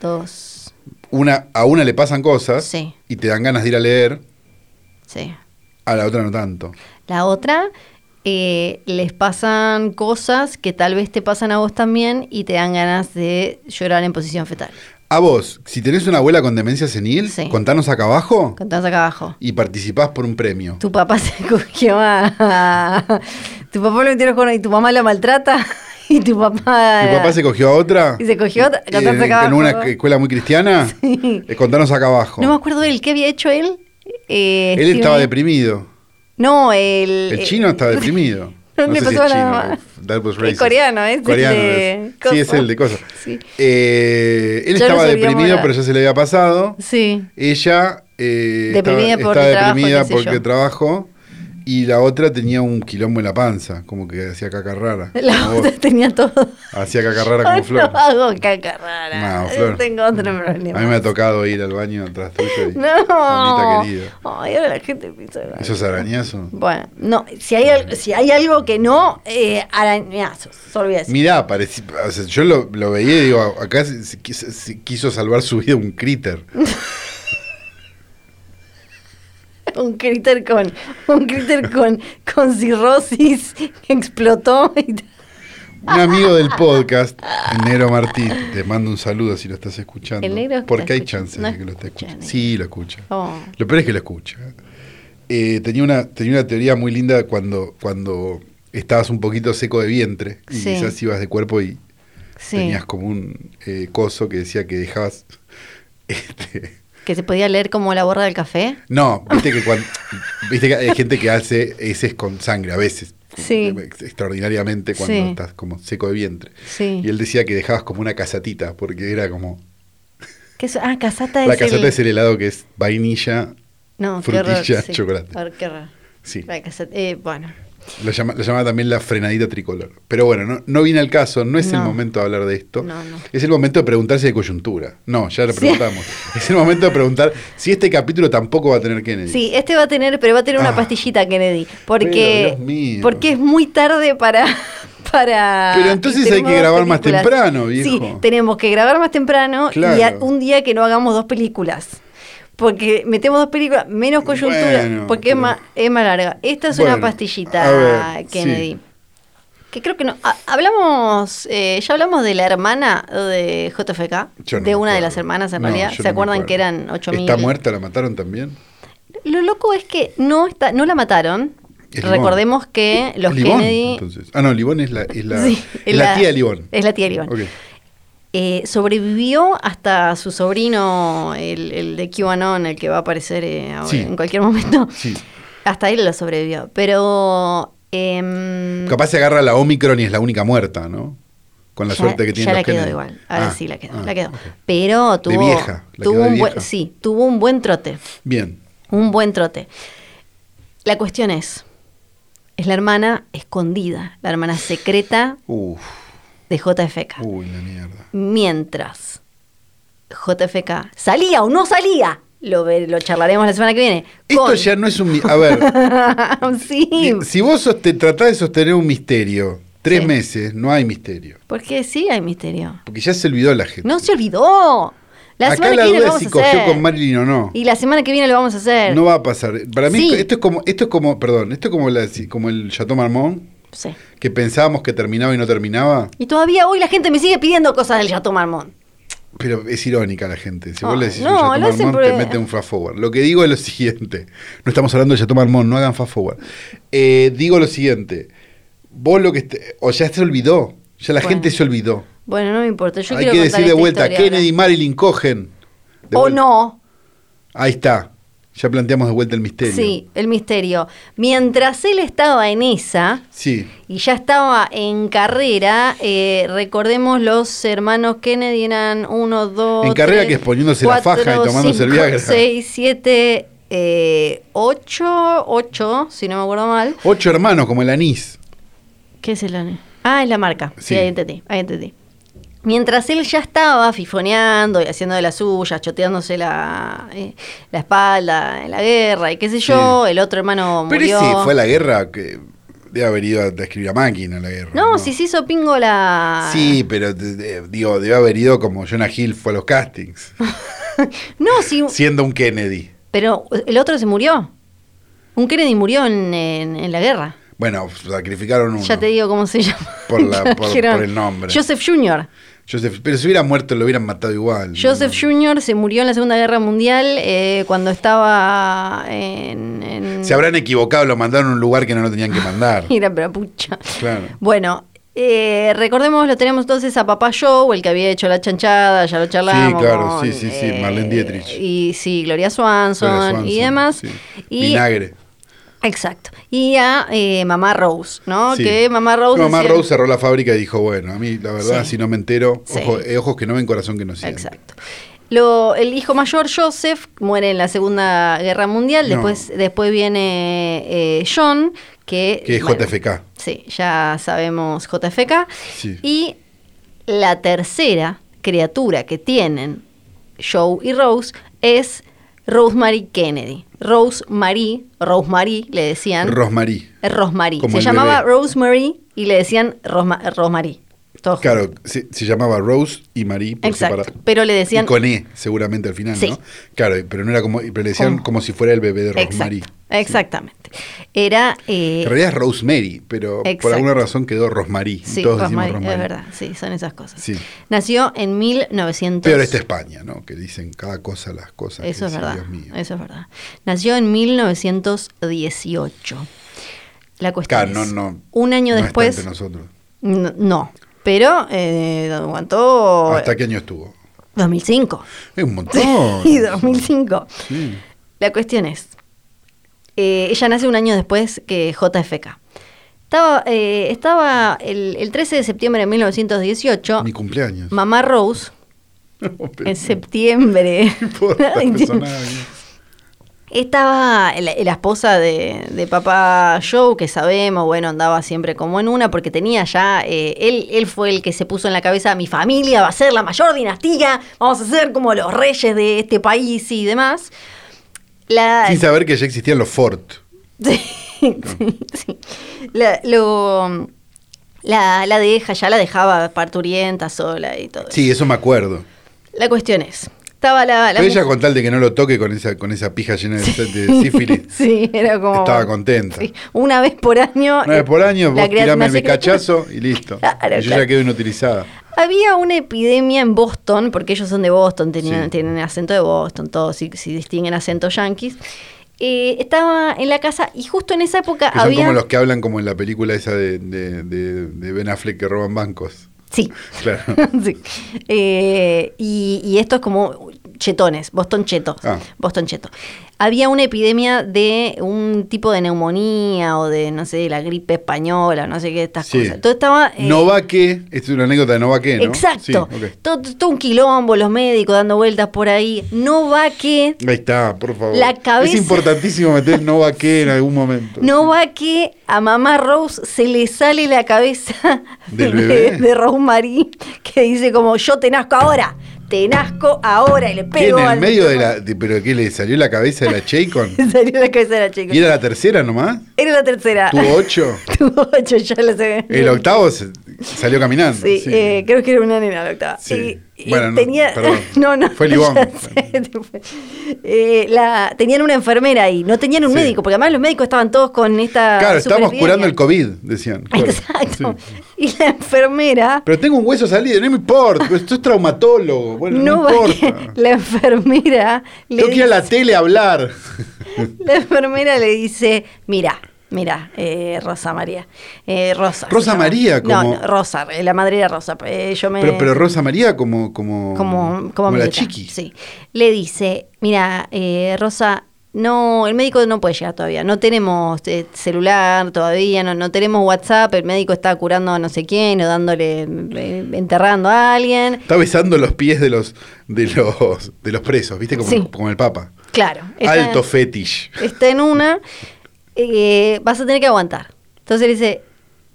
[SPEAKER 2] dos...
[SPEAKER 3] Una, a una le pasan cosas
[SPEAKER 2] Sí.
[SPEAKER 3] y te dan ganas de ir a leer,
[SPEAKER 2] Sí.
[SPEAKER 3] a la otra no tanto.
[SPEAKER 2] La otra, eh, les pasan cosas que tal vez te pasan a vos también y te dan ganas de llorar en posición fetal.
[SPEAKER 3] A vos, si tenés una abuela con demencia senil,
[SPEAKER 2] Sí.
[SPEAKER 3] contanos acá abajo
[SPEAKER 2] Contás acá abajo.
[SPEAKER 3] y participás por un premio.
[SPEAKER 2] Tu papá se cogió a... Tu papá lo metieron con... Y tu mamá la maltrata. Y tu papá...
[SPEAKER 3] ¿Tu papá se cogió a otra?
[SPEAKER 2] Y se cogió a otra,
[SPEAKER 3] Y
[SPEAKER 2] contás
[SPEAKER 3] en,
[SPEAKER 2] acá
[SPEAKER 3] en
[SPEAKER 2] abajo.
[SPEAKER 3] una escuela muy cristiana?
[SPEAKER 2] Sí.
[SPEAKER 3] Eh, Contanos acá abajo.
[SPEAKER 2] No me acuerdo él. ¿Qué había hecho él? Eh,
[SPEAKER 3] Él
[SPEAKER 2] Steven-
[SPEAKER 3] estaba deprimido.
[SPEAKER 2] No, el...
[SPEAKER 3] El chino estaba deprimido.
[SPEAKER 2] Eh, No, le
[SPEAKER 3] sé si
[SPEAKER 2] pasó
[SPEAKER 3] es
[SPEAKER 2] nada.
[SPEAKER 3] chino, that was
[SPEAKER 2] Es
[SPEAKER 3] racist.
[SPEAKER 2] coreano, es el
[SPEAKER 3] Coreano
[SPEAKER 2] de
[SPEAKER 3] es. Sí, es
[SPEAKER 2] coso.
[SPEAKER 3] el de cosas. Eh,
[SPEAKER 2] Sí.
[SPEAKER 3] él
[SPEAKER 2] Ya
[SPEAKER 3] estaba
[SPEAKER 2] nos olvidamos
[SPEAKER 3] deprimido,
[SPEAKER 2] la-
[SPEAKER 3] pero ya se le había pasado.
[SPEAKER 2] Sí.
[SPEAKER 3] Ella eh,
[SPEAKER 2] Deprimida
[SPEAKER 3] estaba,
[SPEAKER 2] porque
[SPEAKER 3] estaba
[SPEAKER 2] trabajo,
[SPEAKER 3] deprimida
[SPEAKER 2] qué sé
[SPEAKER 3] porque
[SPEAKER 2] yo.
[SPEAKER 3] trabajó y la otra tenía un quilombo en la panza, como que hacía caca rara.
[SPEAKER 2] La
[SPEAKER 3] como
[SPEAKER 2] otra
[SPEAKER 3] vos.
[SPEAKER 2] tenía todo.
[SPEAKER 3] Hacía caca rara
[SPEAKER 2] Ay,
[SPEAKER 3] como Flor.
[SPEAKER 2] No hago caca rara.
[SPEAKER 3] No, Flor.
[SPEAKER 2] Tengo otro
[SPEAKER 3] A
[SPEAKER 2] problema.
[SPEAKER 3] mí me ha tocado ir al baño atrás tuyo y mamita
[SPEAKER 2] No.
[SPEAKER 3] querida.
[SPEAKER 2] Ay, ahora la gente piensa.
[SPEAKER 3] Esos arañazos.
[SPEAKER 2] Bueno, no, si hay, al- si hay algo que no, eh, arañazos, se olvida decir.
[SPEAKER 3] Mirá, parecí- o sea, yo lo, lo veía y digo, acá se, se quiso, se quiso salvar su vida un críter.
[SPEAKER 2] Un críter con, un críter con, con cirrosis que explotó. y t-
[SPEAKER 3] Un amigo del podcast, el Negro Martín, te mando un saludo si lo estás escuchando.
[SPEAKER 2] El Negro
[SPEAKER 3] porque
[SPEAKER 2] está
[SPEAKER 3] hay
[SPEAKER 2] escuchando.
[SPEAKER 3] chances
[SPEAKER 2] No
[SPEAKER 3] de que lo esté
[SPEAKER 2] escucha,
[SPEAKER 3] escuchando.
[SPEAKER 2] Negro.
[SPEAKER 3] Sí, lo escucha.
[SPEAKER 2] Oh.
[SPEAKER 3] Lo peor es que lo escucha. Eh, tenía, una, tenía una teoría muy linda cuando, cuando estabas un poquito seco de vientre y
[SPEAKER 2] Sí.
[SPEAKER 3] quizás ibas de cuerpo y
[SPEAKER 2] Sí,
[SPEAKER 3] tenías como un eh, coso que decía que dejabas... Este,
[SPEAKER 2] que se podía leer como la borra del café.
[SPEAKER 3] no, viste que, cuando, viste que hay gente que hace heces con sangre a veces.
[SPEAKER 2] Sí.
[SPEAKER 3] ex- Extraordinariamente cuando
[SPEAKER 2] Sí.
[SPEAKER 3] estás como seco de vientre.
[SPEAKER 2] Sí.
[SPEAKER 3] Y él decía que dejabas como una casatita, porque era como...
[SPEAKER 2] ¿Qué es- ah, casata
[SPEAKER 3] La
[SPEAKER 2] es el-
[SPEAKER 3] casata es el helado que es vainilla.
[SPEAKER 2] No, qué
[SPEAKER 3] frutilla,
[SPEAKER 2] horror, sí.
[SPEAKER 3] chocolate.
[SPEAKER 2] A ver, qué horror.
[SPEAKER 3] Sí.
[SPEAKER 2] La casata- eh, bueno.
[SPEAKER 3] Lo llama, lo llamaba también la frenadita tricolor. Pero bueno, no, no viene al caso, no es el
[SPEAKER 2] No.
[SPEAKER 3] momento de hablar de esto.
[SPEAKER 2] No, no.
[SPEAKER 3] Es el momento de preguntarse de coyuntura. No, ya lo
[SPEAKER 2] Sí.
[SPEAKER 3] preguntamos. Es el momento de preguntar si este capítulo tampoco va a tener Kennedy.
[SPEAKER 2] Sí, este va a tener, pero va a tener una
[SPEAKER 3] Ah.
[SPEAKER 2] pastillita, Kennedy. Porque,
[SPEAKER 3] Pero, Dios mío.
[SPEAKER 2] porque es muy tarde para. para
[SPEAKER 3] Pero entonces hay
[SPEAKER 2] tenemos
[SPEAKER 3] que
[SPEAKER 2] dos
[SPEAKER 3] grabar más
[SPEAKER 2] películas.
[SPEAKER 3] temprano, viejo.
[SPEAKER 2] Sí, tenemos que grabar más temprano y a-
[SPEAKER 3] Claro.
[SPEAKER 2] un día que no hagamos dos películas. Porque metemos dos películas, menos coyuntura,
[SPEAKER 3] Bueno,
[SPEAKER 2] porque
[SPEAKER 3] pero-
[SPEAKER 2] es, más, es más larga. Esta es una
[SPEAKER 3] Bueno,
[SPEAKER 2] pastillita,
[SPEAKER 3] a ver,
[SPEAKER 2] Kennedy.
[SPEAKER 3] sí.
[SPEAKER 2] Que creo que no. ha- Hablamos, eh, ya hablamos de la hermana de JFK,
[SPEAKER 3] Yo no
[SPEAKER 2] de
[SPEAKER 3] me
[SPEAKER 2] una de las
[SPEAKER 3] acuerdo.
[SPEAKER 2] hermanas en
[SPEAKER 3] No,
[SPEAKER 2] realidad.
[SPEAKER 3] yo
[SPEAKER 2] ¿Se
[SPEAKER 3] no me
[SPEAKER 2] acuerdan que
[SPEAKER 3] acuerdo.
[SPEAKER 2] eran 8000?
[SPEAKER 3] ¿Está muerta? ¿La mataron también?
[SPEAKER 2] Lo loco es que no está, no la mataron.
[SPEAKER 3] Es Libón.
[SPEAKER 2] Recordemos que los
[SPEAKER 3] Es Libón,
[SPEAKER 2] Kennedy.
[SPEAKER 3] entonces. Ah, no, Libón es la, es la,
[SPEAKER 2] Sí,
[SPEAKER 3] es la tía de Libón.
[SPEAKER 2] Es la tía de Libón.
[SPEAKER 3] Ok.
[SPEAKER 2] Eh, sobrevivió hasta su sobrino, el, el de QAnon, el que va a aparecer eh, ahora,
[SPEAKER 3] Sí.
[SPEAKER 2] en cualquier momento.
[SPEAKER 3] Sí.
[SPEAKER 2] Hasta él lo sobrevivió. Pero. em,
[SPEAKER 3] Capaz se agarra la Omicron y es la única muerta, ¿no? Con la
[SPEAKER 2] ya-
[SPEAKER 3] suerte que tiene
[SPEAKER 2] ya
[SPEAKER 3] los
[SPEAKER 2] la quedó
[SPEAKER 3] Kennedy.
[SPEAKER 2] igual. Ahora
[SPEAKER 3] Ah,
[SPEAKER 2] sí la quedó.
[SPEAKER 3] ah,
[SPEAKER 2] la quedó.
[SPEAKER 3] ok.
[SPEAKER 2] Pero tuvo.
[SPEAKER 3] vieja, la
[SPEAKER 2] tuvo
[SPEAKER 3] quedó de
[SPEAKER 2] un buen-
[SPEAKER 3] vieja.
[SPEAKER 2] sí, tuvo un buen trote.
[SPEAKER 3] Bien.
[SPEAKER 2] Un buen trote. La cuestión es, es la hermana escondida, la hermana secreta
[SPEAKER 3] Uf.
[SPEAKER 2] de JFK.
[SPEAKER 3] Uy, la mierda.
[SPEAKER 2] Mientras JFK salía o no salía, lo, ve- lo charlaremos la semana que viene.
[SPEAKER 3] Esto
[SPEAKER 2] con-
[SPEAKER 3] ya no es un. mi- A ver,
[SPEAKER 2] sí.
[SPEAKER 3] si vos soste- tratás de sostener un misterio tres
[SPEAKER 2] Sí.
[SPEAKER 3] meses, no hay misterio.
[SPEAKER 2] Porque sí hay misterio.
[SPEAKER 3] Porque ya se olvidó la gente.
[SPEAKER 2] No se olvidó. La
[SPEAKER 3] Acá
[SPEAKER 2] semana
[SPEAKER 3] la
[SPEAKER 2] que viene
[SPEAKER 3] duda
[SPEAKER 2] lo vamos
[SPEAKER 3] es si
[SPEAKER 2] a
[SPEAKER 3] cogió
[SPEAKER 2] hacer.
[SPEAKER 3] con Marilyn o no.
[SPEAKER 2] Y la semana que viene lo vamos a hacer.
[SPEAKER 3] No va a pasar. Para mí,
[SPEAKER 2] Sí.
[SPEAKER 3] esto es como, esto es como, perdón, esto es como, la, si- como el Chateau Marmont,
[SPEAKER 2] Sí.
[SPEAKER 3] que pensábamos que terminaba y no terminaba.
[SPEAKER 2] Y todavía hoy la gente me sigue pidiendo cosas del Chateau Marmont.
[SPEAKER 3] Pero es irónica la gente. Si vos
[SPEAKER 2] Ah,
[SPEAKER 3] le decís
[SPEAKER 2] no,
[SPEAKER 3] un
[SPEAKER 2] lo
[SPEAKER 3] Chateau
[SPEAKER 2] hacen
[SPEAKER 3] Marmont,
[SPEAKER 2] por-
[SPEAKER 3] te mete un fast forward. Lo que digo es lo siguiente. No estamos hablando de Chateau Marmont, no hagan fast forward. Eh, digo lo siguiente. Vos lo que... este- o ya se olvidó. Ya la
[SPEAKER 2] Bueno.
[SPEAKER 3] gente se olvidó.
[SPEAKER 2] Bueno, no me importa. Yo
[SPEAKER 3] Hay
[SPEAKER 2] quiero
[SPEAKER 3] que
[SPEAKER 2] contar
[SPEAKER 3] decir de
[SPEAKER 2] esta
[SPEAKER 3] vuelta,
[SPEAKER 2] historia
[SPEAKER 3] Kennedy y Marilyn cogen.
[SPEAKER 2] ahora.
[SPEAKER 3] De
[SPEAKER 2] O
[SPEAKER 3] vuelta.
[SPEAKER 2] no.
[SPEAKER 3] Ahí está. Ya planteamos de vuelta el misterio.
[SPEAKER 2] Sí, el misterio. Mientras él estaba en esa
[SPEAKER 3] Sí.
[SPEAKER 2] y ya estaba en carrera, eh, recordemos los hermanos Kennedy eran uno, dos.
[SPEAKER 3] En carrera
[SPEAKER 2] tres,
[SPEAKER 3] que es poniéndose la
[SPEAKER 2] cuatro,
[SPEAKER 3] faja y tomándose el
[SPEAKER 2] cinco,
[SPEAKER 3] Viagra.
[SPEAKER 2] Seis, siete, eh, ocho, ocho, si no me acuerdo mal.
[SPEAKER 3] Ocho hermanos, como el anís.
[SPEAKER 2] ¿Qué es el ane? Ah, es la marca. Sí,
[SPEAKER 3] Sí.
[SPEAKER 2] ahí entendí, ahí entendí. Mientras él ya estaba fifoneando y haciendo de las suyas, choteándose la, eh, la espalda en la guerra y qué sé yo, el otro hermano
[SPEAKER 3] Pero
[SPEAKER 2] murió.
[SPEAKER 3] ese fue a la guerra que debe haber ido a escribir a máquina la guerra.
[SPEAKER 2] No, si se hizo pingo la...
[SPEAKER 3] Sí, pero de- de- digo, debe haber ido como Jonah Hill fue a los castings,
[SPEAKER 2] No, sí,
[SPEAKER 3] siendo un Kennedy.
[SPEAKER 2] pero el otro se murió. Un Kennedy murió en, en- en la guerra.
[SPEAKER 3] Bueno, sacrificaron uno.
[SPEAKER 2] Ya te digo cómo se llama.
[SPEAKER 3] Por la- por-
[SPEAKER 2] Dijeron,
[SPEAKER 3] por el nombre.
[SPEAKER 2] Joseph Jr.
[SPEAKER 3] Joseph- pero si hubiera muerto lo hubieran matado igual. ¿no?
[SPEAKER 2] Joseph Jr. se murió en la Segunda Guerra Mundial eh, cuando estaba en... en-
[SPEAKER 3] Se habrán equivocado, lo mandaron a un lugar que no lo tenían que mandar.
[SPEAKER 2] Mira, pero pucha.
[SPEAKER 3] Claro.
[SPEAKER 2] Bueno, eh, recordemos, lo tenemos entonces a Papá Joe, el que había hecho la chanchada, ya lo charlamos.
[SPEAKER 3] Sí, claro,
[SPEAKER 2] con, eh,
[SPEAKER 3] sí, sí, sí, Marlene Dietrich.
[SPEAKER 2] Y sí, Gloria Swanson,
[SPEAKER 3] Gloria Swanson,
[SPEAKER 2] y demás.
[SPEAKER 3] sí.
[SPEAKER 2] Y,
[SPEAKER 3] Vinagre.
[SPEAKER 2] Exacto. Y a eh, Mamá Rose, ¿no?
[SPEAKER 3] Sí.
[SPEAKER 2] Que Mamá Rose.
[SPEAKER 3] No, mamá
[SPEAKER 2] hacía-
[SPEAKER 3] Rose cerró la fábrica y dijo, bueno, a mí la verdad,
[SPEAKER 2] Sí.
[SPEAKER 3] si no me entero,
[SPEAKER 2] Sí.
[SPEAKER 3] ojo- eh, ojos que no ven, corazón que no siente.
[SPEAKER 2] Exacto. Lo- el hijo mayor, Joseph, muere en la Segunda Guerra Mundial.
[SPEAKER 3] No.
[SPEAKER 2] Después, después viene eh, John, que.
[SPEAKER 3] Que es
[SPEAKER 2] bueno,
[SPEAKER 3] JFK.
[SPEAKER 2] Sí, ya sabemos JFK.
[SPEAKER 3] Sí.
[SPEAKER 2] Y la tercera criatura que tienen Joe y Rose es Rosemary Kennedy. Rosemary, Rosemary le decían.
[SPEAKER 3] Rosmarie.
[SPEAKER 2] Rosemary.
[SPEAKER 3] Como
[SPEAKER 2] Se
[SPEAKER 3] el
[SPEAKER 2] llamaba
[SPEAKER 3] bebé.
[SPEAKER 2] Rosemary y le decían Rosma- Rosemary. Todo
[SPEAKER 3] Claro,
[SPEAKER 2] junto.
[SPEAKER 3] se, se llamaba Rose y Marie por
[SPEAKER 2] Exacto.
[SPEAKER 3] separado.
[SPEAKER 2] Pero le decían.
[SPEAKER 3] Y con E, seguramente al final,
[SPEAKER 2] Sí.
[SPEAKER 3] ¿no? Claro, pero no era como. Pero le decían
[SPEAKER 2] Como-
[SPEAKER 3] como si fuera el bebé de Rosemary.
[SPEAKER 2] Exacto, exactamente. Era. eh,
[SPEAKER 3] En realidad es Rosemary, pero por
[SPEAKER 2] Exacto.
[SPEAKER 3] alguna razón quedó Rosemary.
[SPEAKER 2] sí,
[SPEAKER 3] Todos
[SPEAKER 2] Rosemary,
[SPEAKER 3] decimos Rosemary.
[SPEAKER 2] es verdad. Sí, son esas cosas.
[SPEAKER 3] Sí.
[SPEAKER 2] Nació en 1900.
[SPEAKER 3] Peor esta España, ¿no? Que dicen cada cosa las cosas. que
[SPEAKER 2] Eso es
[SPEAKER 3] decís,
[SPEAKER 2] verdad. Este
[SPEAKER 3] Dios mío.
[SPEAKER 2] Eso es verdad. Nació en 1918. La cuestión
[SPEAKER 3] Claro, no,
[SPEAKER 2] es,
[SPEAKER 3] no.
[SPEAKER 2] un año
[SPEAKER 3] no está
[SPEAKER 2] después,
[SPEAKER 3] entre nosotros.
[SPEAKER 2] no, no, pero eh, aguantó
[SPEAKER 3] ¿Hasta Oh, qué año estuvo?
[SPEAKER 2] 2005.
[SPEAKER 3] Es un montón.
[SPEAKER 2] y 2005.
[SPEAKER 3] Sí.
[SPEAKER 2] La cuestión es, eh, ella nace un año después que JFK. Estaba, eh, estaba el, el 13 de septiembre de 1918,
[SPEAKER 3] Mi cumpleaños.
[SPEAKER 2] mamá Rose,
[SPEAKER 3] No, pero
[SPEAKER 2] en septiembre,
[SPEAKER 3] no importa, personaje.
[SPEAKER 2] Estaba la, la esposa de, de papá Joe, que sabemos, bueno, andaba siempre como en una, porque tenía ya, eh, él, él fue el que se puso en la cabeza, mi familia va a ser la mayor dinastía, vamos a ser como los reyes de este país y demás. La,
[SPEAKER 3] Sin saber que ya existían los Ford.
[SPEAKER 2] Sí, sí, sí. La, lo- la- la deja, ya la dejaba parturienta sola y todo.
[SPEAKER 3] Sí, eso me acuerdo.
[SPEAKER 2] La cuestión es, estaba la... la
[SPEAKER 3] Pero ella
[SPEAKER 2] mu-
[SPEAKER 3] con tal de que no lo toque con esa, con esa pija llena de, de sífilis.
[SPEAKER 2] Sí, era como...
[SPEAKER 3] Estaba contenta.
[SPEAKER 2] Sí, Una vez por año...
[SPEAKER 3] Una vez por año,
[SPEAKER 2] la
[SPEAKER 3] vos
[SPEAKER 2] criatura-
[SPEAKER 3] tirame
[SPEAKER 2] nació-
[SPEAKER 3] el cachazo y listo.
[SPEAKER 2] Claro,
[SPEAKER 3] Y yo
[SPEAKER 2] claro.
[SPEAKER 3] ya quedo inutilizada.
[SPEAKER 2] Había una epidemia en Boston, porque ellos son de Boston, tenían-
[SPEAKER 3] Sí.
[SPEAKER 2] tienen acento de Boston, todos, si, si distinguen acento yanquis. Eh, estaba en la casa y justo en esa época
[SPEAKER 3] Que son
[SPEAKER 2] había...
[SPEAKER 3] como los que hablan como en la película esa de, de, de- de Ben Affleck que roban bancos.
[SPEAKER 2] Sí.
[SPEAKER 3] Claro.
[SPEAKER 2] Sí. Eh, y, y esto es como chetones, Boston cheto.
[SPEAKER 3] Ah.
[SPEAKER 2] Boston cheto. Había una epidemia de un tipo de neumonía o de, no sé, de la gripe española, no sé qué, estas
[SPEAKER 3] Sí.
[SPEAKER 2] cosas. Todo estaba. eh,
[SPEAKER 3] No va que, esta es una anécdota de no va que, ¿no? Sí,
[SPEAKER 2] Exacto.
[SPEAKER 3] ok.
[SPEAKER 2] todo, todo un quilombo, los médicos dando vueltas por ahí. No va que
[SPEAKER 3] Ahí está, por favor.
[SPEAKER 2] La cabeza-
[SPEAKER 3] Es importantísimo meter no va que en algún momento.
[SPEAKER 2] No va que a mamá Rose se le sale la cabeza
[SPEAKER 3] Del
[SPEAKER 2] de,
[SPEAKER 3] bebé.
[SPEAKER 2] de Rosemary, que dice como yo te nazco ahora, te nazco ahora y le
[SPEAKER 3] ¿Qué,
[SPEAKER 2] pego
[SPEAKER 3] en el
[SPEAKER 2] al-
[SPEAKER 3] medio de la. de- ¿Pero qué le salió la cabeza de la Chaycon?
[SPEAKER 2] Le salió la cabeza de la chica.
[SPEAKER 3] ¿Y era la tercera nomás?
[SPEAKER 2] Era la tercera.
[SPEAKER 3] ¿Tuvo ocho?
[SPEAKER 2] Tuvo ocho, ya lo sé.
[SPEAKER 3] El octavo se- salió caminando.
[SPEAKER 2] Sí,
[SPEAKER 3] sí.
[SPEAKER 2] eh, creo que era una nena la octava.
[SPEAKER 3] Sí.
[SPEAKER 2] Y, y
[SPEAKER 3] Bueno, no,
[SPEAKER 2] tenía,
[SPEAKER 3] perdón.
[SPEAKER 2] no, no,
[SPEAKER 3] Fue Libón.
[SPEAKER 2] ya sé. Eh, la, tenían una enfermera ahí, no tenían un
[SPEAKER 3] Sí.
[SPEAKER 2] médico, porque además los médicos estaban todos con esta.
[SPEAKER 3] Claro, estábamos
[SPEAKER 2] superepidemia.
[SPEAKER 3] curando el COVID, decían. Claro,
[SPEAKER 2] Exacto.
[SPEAKER 3] sí.
[SPEAKER 2] Y la enfermera.
[SPEAKER 3] Pero tengo un hueso salido, no me importa, pues esto es traumatólogo, bueno, no,
[SPEAKER 2] no va
[SPEAKER 3] importa.
[SPEAKER 2] que- la enfermera le
[SPEAKER 3] Tengo que ir a la tele a hablar.
[SPEAKER 2] dice- la enfermera le dice, mira, mira, eh, Rosa María, eh, Rosa.
[SPEAKER 3] Rosa
[SPEAKER 2] se llama.
[SPEAKER 3] María,
[SPEAKER 2] No,
[SPEAKER 3] como-
[SPEAKER 2] no, Rosa, eh, la madre era Rosa. eh, yo me
[SPEAKER 3] Pero, pero Rosa María como como
[SPEAKER 2] como, como,
[SPEAKER 3] la
[SPEAKER 2] amiguita,
[SPEAKER 3] chiqui.
[SPEAKER 2] Sí. Le dice, mira, eh, Rosa, no, el médico no puede llegar todavía. No tenemos eh, celular todavía, no, no tenemos WhatsApp. El médico está curando a no sé quién o dándole, eh, enterrando a alguien.
[SPEAKER 3] Está besando los pies de los de los de los presos, ¿viste? Como,
[SPEAKER 2] Sí.
[SPEAKER 3] como el Papa.
[SPEAKER 2] Claro. está-
[SPEAKER 3] Alto fetish.
[SPEAKER 2] está en una, eh, vas a tener que aguantar. Entonces le dice,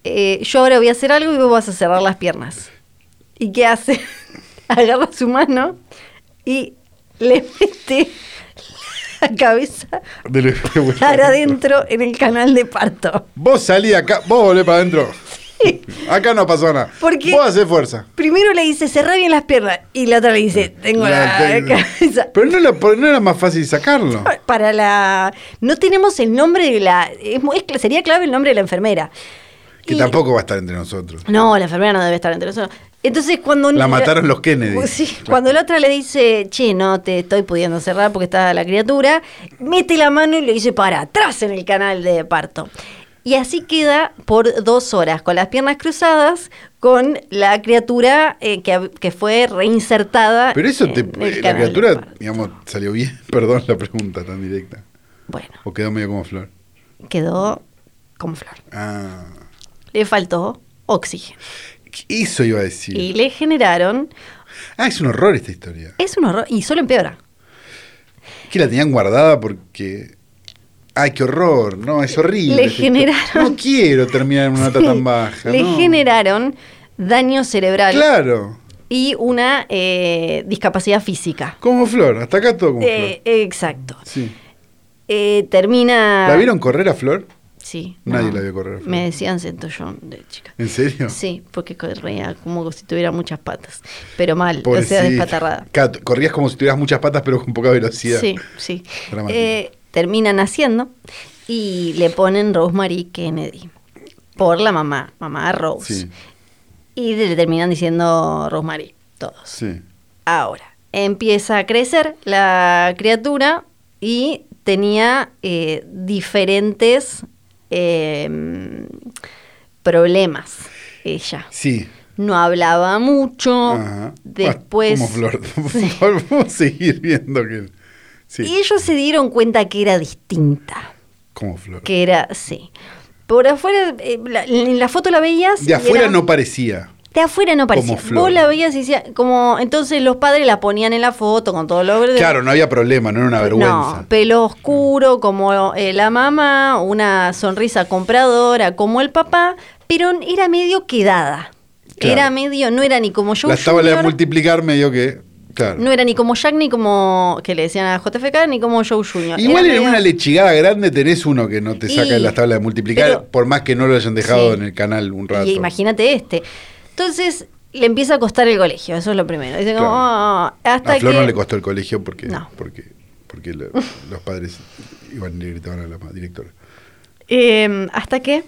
[SPEAKER 2] eh, yo ahora voy a hacer algo y vos vas a cerrar las piernas. ¿Y qué hace? Agarra su mano y le mete la cabeza
[SPEAKER 3] De lo-
[SPEAKER 2] para adentro en el canal de parto.
[SPEAKER 3] Vos salí acá, vos volvés para adentro. Acá no pasó nada.
[SPEAKER 2] ¿Por qué?
[SPEAKER 3] Vos hacés fuerza.
[SPEAKER 2] Primero le dice, cerrá bien las piernas. Y la otra le dice, tengo la,
[SPEAKER 3] La tengo.
[SPEAKER 2] cabeza.
[SPEAKER 3] Pero no, la- no era más fácil sacarlo.
[SPEAKER 2] Para la... No tenemos el nombre de la... es muy- es- sería clave el nombre de la enfermera.
[SPEAKER 3] Que
[SPEAKER 2] Y-
[SPEAKER 3] tampoco va a estar entre nosotros.
[SPEAKER 2] No, la enfermera no debe estar entre nosotros. Entonces cuando... Uh,
[SPEAKER 3] La mataron los Kennedy.
[SPEAKER 2] Sí, cuando la otra le dice, che, no te estoy pudiendo cerrar porque está la criatura, mete la mano y le dice para atrás en el canal de parto. Y así queda por dos horas, con las piernas cruzadas, con la criatura eh, que, hab- que fue reinsertada.
[SPEAKER 3] Pero eso te, eh,
[SPEAKER 2] en el
[SPEAKER 3] la
[SPEAKER 2] canal de
[SPEAKER 3] criatura,
[SPEAKER 2] parto.
[SPEAKER 3] digamos, salió bien. Perdón la pregunta tan directa.
[SPEAKER 2] Bueno,
[SPEAKER 3] O quedó medio como flor.
[SPEAKER 2] quedó como flor.
[SPEAKER 3] Ah.
[SPEAKER 2] Le faltó oxígeno.
[SPEAKER 3] Eso iba a decir.
[SPEAKER 2] Y le generaron...
[SPEAKER 3] Ah, es un horror esta historia.
[SPEAKER 2] Es un horror, y solo empeora.
[SPEAKER 3] Que la tenían guardada porque. Ay, qué horror. No, es horrible.
[SPEAKER 2] Le
[SPEAKER 3] esta historia.
[SPEAKER 2] generaron-
[SPEAKER 3] No quiero terminar en una nota
[SPEAKER 2] Sí,
[SPEAKER 3] tan baja.
[SPEAKER 2] Le
[SPEAKER 3] no.
[SPEAKER 2] generaron daño cerebral
[SPEAKER 3] Claro.
[SPEAKER 2] y una eh, discapacidad física.
[SPEAKER 3] Como flor. Hasta acá todo como
[SPEAKER 2] Eh,
[SPEAKER 3] flor.
[SPEAKER 2] exacto.
[SPEAKER 3] Sí.
[SPEAKER 2] Eh, termina.
[SPEAKER 3] ¿La vieron correr a flor?
[SPEAKER 2] Sí.
[SPEAKER 3] Nadie la vio correr a Flor.
[SPEAKER 2] Me decían centollón de chica.
[SPEAKER 3] ¿En serio?
[SPEAKER 2] Sí, porque corría como si tuviera muchas patas. Pero mal, o sea,
[SPEAKER 3] Pobrecita.
[SPEAKER 2] despatarrada.
[SPEAKER 3] Claro, Corrías como si tuvieras muchas patas, pero con poca velocidad.
[SPEAKER 2] Sí, sí.
[SPEAKER 3] Dramático.
[SPEAKER 2] Eh, terminan haciendo y le ponen Rosemary Kennedy por la mamá, mamá Rose.
[SPEAKER 3] Sí.
[SPEAKER 2] Y le terminan diciendo Rosemary, todos.
[SPEAKER 3] Sí.
[SPEAKER 2] Ahora, empieza a crecer la criatura y tenía eh, diferentes eh, problemas ella.
[SPEAKER 3] Sí.
[SPEAKER 2] No hablaba mucho,
[SPEAKER 3] Ajá.
[SPEAKER 2] después...
[SPEAKER 3] Ah, Como flor.
[SPEAKER 2] Sí.
[SPEAKER 3] Vamos a seguir viendo que. Sí.
[SPEAKER 2] Y ellos se dieron cuenta que era distinta,
[SPEAKER 3] Como flor.
[SPEAKER 2] que era, sí. Por afuera, eh, la- en la foto la veías... y
[SPEAKER 3] De afuera
[SPEAKER 2] era-
[SPEAKER 3] no parecía.
[SPEAKER 2] De afuera no parecía.
[SPEAKER 3] Como flor.
[SPEAKER 2] Vos la veías y decía, como entonces los padres la ponían en la foto con todo lo verde.
[SPEAKER 3] Claro, no había problema, no era una vergüenza. Mm.
[SPEAKER 2] No, pelo oscuro como eh, la mamá, una sonrisa compradora como el papá, pero era medio quedada.
[SPEAKER 3] Claro.
[SPEAKER 2] Era medio, no era ni como yo.
[SPEAKER 3] Las tablas de multiplicar medio que. Claro.
[SPEAKER 2] No era ni como Jack, ni como que le decían a JFK, ni como Joe Jr. Era
[SPEAKER 3] Igual en
[SPEAKER 2] medio-
[SPEAKER 3] una lechigada grande tenés uno que no te saca
[SPEAKER 2] Y-
[SPEAKER 3] de las tablas de multiplicar,
[SPEAKER 2] pero-
[SPEAKER 3] por más que no lo hayan dejado
[SPEAKER 2] Sí.
[SPEAKER 3] en el canal un rato.
[SPEAKER 2] Y imagínate este. Entonces le empieza a costar el colegio, eso es lo primero. Dice como,
[SPEAKER 3] Claro.
[SPEAKER 2] "Ah", hasta
[SPEAKER 3] a Flor
[SPEAKER 2] que.
[SPEAKER 3] no le costó el colegio porque,
[SPEAKER 2] No.
[SPEAKER 3] porque, porque lo- los padres iban y le gritaban a la ma- directora.
[SPEAKER 2] Eh, hasta que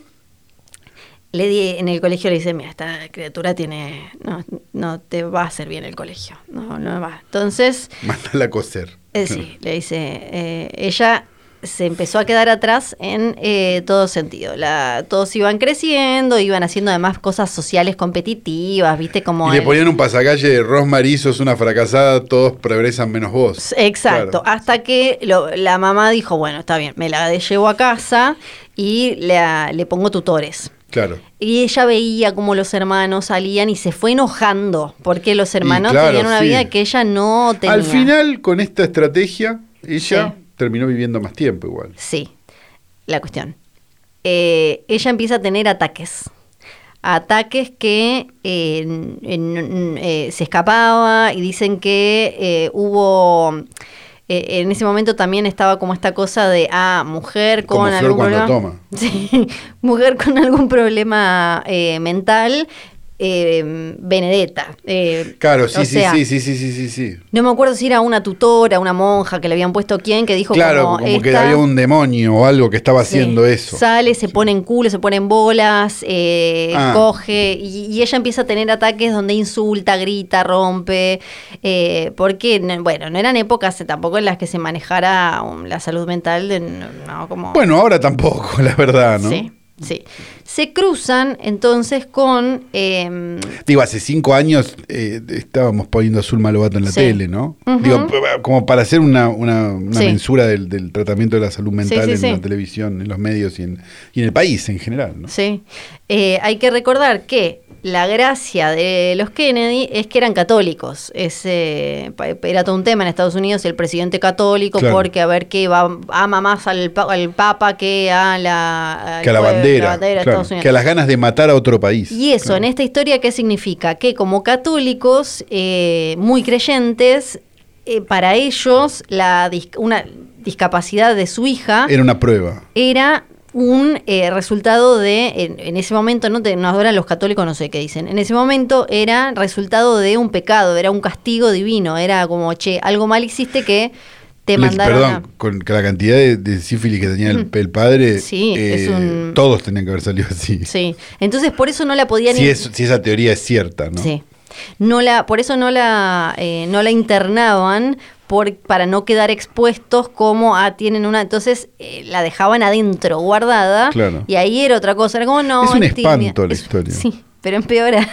[SPEAKER 2] le di, en el colegio le dice, mira, esta criatura tiene, no, no te va a hacer bien el colegio, no, no va. Entonces,
[SPEAKER 3] Mándala a coser.
[SPEAKER 2] eh, sí, le dice, eh, ella se empezó a quedar atrás en eh, todo sentido. La, todos iban creciendo, iban haciendo además cosas sociales competitivas, viste como...
[SPEAKER 3] Y le
[SPEAKER 2] el-
[SPEAKER 3] ponían un pasacalle de Rosmarie, sos una fracasada, todos progresan menos vos.
[SPEAKER 2] Exacto,
[SPEAKER 3] Claro.
[SPEAKER 2] hasta que lo- la mamá dijo, bueno, está bien, me la llevo a casa y la- le pongo tutores.
[SPEAKER 3] Claro.
[SPEAKER 2] Y ella veía cómo los hermanos salían y se fue enojando, porque los hermanos
[SPEAKER 3] claro,
[SPEAKER 2] tenían una
[SPEAKER 3] sí.
[SPEAKER 2] vida que ella no tenía.
[SPEAKER 3] Al final, con esta estrategia, ella
[SPEAKER 2] Sí.
[SPEAKER 3] terminó viviendo más tiempo igual.
[SPEAKER 2] Sí, la cuestión. Eh, ella empieza a tener ataques. Ataques que eh, en- en- eh, se escapaba y dicen que eh, hubo... eh, en ese momento también estaba como esta cosa de, ah, mujer con
[SPEAKER 3] Como Flor
[SPEAKER 2] algún
[SPEAKER 3] cuando
[SPEAKER 2] problema...
[SPEAKER 3] toma.
[SPEAKER 2] Sí, mujer con algún problema eh, mental, eh, Benedetta. eh,
[SPEAKER 3] Claro, sí,
[SPEAKER 2] o
[SPEAKER 3] sí,
[SPEAKER 2] sea,
[SPEAKER 3] sí, sí, sí, sí, sí, sí.
[SPEAKER 2] No me acuerdo si era una tutora, una monja que le habían puesto quién, que dijo
[SPEAKER 3] Claro, como,
[SPEAKER 2] como,
[SPEAKER 3] que
[SPEAKER 2] "Esta-
[SPEAKER 3] había un demonio o algo que estaba
[SPEAKER 2] Sí.
[SPEAKER 3] haciendo eso.
[SPEAKER 2] Sale, se pone en culo, se pone en bolas, eh,
[SPEAKER 3] Ah.
[SPEAKER 2] coge y, y ella empieza a tener ataques donde insulta, grita, rompe, eh, porque, no- bueno, no eran épocas eh, tampoco en las que se manejara um, la salud mental, de, no, no, como...
[SPEAKER 3] Bueno, ahora tampoco, la verdad, ¿no?
[SPEAKER 2] Sí, sí. Se cruzan entonces con... em,
[SPEAKER 3] Digo, hace cinco años eh, estábamos poniendo a Zulma Lobato en la
[SPEAKER 2] Sí.
[SPEAKER 3] tele, ¿no?
[SPEAKER 2] Ujú.
[SPEAKER 3] Digo, p- p- como para hacer una, una- una
[SPEAKER 2] Sí.
[SPEAKER 3] mensura del, del tratamiento de la salud mental
[SPEAKER 2] sí,
[SPEAKER 3] en
[SPEAKER 2] sí.
[SPEAKER 3] la televisión, en los medios y en, y en el país en general, ¿no?
[SPEAKER 2] Sí. Eh, hay que recordar que la gracia de los Kennedy es que eran católicos. Es, eh, pa- era todo un tema en Estados Unidos el presidente católico,
[SPEAKER 3] Claro.
[SPEAKER 2] porque a ver qué va, ama más al, pa- al Papa que a la, al
[SPEAKER 3] que a la
[SPEAKER 2] pueblo,
[SPEAKER 3] bandera,
[SPEAKER 2] de
[SPEAKER 3] claro,
[SPEAKER 2] Estados Unidos.
[SPEAKER 3] que a las ganas de matar a otro país.
[SPEAKER 2] Y eso,
[SPEAKER 3] Claro.
[SPEAKER 2] en esta historia, ¿qué significa? Que como católicos eh, muy creyentes, eh, para ellos la dis- una discapacidad de su hija
[SPEAKER 3] Era una prueba.
[SPEAKER 2] era un eh, resultado de, en, en ese momento, no te, no, ahora los católicos no sé qué dicen, en ese momento era resultado de un pecado, era un castigo divino, era como, che, algo mal hiciste que te
[SPEAKER 3] Les-
[SPEAKER 2] mandaron
[SPEAKER 3] perdón,
[SPEAKER 2] a-
[SPEAKER 3] con que la cantidad de, de sífilis que tenía el, el padre, eh,
[SPEAKER 2] Sí, es un-
[SPEAKER 3] todos tenían que haber salido así.
[SPEAKER 2] Sí, entonces por eso no la podían...
[SPEAKER 3] Si, es- si esa teoría es cierta, ¿no?
[SPEAKER 2] Sí. No la, por eso no la, eh, no la internaban por, para no quedar expuestos como ah, tienen una. Entonces eh, la dejaban adentro, guardada.
[SPEAKER 3] Claro.
[SPEAKER 2] Y ahí era otra cosa. Era como, no,
[SPEAKER 3] Es un
[SPEAKER 2] timia.
[SPEAKER 3] espanto la historia.
[SPEAKER 2] Sí, pero empeora.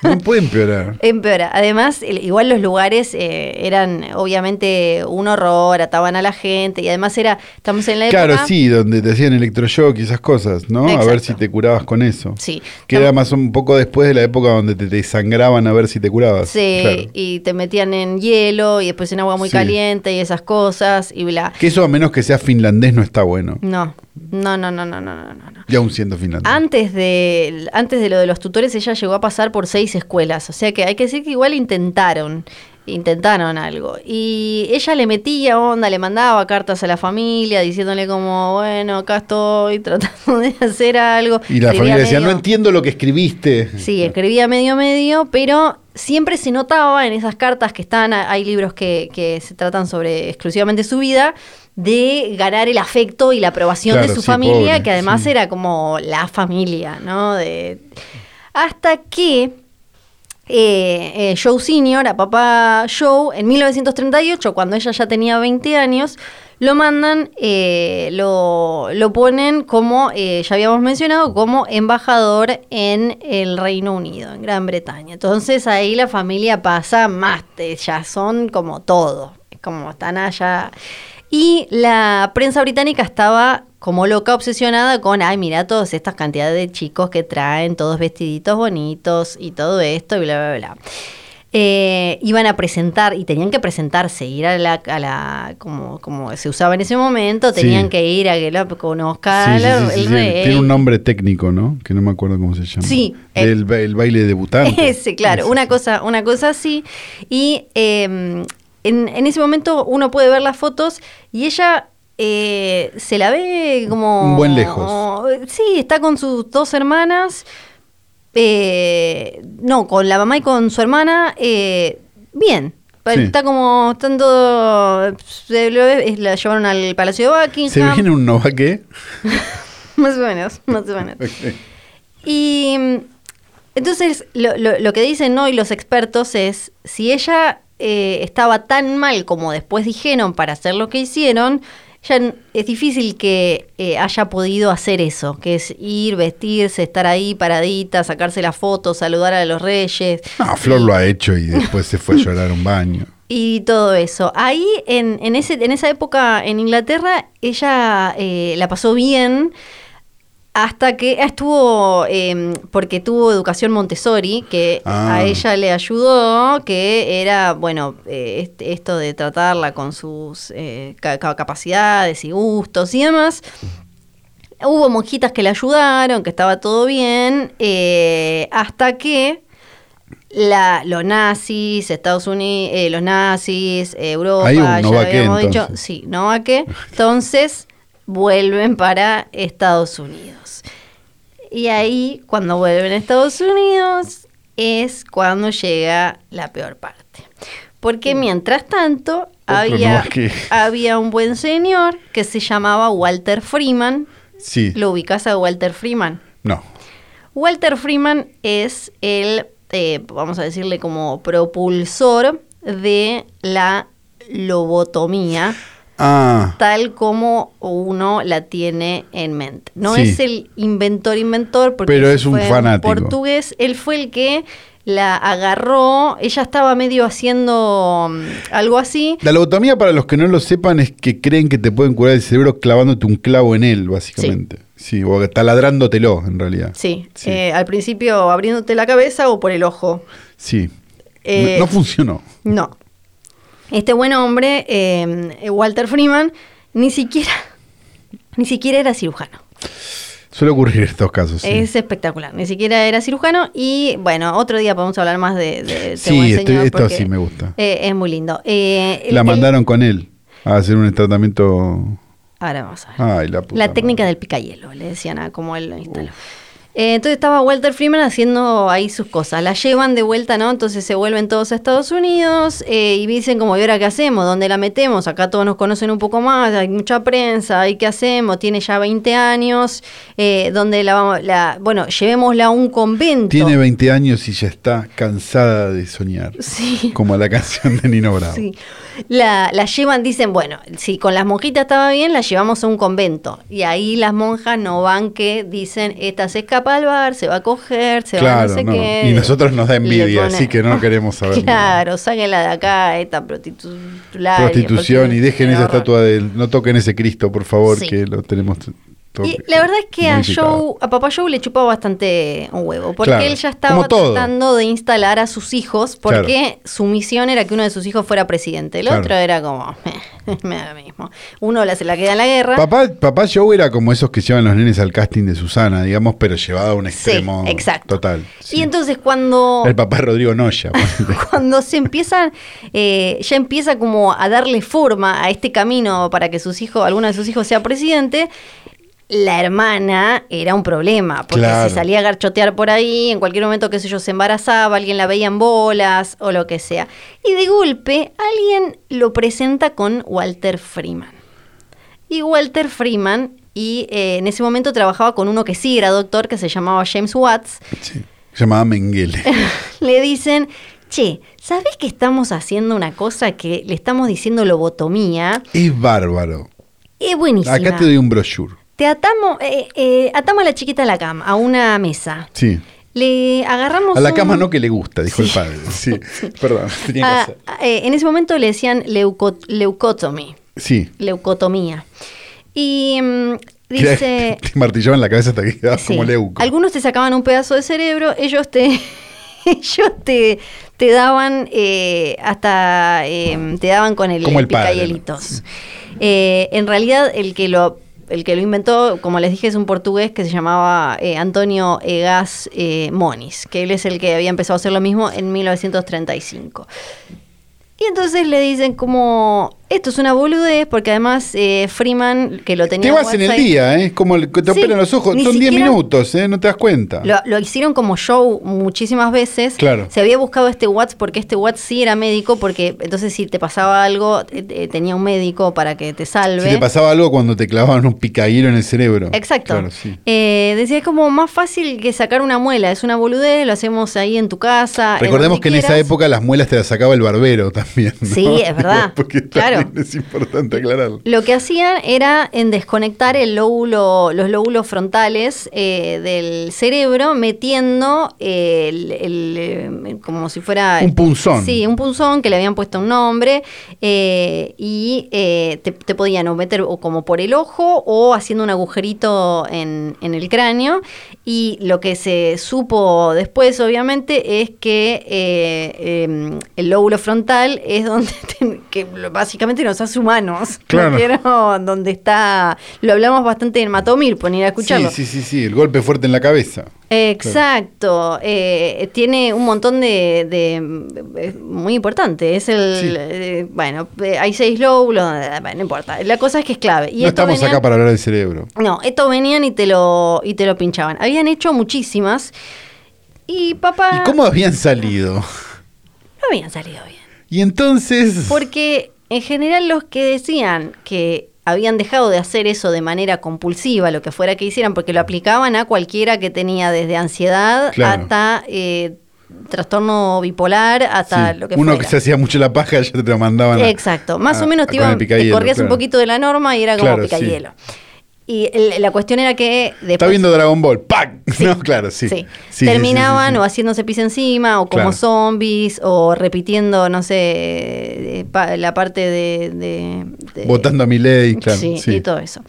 [SPEAKER 3] No puede empeorar.
[SPEAKER 2] Empeora. Además, el- igual los lugares eh, eran obviamente un horror, ataban a la gente y además era, estamos en la época...
[SPEAKER 3] Claro, sí, donde te hacían electroshock y esas cosas, ¿no? A ver
[SPEAKER 2] Exacto.
[SPEAKER 3] si te curabas con eso.
[SPEAKER 2] Sí.
[SPEAKER 3] Que era más un poco después de la época donde te, te sangraban a ver si te curabas.
[SPEAKER 2] Sí,
[SPEAKER 3] claro.
[SPEAKER 2] y te metían en hielo y después en agua muy
[SPEAKER 3] Sí.
[SPEAKER 2] caliente y esas cosas y bla.
[SPEAKER 3] Que eso a menos que sea finlandés no está bueno.
[SPEAKER 2] No, no, no, no, no, no, no, no, no.
[SPEAKER 3] Y aún siendo finlandés.
[SPEAKER 2] Antes de, antes de lo de los tutores, ella llegó a pasar por seis escuelas. O sea que hay que decir que igual intentaron. Intentaron algo. Y ella le metía onda, le mandaba cartas a la familia diciéndole como, bueno, acá estoy tratando de hacer algo.
[SPEAKER 3] y la
[SPEAKER 2] Escribía
[SPEAKER 3] familia decía,
[SPEAKER 2] medio-
[SPEAKER 3] no entiendo lo que escribiste.
[SPEAKER 2] Sí, escribía medio medio, pero siempre se notaba en esas cartas que están, hay libros que, que se tratan sobre exclusivamente su vida, de ganar el afecto y la aprobación de
[SPEAKER 3] Claro,
[SPEAKER 2] su
[SPEAKER 3] sí,
[SPEAKER 2] familia,
[SPEAKER 3] pobre,
[SPEAKER 2] que además
[SPEAKER 3] sí.
[SPEAKER 2] era como la familia, ¿no? De- hasta que eh, eh, Joe Senior, a papá Joe, en 1938, cuando ella ya tenía 20 años, lo mandan, eh, lo, lo ponen como, eh, ya habíamos mencionado, como embajador en el Reino Unido, en Gran Bretaña. Entonces ahí la familia pasa más, te- ya son como todo, es como están allá. Y la prensa británica estaba como loca, obsesionada con, ay, mira todas estas cantidades de chicos que traen, todos vestiditos bonitos y todo esto y bla, bla, bla. Eh, iban a presentar y tenían que presentarse, ir a la, a la como, como se usaba en ese momento,
[SPEAKER 3] Sí.
[SPEAKER 2] tenían que ir a que lo conozca
[SPEAKER 3] Sí, sí,
[SPEAKER 2] la-
[SPEAKER 3] sí, sí,
[SPEAKER 2] el
[SPEAKER 3] sí.
[SPEAKER 2] rey.
[SPEAKER 3] Tiene un nombre técnico, ¿no? Que no me acuerdo cómo se llama.
[SPEAKER 2] Sí, el-
[SPEAKER 3] El, ba- el baile debutante.
[SPEAKER 2] Ese, claro,
[SPEAKER 3] Ese,
[SPEAKER 2] una
[SPEAKER 3] sí.
[SPEAKER 2] cosa, una cosa así. Y eh, en, en ese momento uno puede ver las fotos y ella eh, se la ve como.
[SPEAKER 3] Un buen lejos.
[SPEAKER 2] Sí, está con sus dos hermanas. eh, no, con la mamá y con su hermana. eh, bien.
[SPEAKER 3] Sí.
[SPEAKER 2] Está como tanto. Se lo ve- la llevaron al Palacio de
[SPEAKER 3] ¿Se
[SPEAKER 2] Buckingham.
[SPEAKER 3] viene un novaque?
[SPEAKER 2] Más o menos, más o menos.
[SPEAKER 3] Ok.
[SPEAKER 2] Y mm, entonces lo, lo- lo que dicen hoy los expertos es, si ella eh, estaba tan mal como después dijeron para hacer lo que hicieron, ya n- es difícil que eh, haya podido hacer eso, que es ir, vestirse, estar ahí paradita, sacarse las fotos, saludar a los reyes
[SPEAKER 3] No, Flor lo ha hecho y después se fue a llorar a un baño.
[SPEAKER 2] y todo eso. Ahí, en, en, ese, en esa época en Inglaterra, ella eh, la pasó bien hasta que estuvo, eh, porque tuvo educación Montessori, que
[SPEAKER 3] Ah.
[SPEAKER 2] a ella le ayudó, que era, bueno, eh, est- esto de tratarla con sus eh, ca- ca- capacidades y gustos y demás. Hubo monjitas que le ayudaron, que estaba todo bien, eh, hasta que la, los nazis, Estados Unidos, los nazis, eh, Europa,
[SPEAKER 3] Hay un
[SPEAKER 2] ya lo
[SPEAKER 3] Novaque,
[SPEAKER 2] habíamos dicho,
[SPEAKER 3] entonces.
[SPEAKER 2] sí, Novaque, entonces vuelven para Estados Unidos. Y ahí, cuando vuelven a Estados Unidos, es cuando llega la peor parte. Porque
[SPEAKER 3] Mm.
[SPEAKER 2] mientras tanto, había,
[SPEAKER 3] Novaque.
[SPEAKER 2] había un buen señor que se llamaba Walter Freeman.
[SPEAKER 3] Sí.
[SPEAKER 2] ¿Lo ubicás a Walter Freeman?
[SPEAKER 3] No.
[SPEAKER 2] Walter Freeman es el, eh, vamos a decirle como propulsor de la lobotomía,
[SPEAKER 3] Ah,
[SPEAKER 2] tal como uno la tiene en mente. No
[SPEAKER 3] Sí.
[SPEAKER 2] es el inventor inventor, porque
[SPEAKER 3] Pero
[SPEAKER 2] ese
[SPEAKER 3] es un
[SPEAKER 2] fue
[SPEAKER 3] fanático.
[SPEAKER 2] Portugués, él fue el que la agarró, ella estaba medio haciendo mm, algo así.
[SPEAKER 3] la lobotomía, para los que no lo sepan, es que creen que te pueden curar el cerebro clavándote un clavo en él, básicamente. Sí, o taladrándotelo, en realidad.
[SPEAKER 2] Sí,
[SPEAKER 3] Sí.
[SPEAKER 2] eh, al principio abriéndote la cabeza o por el ojo.
[SPEAKER 3] Sí.
[SPEAKER 2] Eh,
[SPEAKER 3] no funcionó.
[SPEAKER 2] No. Este buen hombre, eh, Walter Freeman, ni siquiera, ni siquiera era cirujano.
[SPEAKER 3] Suele ocurrir en estos casos. Sí,
[SPEAKER 2] Es espectacular. Ni siquiera era cirujano. Y bueno, otro día podemos hablar más de, de este
[SPEAKER 3] Sí,
[SPEAKER 2] buen
[SPEAKER 3] estoy-
[SPEAKER 2] señor
[SPEAKER 3] esto
[SPEAKER 2] porque,
[SPEAKER 3] sí me gusta.
[SPEAKER 2] eh, es muy lindo. Eh, el-
[SPEAKER 3] la
[SPEAKER 2] el-
[SPEAKER 3] mandaron con él a hacer un tratamiento.
[SPEAKER 2] ahora vamos a ver.
[SPEAKER 3] Ay, la puta.
[SPEAKER 2] La técnica del picayelo, le decían a como él lo instaló. Eh, entonces estaba Walter Freeman haciendo ahí sus cosas. La llevan de vuelta, ¿no? Entonces se vuelven todos a Estados Unidos eh, y dicen como, ¿y ahora qué hacemos? ¿Dónde la metemos? Acá todos nos conocen un poco más, hay mucha prensa, ¿y qué hacemos? Tiene ya 20 años, eh, ¿dónde la vamos? La, bueno, llevémosla a un convento.
[SPEAKER 3] Tiene 20 años y ya está cansada de soñar.
[SPEAKER 2] Sí.
[SPEAKER 3] Como la canción de Nino Bravo.
[SPEAKER 2] Sí. La, la llevan, dicen, bueno, si con las monjitas estaba bien, las llevamos a un convento. Y ahí las monjas no van que dicen, esta se escapa al bar, se va a coger, se va a
[SPEAKER 3] Claro,
[SPEAKER 2] no sé
[SPEAKER 3] no.
[SPEAKER 2] qué.
[SPEAKER 3] Y nosotros nos da
[SPEAKER 2] Le
[SPEAKER 3] envidia,
[SPEAKER 2] pone-
[SPEAKER 3] así que no queremos saber nada.
[SPEAKER 2] Claro, sáquenla de acá, esta prostitución.
[SPEAKER 3] Prostitución y dejen esa estatua de él. No toquen ese Cristo, por favor,
[SPEAKER 2] Sí.
[SPEAKER 3] que lo tenemos todo
[SPEAKER 2] Y la verdad es que a,
[SPEAKER 3] modificado.
[SPEAKER 2] Joe, a papá Joe le chupaba bastante un huevo, porque
[SPEAKER 3] Claro,
[SPEAKER 2] él ya
[SPEAKER 3] como
[SPEAKER 2] estaba
[SPEAKER 3] todo.
[SPEAKER 2] tratando de instalar a sus hijos,
[SPEAKER 3] Claro.
[SPEAKER 2] porque su misión era que uno de sus hijos fuera presidente, el
[SPEAKER 3] Claro.
[SPEAKER 2] otro era como, me da lo mismo. Uno la, se la queda en la guerra.
[SPEAKER 3] Papá, papá Joe era como esos que llevan los nenes al casting de Susana, digamos, pero llevado a un
[SPEAKER 2] Sí,
[SPEAKER 3] extremo
[SPEAKER 2] exacto.
[SPEAKER 3] total. sí.
[SPEAKER 2] Y entonces cuando...
[SPEAKER 3] El papá Rodrigo Noya.
[SPEAKER 2] cuando se empiezan, eh, ya empieza como a darle forma a este camino para que sus hijos, alguno de sus hijos sea presidente, la hermana era un problema, porque
[SPEAKER 3] Claro.
[SPEAKER 2] si salía a garchotear por ahí, en cualquier momento, qué sé yo, se embarazaba, alguien la veía en bolas o lo que sea. Y de golpe, alguien lo presenta con Walter Freeman. Y Walter Freeman, y eh, en ese momento trabajaba con uno que sí era doctor, que se llamaba James Watts,
[SPEAKER 3] Sí. Llamaba Mengele.
[SPEAKER 2] le dicen, che, ¿sabés que estamos haciendo una cosa que le estamos diciendo lobotomía?
[SPEAKER 3] Es bárbaro.
[SPEAKER 2] Es buenísima.
[SPEAKER 3] Acá te doy un brochure.
[SPEAKER 2] Te atamos, eh, eh, atamos a la chiquita a la cama, a una mesa.
[SPEAKER 3] Sí.
[SPEAKER 2] Le agarramos
[SPEAKER 3] A la
[SPEAKER 2] un-
[SPEAKER 3] cama no que le gusta, dijo
[SPEAKER 2] Sí.
[SPEAKER 3] el padre. Sí. Perdón, tenía que
[SPEAKER 2] Ah,
[SPEAKER 3] hacer.
[SPEAKER 2] ah, eh, en ese momento le decían leuco- leucotomy,
[SPEAKER 3] Sí.
[SPEAKER 2] leucotomía. Y mm,
[SPEAKER 3] Era-
[SPEAKER 2] dice...
[SPEAKER 3] Te martillaban la cabeza hasta que quedabas
[SPEAKER 2] Sí.
[SPEAKER 3] como leuco.
[SPEAKER 2] Algunos te sacaban un pedazo de cerebro, ellos te, ellos te, te daban eh, hasta eh, te daban con el,
[SPEAKER 3] Como el padre,
[SPEAKER 2] picayelitos. Eh, en realidad, el que lo el que lo inventó, como les dije, es un portugués que se llamaba eh, Antonio Egas eh, Moniz, que él es el que había empezado a hacer lo mismo en 1935. Y entonces le dicen como, esto es una boludez, porque además eh, Freeman, que lo tenía...
[SPEAKER 3] Te
[SPEAKER 2] en
[SPEAKER 3] vas en el
[SPEAKER 2] WhatsApp,
[SPEAKER 3] día, ¿eh? Es Como el que te
[SPEAKER 2] Sí,
[SPEAKER 3] operan los ojos.
[SPEAKER 2] ni
[SPEAKER 3] Son 10
[SPEAKER 2] siquiera-
[SPEAKER 3] minutos, ¿eh? No te das cuenta.
[SPEAKER 2] lo, lo hicieron como show muchísimas veces.
[SPEAKER 3] Claro.
[SPEAKER 2] Se había buscado este Watts porque este Watts sí era médico, porque entonces si te pasaba algo, eh, eh, tenía un médico para que te salve.
[SPEAKER 3] Si te pasaba algo cuando te clavaban un picadillo en el cerebro.
[SPEAKER 2] Exacto.
[SPEAKER 3] Claro, sí.
[SPEAKER 2] Eh, decía, es como más fácil que sacar una muela. Es una boludez, lo hacemos ahí en tu casa. en
[SPEAKER 3] Recordemos
[SPEAKER 2] donde
[SPEAKER 3] que en esa
[SPEAKER 2] Ah, quieras.
[SPEAKER 3] época las muelas te las sacaba el barbero también. ¿no?
[SPEAKER 2] Sí, es verdad.
[SPEAKER 3] Porque
[SPEAKER 2] Claro. Claro.
[SPEAKER 3] Es importante aclararlo.
[SPEAKER 2] Lo que hacían era en desconectar el lóbulo, los lóbulos frontales eh, del cerebro, metiendo eh, el, el, eh, como si fuera
[SPEAKER 3] Un punzón.
[SPEAKER 2] Sí, un punzón que le habían puesto un nombre eh, y eh, te, te podían o meter o como por el ojo o haciendo un agujerito en, en el cráneo. Y lo que se supo después, obviamente, es que eh, eh, el lóbulo frontal es donde ten- que lo- básicamente nos hace humanos.
[SPEAKER 3] Claro.
[SPEAKER 2] Pero donde está, lo hablamos bastante en Matomir, poner a escucharlo.
[SPEAKER 3] Sí, sí, sí, sí, el golpe fuerte en la cabeza.
[SPEAKER 2] Exacto, eh, tiene un montón de, de- es muy importante, es el,
[SPEAKER 3] Sí.
[SPEAKER 2] eh, bueno, eh, hay seis lóbulos, eh, bueno, no importa, la cosa es que es clave. Y esto
[SPEAKER 3] no estamos
[SPEAKER 2] venían-
[SPEAKER 3] acá para hablar del cerebro.
[SPEAKER 2] No, esto venían y te lo y te lo pinchaban. Habían hecho muchísimas y papá
[SPEAKER 3] ¿Y cómo habían salido?
[SPEAKER 2] no habían salido bien.
[SPEAKER 3] Y entonces...
[SPEAKER 2] Porque en general los que decían que habían dejado de hacer eso de manera compulsiva, lo que fuera que hicieran, porque lo aplicaban a cualquiera que tenía desde ansiedad
[SPEAKER 3] Claro.
[SPEAKER 2] hasta eh, trastorno bipolar, hasta
[SPEAKER 3] Sí,
[SPEAKER 2] lo que
[SPEAKER 3] uno
[SPEAKER 2] fuera.
[SPEAKER 3] que se hacía mucho la paja ya te lo mandaban. a-
[SPEAKER 2] Exacto, más
[SPEAKER 3] a-
[SPEAKER 2] o menos
[SPEAKER 3] a-
[SPEAKER 2] te,
[SPEAKER 3] con
[SPEAKER 2] iban-
[SPEAKER 3] el
[SPEAKER 2] te
[SPEAKER 3] picahielo,
[SPEAKER 2] corrías un
[SPEAKER 3] claro.
[SPEAKER 2] poquito de la norma y era como
[SPEAKER 3] Claro,
[SPEAKER 2] pica
[SPEAKER 3] sí.
[SPEAKER 2] hielo. Y el- la cuestión era que después...
[SPEAKER 3] Está viendo Dragon Ball, ¡pac! No, claro, sí.
[SPEAKER 2] Sí.
[SPEAKER 3] Sí, sí,
[SPEAKER 2] Terminaban
[SPEAKER 3] sí, sí, sí.
[SPEAKER 2] o haciéndose pis encima, o como
[SPEAKER 3] Claro.
[SPEAKER 2] zombies, o repitiendo, no sé, eh, pa- la parte de. de- de-
[SPEAKER 3] Votando a mi ley, claro.
[SPEAKER 2] Sí,
[SPEAKER 3] sí.
[SPEAKER 2] y todo eso.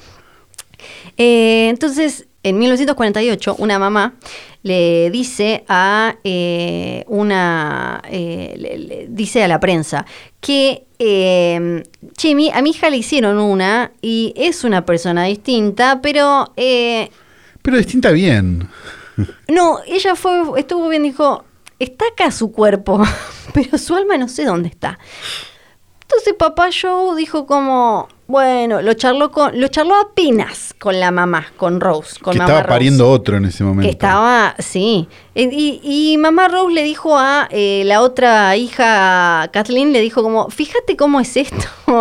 [SPEAKER 2] Eh, entonces, en 1948, una mamá le dice a eh, una eh, le- le dice a la prensa que eh, che, mi- a mi hija le hicieron una y es una persona distinta, pero eh,
[SPEAKER 3] Pero distinta bien.
[SPEAKER 2] no, ella fue, estuvo bien, dijo, está acá su cuerpo, pero su alma no sé dónde está. Entonces papá Joe dijo como, bueno, lo charló con, lo charló apenas con la mamá, con Rose, con
[SPEAKER 3] que
[SPEAKER 2] mamá
[SPEAKER 3] estaba
[SPEAKER 2] Rose.
[SPEAKER 3] pariendo otro en ese momento.
[SPEAKER 2] Que estaba, sí. Eh, Y, y mamá Rose le dijo a eh, la otra hija, Kathleen, le dijo como, fíjate cómo es esto.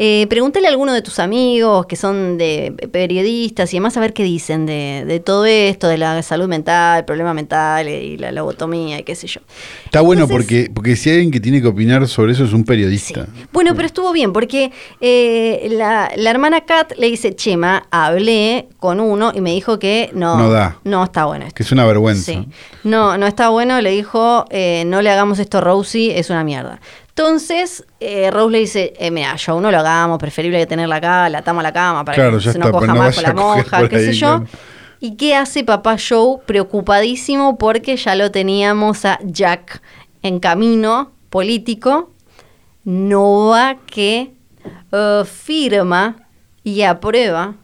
[SPEAKER 2] Eh, pregúntale a alguno de tus amigos que son de eh, periodistas y demás a ver qué dicen de, de todo esto, de la salud mental, problema mental eh, y la lobotomía y qué sé yo.
[SPEAKER 3] Está bueno
[SPEAKER 2] Entonces-
[SPEAKER 3] porque, porque si hay alguien que tiene que opinar sobre eso es un periodista.
[SPEAKER 2] Sí. Bueno, pero estuvo bien, porque eh, la, la hermana Kat le dice, Chema, hablé con uno y me dijo que no,
[SPEAKER 3] No da.
[SPEAKER 2] no está bueno esto.
[SPEAKER 3] Que es una vergüenza.
[SPEAKER 2] Sí. No, no está bueno. Le dijo, eh, no le hagamos esto a Rosie, es una mierda. Entonces, eh, Rose le dice, eh, mira, yo no lo hagamos, preferible que tenerla acá, la atamos a la cama para
[SPEAKER 3] Claro,
[SPEAKER 2] que
[SPEAKER 3] ya
[SPEAKER 2] se no
[SPEAKER 3] está,
[SPEAKER 2] coja
[SPEAKER 3] pues no
[SPEAKER 2] más con
[SPEAKER 3] vaya
[SPEAKER 2] la
[SPEAKER 3] a coger
[SPEAKER 2] monja,
[SPEAKER 3] por
[SPEAKER 2] qué
[SPEAKER 3] ahí,
[SPEAKER 2] sé yo.
[SPEAKER 3] claro.
[SPEAKER 2] ¿Y qué hace papá Joe? Preocupadísimo porque ya lo teníamos a Jack en camino político. No va que eh, firma y aprueba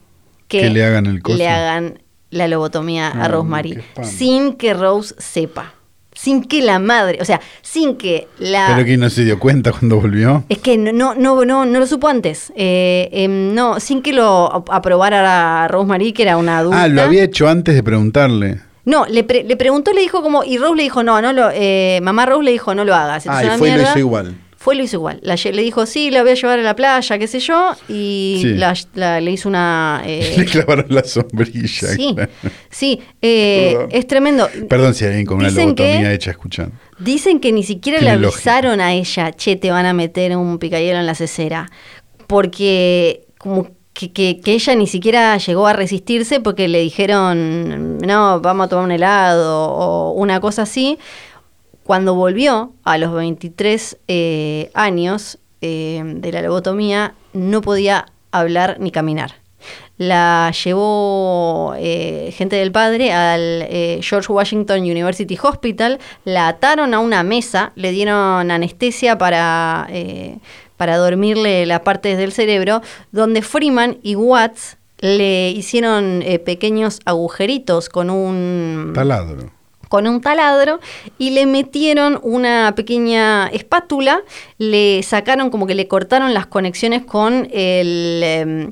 [SPEAKER 2] que,
[SPEAKER 3] Que le hagan el coso.
[SPEAKER 2] le hagan la lobotomía a
[SPEAKER 3] Ah,
[SPEAKER 2] Rosemary
[SPEAKER 3] qué espanto.
[SPEAKER 2] sin que Rose sepa, sin que la madre, o sea, sin que la...
[SPEAKER 3] Pero que no se dio cuenta cuando volvió.
[SPEAKER 2] Es que no, no, no, no, no lo supo antes. Eh, em, no, sin que lo ap- aprobara a Rosemary, que era una adulta.
[SPEAKER 3] Ah, lo había hecho antes de preguntarle.
[SPEAKER 2] No, le, pre- le preguntó, le dijo como, y Rose le dijo, no, no lo, eh, mamá Rose le dijo, no lo hagas.
[SPEAKER 3] Ah,
[SPEAKER 2] es
[SPEAKER 3] y
[SPEAKER 2] una
[SPEAKER 3] fue y lo
[SPEAKER 2] mierda.
[SPEAKER 3] hizo igual.
[SPEAKER 2] Fue y lo hizo igual. La lle- le dijo, sí, la voy a llevar a la playa, qué sé yo, y
[SPEAKER 3] Sí.
[SPEAKER 2] la- la- le hizo una... eh,
[SPEAKER 3] Le clavaron la sombrilla.
[SPEAKER 2] sí,
[SPEAKER 3] claro.
[SPEAKER 2] sí, eh,
[SPEAKER 3] Perdón.
[SPEAKER 2] es tremendo.
[SPEAKER 3] Perdón si hay alguien con una
[SPEAKER 2] Dicen que-
[SPEAKER 3] lobotomía hecha escuchando.
[SPEAKER 2] Dicen que ni siquiera le
[SPEAKER 3] Tiene lógica.
[SPEAKER 2] avisaron a ella, che, te van a meter un picayelo en la cesera. Porque como que, que- que ella ni siquiera llegó a resistirse porque le dijeron, no, vamos a tomar un helado o una cosa así. Cuando volvió a los 23 eh, años eh, de la lobotomía, no podía hablar ni caminar. La llevó eh, gente del padre al eh, George Washington University Hospital, la ataron a una mesa, le dieron anestesia para, eh, para dormirle las partes del cerebro, donde Freeman y Watts le hicieron eh, pequeños agujeritos con un
[SPEAKER 3] Taladro.
[SPEAKER 2] con un taladro y le metieron una pequeña espátula, le sacaron como que le cortaron las conexiones con el, em,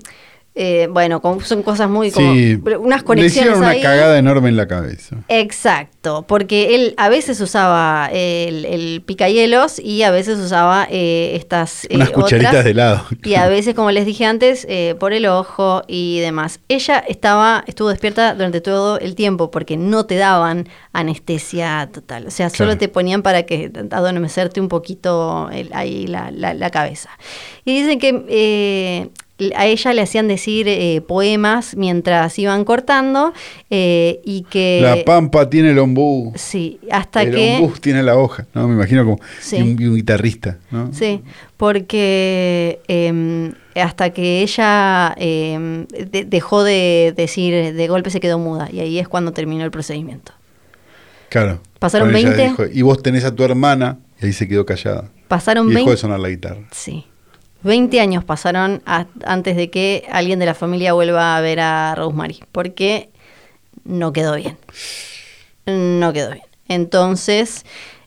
[SPEAKER 2] Eh, bueno, con- son cosas muy como
[SPEAKER 3] Sí,
[SPEAKER 2] unas
[SPEAKER 3] le
[SPEAKER 2] conexiones
[SPEAKER 3] hicieron una
[SPEAKER 2] ahí.
[SPEAKER 3] cagada enorme en la cabeza.
[SPEAKER 2] Exacto, porque él a veces usaba el, el picayelos y a veces usaba eh, estas eh,
[SPEAKER 3] Unas cucharitas
[SPEAKER 2] otras.
[SPEAKER 3] de helado.
[SPEAKER 2] Y a veces, como les dije antes, eh, por el ojo y demás. Ella estaba, estuvo despierta durante todo el tiempo porque no te daban anestesia total. O sea, solo
[SPEAKER 3] Claro.
[SPEAKER 2] te ponían para que adormecerte un poquito el- ahí la, la- la cabeza. Y dicen que eh, a ella le hacían decir eh, poemas mientras iban cortando eh, y que...
[SPEAKER 3] la pampa tiene el ombú.
[SPEAKER 2] Sí, hasta
[SPEAKER 3] el
[SPEAKER 2] que...
[SPEAKER 3] ombú tiene la hoja. No, me imagino como
[SPEAKER 2] Sí.
[SPEAKER 3] y un, y un guitarrista. ¿no?
[SPEAKER 2] Sí, porque eh, hasta que ella eh, de- dejó de decir de golpe se quedó muda y ahí es cuando terminó el procedimiento.
[SPEAKER 3] Claro.
[SPEAKER 2] Pasaron
[SPEAKER 3] Cuando ella
[SPEAKER 2] 20.
[SPEAKER 3] dijo, y vos tenés a tu hermana. Y ahí se quedó callada.
[SPEAKER 2] Pasaron
[SPEAKER 3] Y
[SPEAKER 2] 20,
[SPEAKER 3] dejó de sonar la guitarra.
[SPEAKER 2] sí, 20 años pasaron a- antes de que alguien de la familia vuelva a ver a Rosemary porque no quedó bien. No quedó bien. Entonces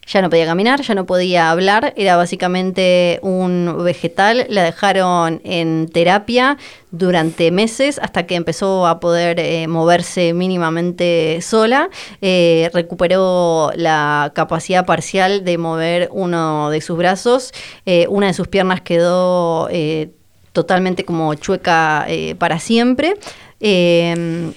[SPEAKER 2] ya no podía caminar, ya no podía hablar, era básicamente un vegetal. La dejaron en terapia durante meses hasta que empezó a poder eh, moverse mínimamente sola. Eh, recuperó la capacidad parcial de mover uno de sus brazos. Eh, una de sus piernas quedó eh, totalmente como chueca eh, para siempre. Eh,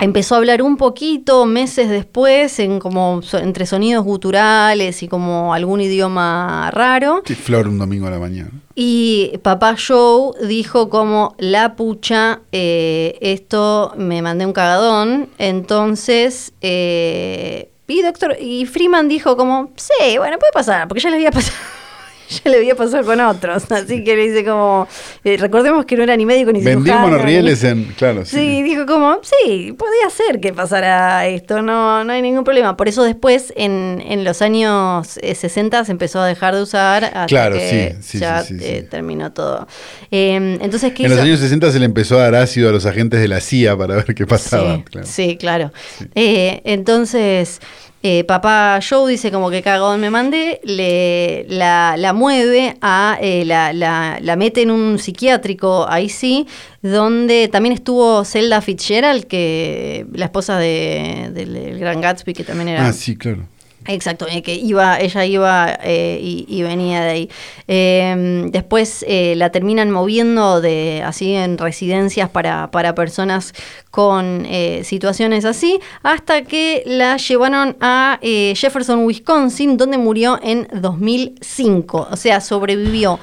[SPEAKER 2] Empezó a hablar un poquito meses después, en como so- entre sonidos guturales y como algún idioma raro.
[SPEAKER 3] Sí, Flor un domingo a la mañana.
[SPEAKER 2] Y papá Joe dijo como la pucha, eh, esto me mandé un cagadón. Entonces, eh, y doctor, y Freeman dijo como, sí, bueno, puede pasar, porque ya le había pasado. Ya le había pasado con otros, así que le dice como, eh, recordemos que no era ni médico ni
[SPEAKER 3] Vendía
[SPEAKER 2] cirujano, ni-
[SPEAKER 3] monorrieles en. Claro, sí.
[SPEAKER 2] Sí, dijo como, sí, podía ser que pasara esto, no, no hay ningún problema. Por eso después, en, en los años eh, 60, se empezó a dejar de usar hasta
[SPEAKER 3] Claro,
[SPEAKER 2] que
[SPEAKER 3] sí, sí,
[SPEAKER 2] ya
[SPEAKER 3] sí, sí,
[SPEAKER 2] eh,
[SPEAKER 3] sí.
[SPEAKER 2] terminó todo. Eh, entonces, ¿qué
[SPEAKER 3] En los
[SPEAKER 2] hizo?
[SPEAKER 3] años 60 se le empezó a dar ácido a los agentes de la CIA para ver qué pasaba.
[SPEAKER 2] Sí,
[SPEAKER 3] claro.
[SPEAKER 2] sí, claro. Eh, entonces, eh, papá Joe dice como que cagón me mandé, le, la, la mueve a, eh, la, la- la mete en un psiquiátrico, ahí sí, donde también estuvo Zelda Fitzgerald, que la esposa de, del, del gran Gatsby, que también era...
[SPEAKER 3] Ah, sí, claro.
[SPEAKER 2] Exacto, eh, que iba, ella iba eh, y, y venía de ahí. Eh, después eh, la terminan moviendo de así en residencias para, para personas con eh, situaciones así, hasta que la llevaron a eh, Jefferson, Wisconsin, donde murió en 2005. O sea, sobrevivió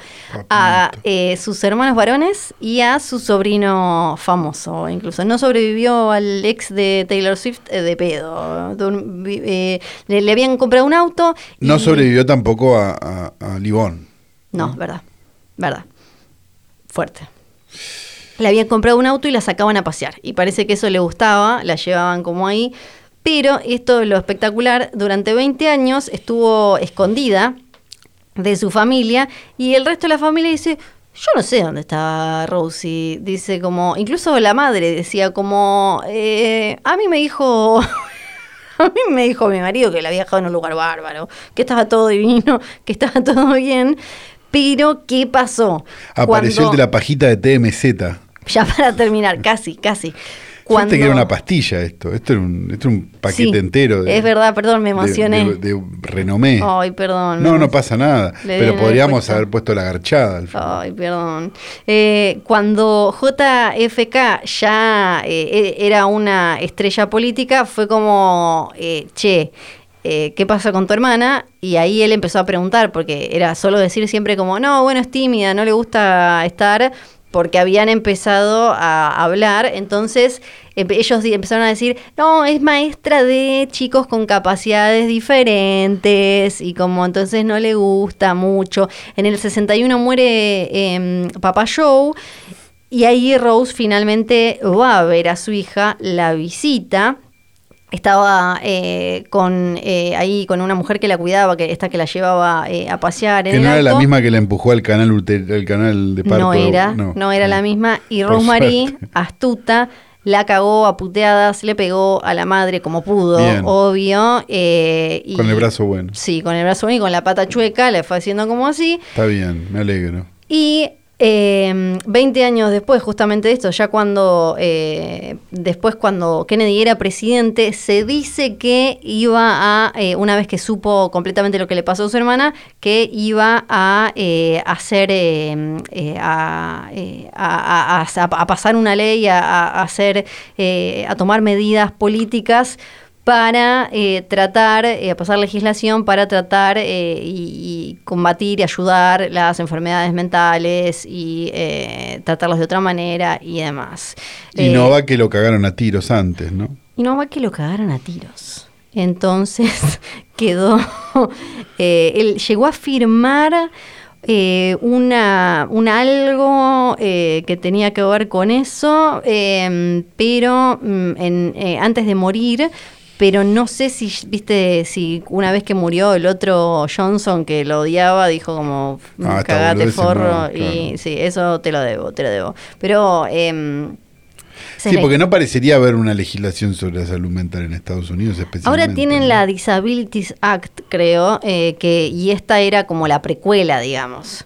[SPEAKER 2] a
[SPEAKER 3] Papito.
[SPEAKER 2] eh, sus hermanos varones y a su sobrino famoso. Incluso no sobrevivió al ex de Taylor Swift eh, de pedo. Dur- vi- eh, le, le habían comprado un auto. y-
[SPEAKER 3] No sobrevivió tampoco a, a, a Libón.
[SPEAKER 2] No, verdad. Verdad. Fuerte. Le habían comprado un auto y la sacaban a pasear. Y parece que eso le gustaba, la llevaban como ahí. Pero esto es lo espectacular. Durante 20 años estuvo escondida de su familia y el resto de la familia dice, yo no sé dónde está Rosie. Dice como, incluso la madre decía como, "Eh, a mí me dijo... A mí me dijo mi marido que la había dejado en un lugar bárbaro, que estaba todo divino, que estaba todo bien, pero ¿qué pasó?
[SPEAKER 3] Apareció
[SPEAKER 2] Cuando-
[SPEAKER 3] el de la pajita de TMZ.
[SPEAKER 2] Ya para terminar, casi, casi.
[SPEAKER 3] Cuando... que era una
[SPEAKER 2] pastilla
[SPEAKER 3] pastilla esto. Esto era un, esto era un paquete
[SPEAKER 2] Sí,
[SPEAKER 3] entero. de-
[SPEAKER 2] es verdad, perdón, me
[SPEAKER 3] de-
[SPEAKER 2] emocioné.
[SPEAKER 3] De, de renomé.
[SPEAKER 2] Ay, perdón. me
[SPEAKER 3] no, no
[SPEAKER 2] emocioné.
[SPEAKER 3] pasa nada.
[SPEAKER 2] Le
[SPEAKER 3] Pero
[SPEAKER 2] deben
[SPEAKER 3] podríamos
[SPEAKER 2] puesto-
[SPEAKER 3] haber puesto la garchada al final.
[SPEAKER 2] Ay, perdón. Eh, cuando JFK ya eh, e- era una estrella política, fue como, eh, che, eh, ¿qué pasa con tu hermana? Y ahí él empezó a preguntar, porque era solo decir siempre como, no, bueno, es tímida, no le gusta estar, porque habían empezado a hablar, entonces empe- ellos di- empezaron a decir, no, es maestra de chicos con capacidades diferentes y como entonces no le gusta mucho. En el 61 muere em, Papá Joe y ahí Rose finalmente va a ver a su hija, la visita. Estaba eh, con eh, ahí con una mujer que la cuidaba, que esta que la llevaba eh, a pasear en
[SPEAKER 3] Que
[SPEAKER 2] el
[SPEAKER 3] no era la
[SPEAKER 2] auto.
[SPEAKER 3] misma que la empujó al canal, ulter- al canal de parto.
[SPEAKER 2] No era, no, era la misma. Y
[SPEAKER 3] Por
[SPEAKER 2] Rosemary,
[SPEAKER 3] suerte.
[SPEAKER 2] astuta, la cagó a puteadas, le pegó a la madre como pudo,
[SPEAKER 3] Bien.
[SPEAKER 2] obvio. eh, y-
[SPEAKER 3] Con el brazo bueno.
[SPEAKER 2] Sí, con el brazo bueno y con la pata chueca, le fue haciendo como así.
[SPEAKER 3] Está bien, me alegro.
[SPEAKER 2] Y Eh, 20 años después, justamente de esto, ya cuando, eh, después cuando Kennedy era presidente, se dice que iba a, eh, una vez que supo completamente lo que le pasó a su hermana, que iba a eh, hacer, eh, eh, a, eh, a- a- a- a pasar una ley, a, a- a hacer, eh, a tomar medidas políticas para eh, tratar, eh, pasar legislación para tratar eh, y, y combatir y ayudar las enfermedades mentales y eh, tratarlas de otra manera y demás.
[SPEAKER 3] Y
[SPEAKER 2] Eh,
[SPEAKER 3] no va que lo cagaron a tiros antes, ¿no?
[SPEAKER 2] y no va que lo cagaron a tiros. Entonces quedó. eh, él llegó a firmar eh, una, un algo eh, que tenía que ver con eso, eh, pero mm, en, eh, antes de morir. Pero no sé si, viste, si una vez que murió el otro Johnson que lo odiaba, dijo como, "Mm,
[SPEAKER 3] Ah, esta
[SPEAKER 2] cagate
[SPEAKER 3] boludez no,
[SPEAKER 2] forro.
[SPEAKER 3] claro.
[SPEAKER 2] Y sí, eso te lo debo, te lo debo. Pero... em, se
[SPEAKER 3] Sí,
[SPEAKER 2] le-
[SPEAKER 3] porque no parecería haber una legislación sobre la salud mental en Estados Unidos específicamente.
[SPEAKER 2] Ahora tienen
[SPEAKER 3] ¿no?
[SPEAKER 2] la Disabilities Act, creo, eh, que y esta era como la precuela, digamos.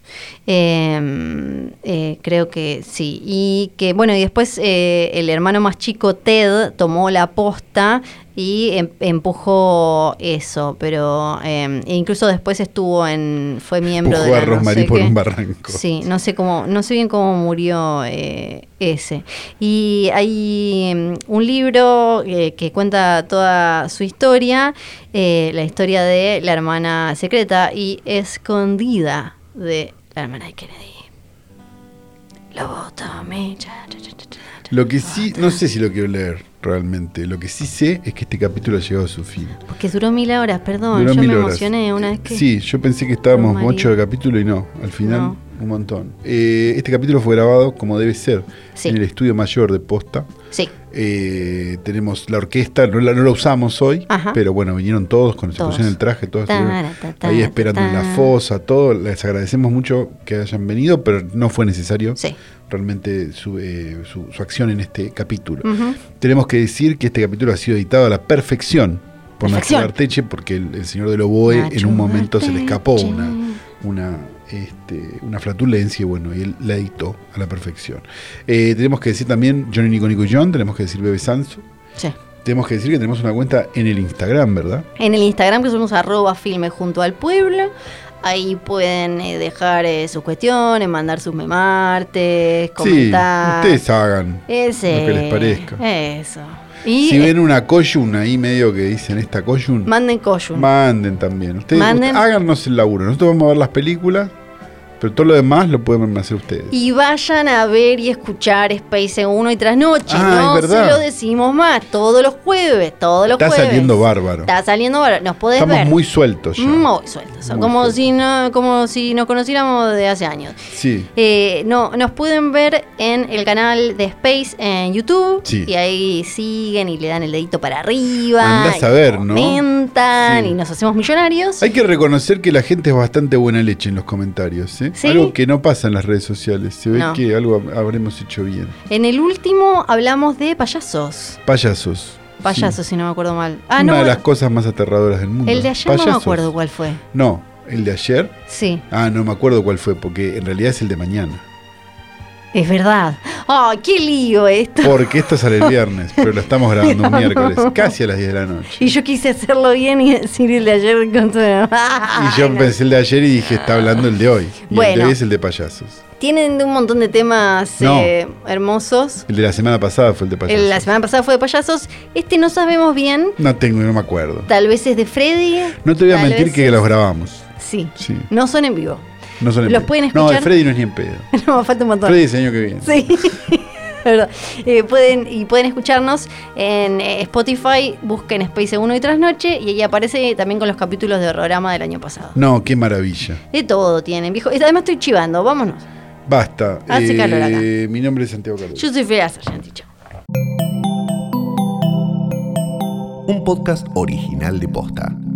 [SPEAKER 2] Eh, eh, creo que sí. Y que, bueno, y después eh, el hermano más chico, Ted, tomó la posta y em- empujó eso, pero eh, e incluso después estuvo en... fue miembro
[SPEAKER 3] Empujó
[SPEAKER 2] de...
[SPEAKER 3] a
[SPEAKER 2] la no
[SPEAKER 3] Rosmarie
[SPEAKER 2] sé
[SPEAKER 3] por
[SPEAKER 2] qué.
[SPEAKER 3] un barranco.
[SPEAKER 2] Sí, no sé cómo, no sé bien cómo murió eh, ese. Y hay mm, un libro eh, que cuenta toda su historia, eh, la historia de la hermana secreta y escondida de la hermana de Kennedy. Lo voto, me, cha, cha, cha, cha, cha, cha.
[SPEAKER 3] Lo que sí, no sé si lo quiero leer realmente. Lo que sí sé es que este capítulo ha llegado a su fin.
[SPEAKER 2] Porque duró mil horas, perdón,
[SPEAKER 3] Duró
[SPEAKER 2] Ah, yo
[SPEAKER 3] mil
[SPEAKER 2] me
[SPEAKER 3] horas.
[SPEAKER 2] emocioné una vez que...
[SPEAKER 3] Sí, yo pensé que estábamos
[SPEAKER 2] Rosmarie.
[SPEAKER 3] ocho de capítulo y no, al final
[SPEAKER 2] No.
[SPEAKER 3] un montón. Eh, este capítulo fue grabado como debe ser
[SPEAKER 2] Sí.
[SPEAKER 3] en el estudio mayor de Posta.
[SPEAKER 2] Sí,
[SPEAKER 3] Eh, tenemos la orquesta, no la, no la usamos hoy,
[SPEAKER 2] Ajá.
[SPEAKER 3] pero bueno, vinieron todos cuando se
[SPEAKER 2] Todos.
[SPEAKER 3] pusieron el traje, todos estuvieron
[SPEAKER 2] Tara, ta, ta,
[SPEAKER 3] ahí esperando
[SPEAKER 2] ta,
[SPEAKER 3] en la
[SPEAKER 2] ta.
[SPEAKER 3] fosa, todo. Les agradecemos mucho que hayan venido, pero no fue necesario
[SPEAKER 2] sí.
[SPEAKER 3] realmente su, eh, su- su acción en este capítulo.
[SPEAKER 2] Ujú.
[SPEAKER 3] Tenemos que decir que este capítulo ha sido editado a la perfección por
[SPEAKER 2] Perfección.
[SPEAKER 3] Nacho Arteche, porque el, el señor del oboe en
[SPEAKER 2] Nacho
[SPEAKER 3] un momento se le escapó
[SPEAKER 2] Arteche.
[SPEAKER 3] una, una, este, una flatulencia y bueno, y él la editó a la perfección. Eh, tenemos que decir también Johnny Nico Nico John, tenemos que decir Bebe Sanso,
[SPEAKER 2] Sí.
[SPEAKER 3] tenemos que decir que tenemos una cuenta en el Instagram, ¿verdad?
[SPEAKER 2] En el Instagram que somos arroba filme junto al pueblo. Ahí pueden eh, dejar eh, sus cuestiones, mandar sus memartes, comentar.
[SPEAKER 3] Sí, ustedes hagan
[SPEAKER 2] Ese.
[SPEAKER 3] lo que les parezca.
[SPEAKER 2] Eso. Y
[SPEAKER 3] si
[SPEAKER 2] eh,
[SPEAKER 3] ven una coyun ahí medio que dicen esta coyun,
[SPEAKER 2] manden coyun.
[SPEAKER 3] Manden también. Ustedes,
[SPEAKER 2] Manden.
[SPEAKER 3] ustedes- háganos el laburo. Nosotros vamos a ver las películas, pero todo lo demás lo pueden hacer ustedes.
[SPEAKER 2] y vayan a ver y escuchar Space en uno y tras noche.
[SPEAKER 3] Ah,
[SPEAKER 2] no
[SPEAKER 3] es verdad.
[SPEAKER 2] se lo decimos más. Todos los jueves, todos los
[SPEAKER 3] Está
[SPEAKER 2] jueves.
[SPEAKER 3] saliendo bárbaro.
[SPEAKER 2] Está saliendo bárbaro. Nos podés
[SPEAKER 3] Estamos
[SPEAKER 2] ver.
[SPEAKER 3] muy sueltos ya.
[SPEAKER 2] Muy sueltos.
[SPEAKER 3] Muy
[SPEAKER 2] como,
[SPEAKER 3] sueltos.
[SPEAKER 2] Si no, como si nos conociéramos de hace años.
[SPEAKER 3] Sí.
[SPEAKER 2] Eh, no, nos pueden ver en el canal de Space en YouTube.
[SPEAKER 3] Sí.
[SPEAKER 2] Y ahí siguen y le dan el dedito para arriba.
[SPEAKER 3] Andá a
[SPEAKER 2] y
[SPEAKER 3] saber, ¿no?
[SPEAKER 2] Comentan
[SPEAKER 3] Sí.
[SPEAKER 2] y nos hacemos millonarios.
[SPEAKER 3] Hay que reconocer que la gente es bastante buena leche en los comentarios. ¿eh?
[SPEAKER 2] ¿Sí?
[SPEAKER 3] Algo que no pasa en las redes sociales. Se ve
[SPEAKER 2] No.
[SPEAKER 3] que algo habremos hecho bien.
[SPEAKER 2] En el último hablamos de payasos.
[SPEAKER 3] Payasos.
[SPEAKER 2] Payasos,
[SPEAKER 3] Sí.
[SPEAKER 2] si no me acuerdo mal. Ah,
[SPEAKER 3] Una
[SPEAKER 2] no.
[SPEAKER 3] de las cosas más aterradoras del mundo.
[SPEAKER 2] el de ayer no me
[SPEAKER 3] Payasos.
[SPEAKER 2] acuerdo cuál fue.
[SPEAKER 3] No, el de ayer.
[SPEAKER 2] Sí,
[SPEAKER 3] Ah, no me acuerdo cuál fue, porque en realidad es el de mañana.
[SPEAKER 2] es verdad. ¡Ay, qué lío esto!
[SPEAKER 3] Porque esto sale el viernes, pero lo estamos grabando un miércoles, casi a las 10 de la noche.
[SPEAKER 2] Y yo quise hacerlo bien y decir el de ayer con todo.
[SPEAKER 3] Y yo pensé el de ayer y dije, está hablando el de hoy. Y el de
[SPEAKER 2] Bueno.
[SPEAKER 3] hoy es el de payasos.
[SPEAKER 2] Tienen un montón de temas
[SPEAKER 3] No.
[SPEAKER 2] eh, hermosos.
[SPEAKER 3] El de la semana pasada fue el de payasos.
[SPEAKER 2] El- la semana pasada fue de payasos. Este no sabemos bien.
[SPEAKER 3] No tengo, no me acuerdo.
[SPEAKER 2] Tal vez es de Freddy.
[SPEAKER 3] No te voy a
[SPEAKER 2] tal
[SPEAKER 3] mentir
[SPEAKER 2] vez
[SPEAKER 3] que
[SPEAKER 2] es-
[SPEAKER 3] los grabamos.
[SPEAKER 2] Sí.
[SPEAKER 3] Sí.
[SPEAKER 2] No son en vivo.
[SPEAKER 3] No son en
[SPEAKER 2] Los
[SPEAKER 3] pedo.
[SPEAKER 2] pueden
[SPEAKER 3] No, el
[SPEAKER 2] escuchar.
[SPEAKER 3] Freddy no es ni en pedo.
[SPEAKER 2] No, falta un montón.
[SPEAKER 3] Freddy es el año que viene.
[SPEAKER 2] Sí. Es verdad. Eh, pueden, y pueden escucharnos en eh, Spotify, busquen Space 1 y Trasnoche, y ahí aparece también con los capítulos de horrorama del año pasado.
[SPEAKER 3] No, qué maravilla.
[SPEAKER 2] De todo tienen, viejo. Además estoy chivando, vámonos.
[SPEAKER 3] Basta. Eh,
[SPEAKER 2] Hace calor acá.
[SPEAKER 3] Mi nombre es Santiago Carlos.
[SPEAKER 2] Yo soy Frida Sargenti, chao.
[SPEAKER 1] Un podcast original de Posta.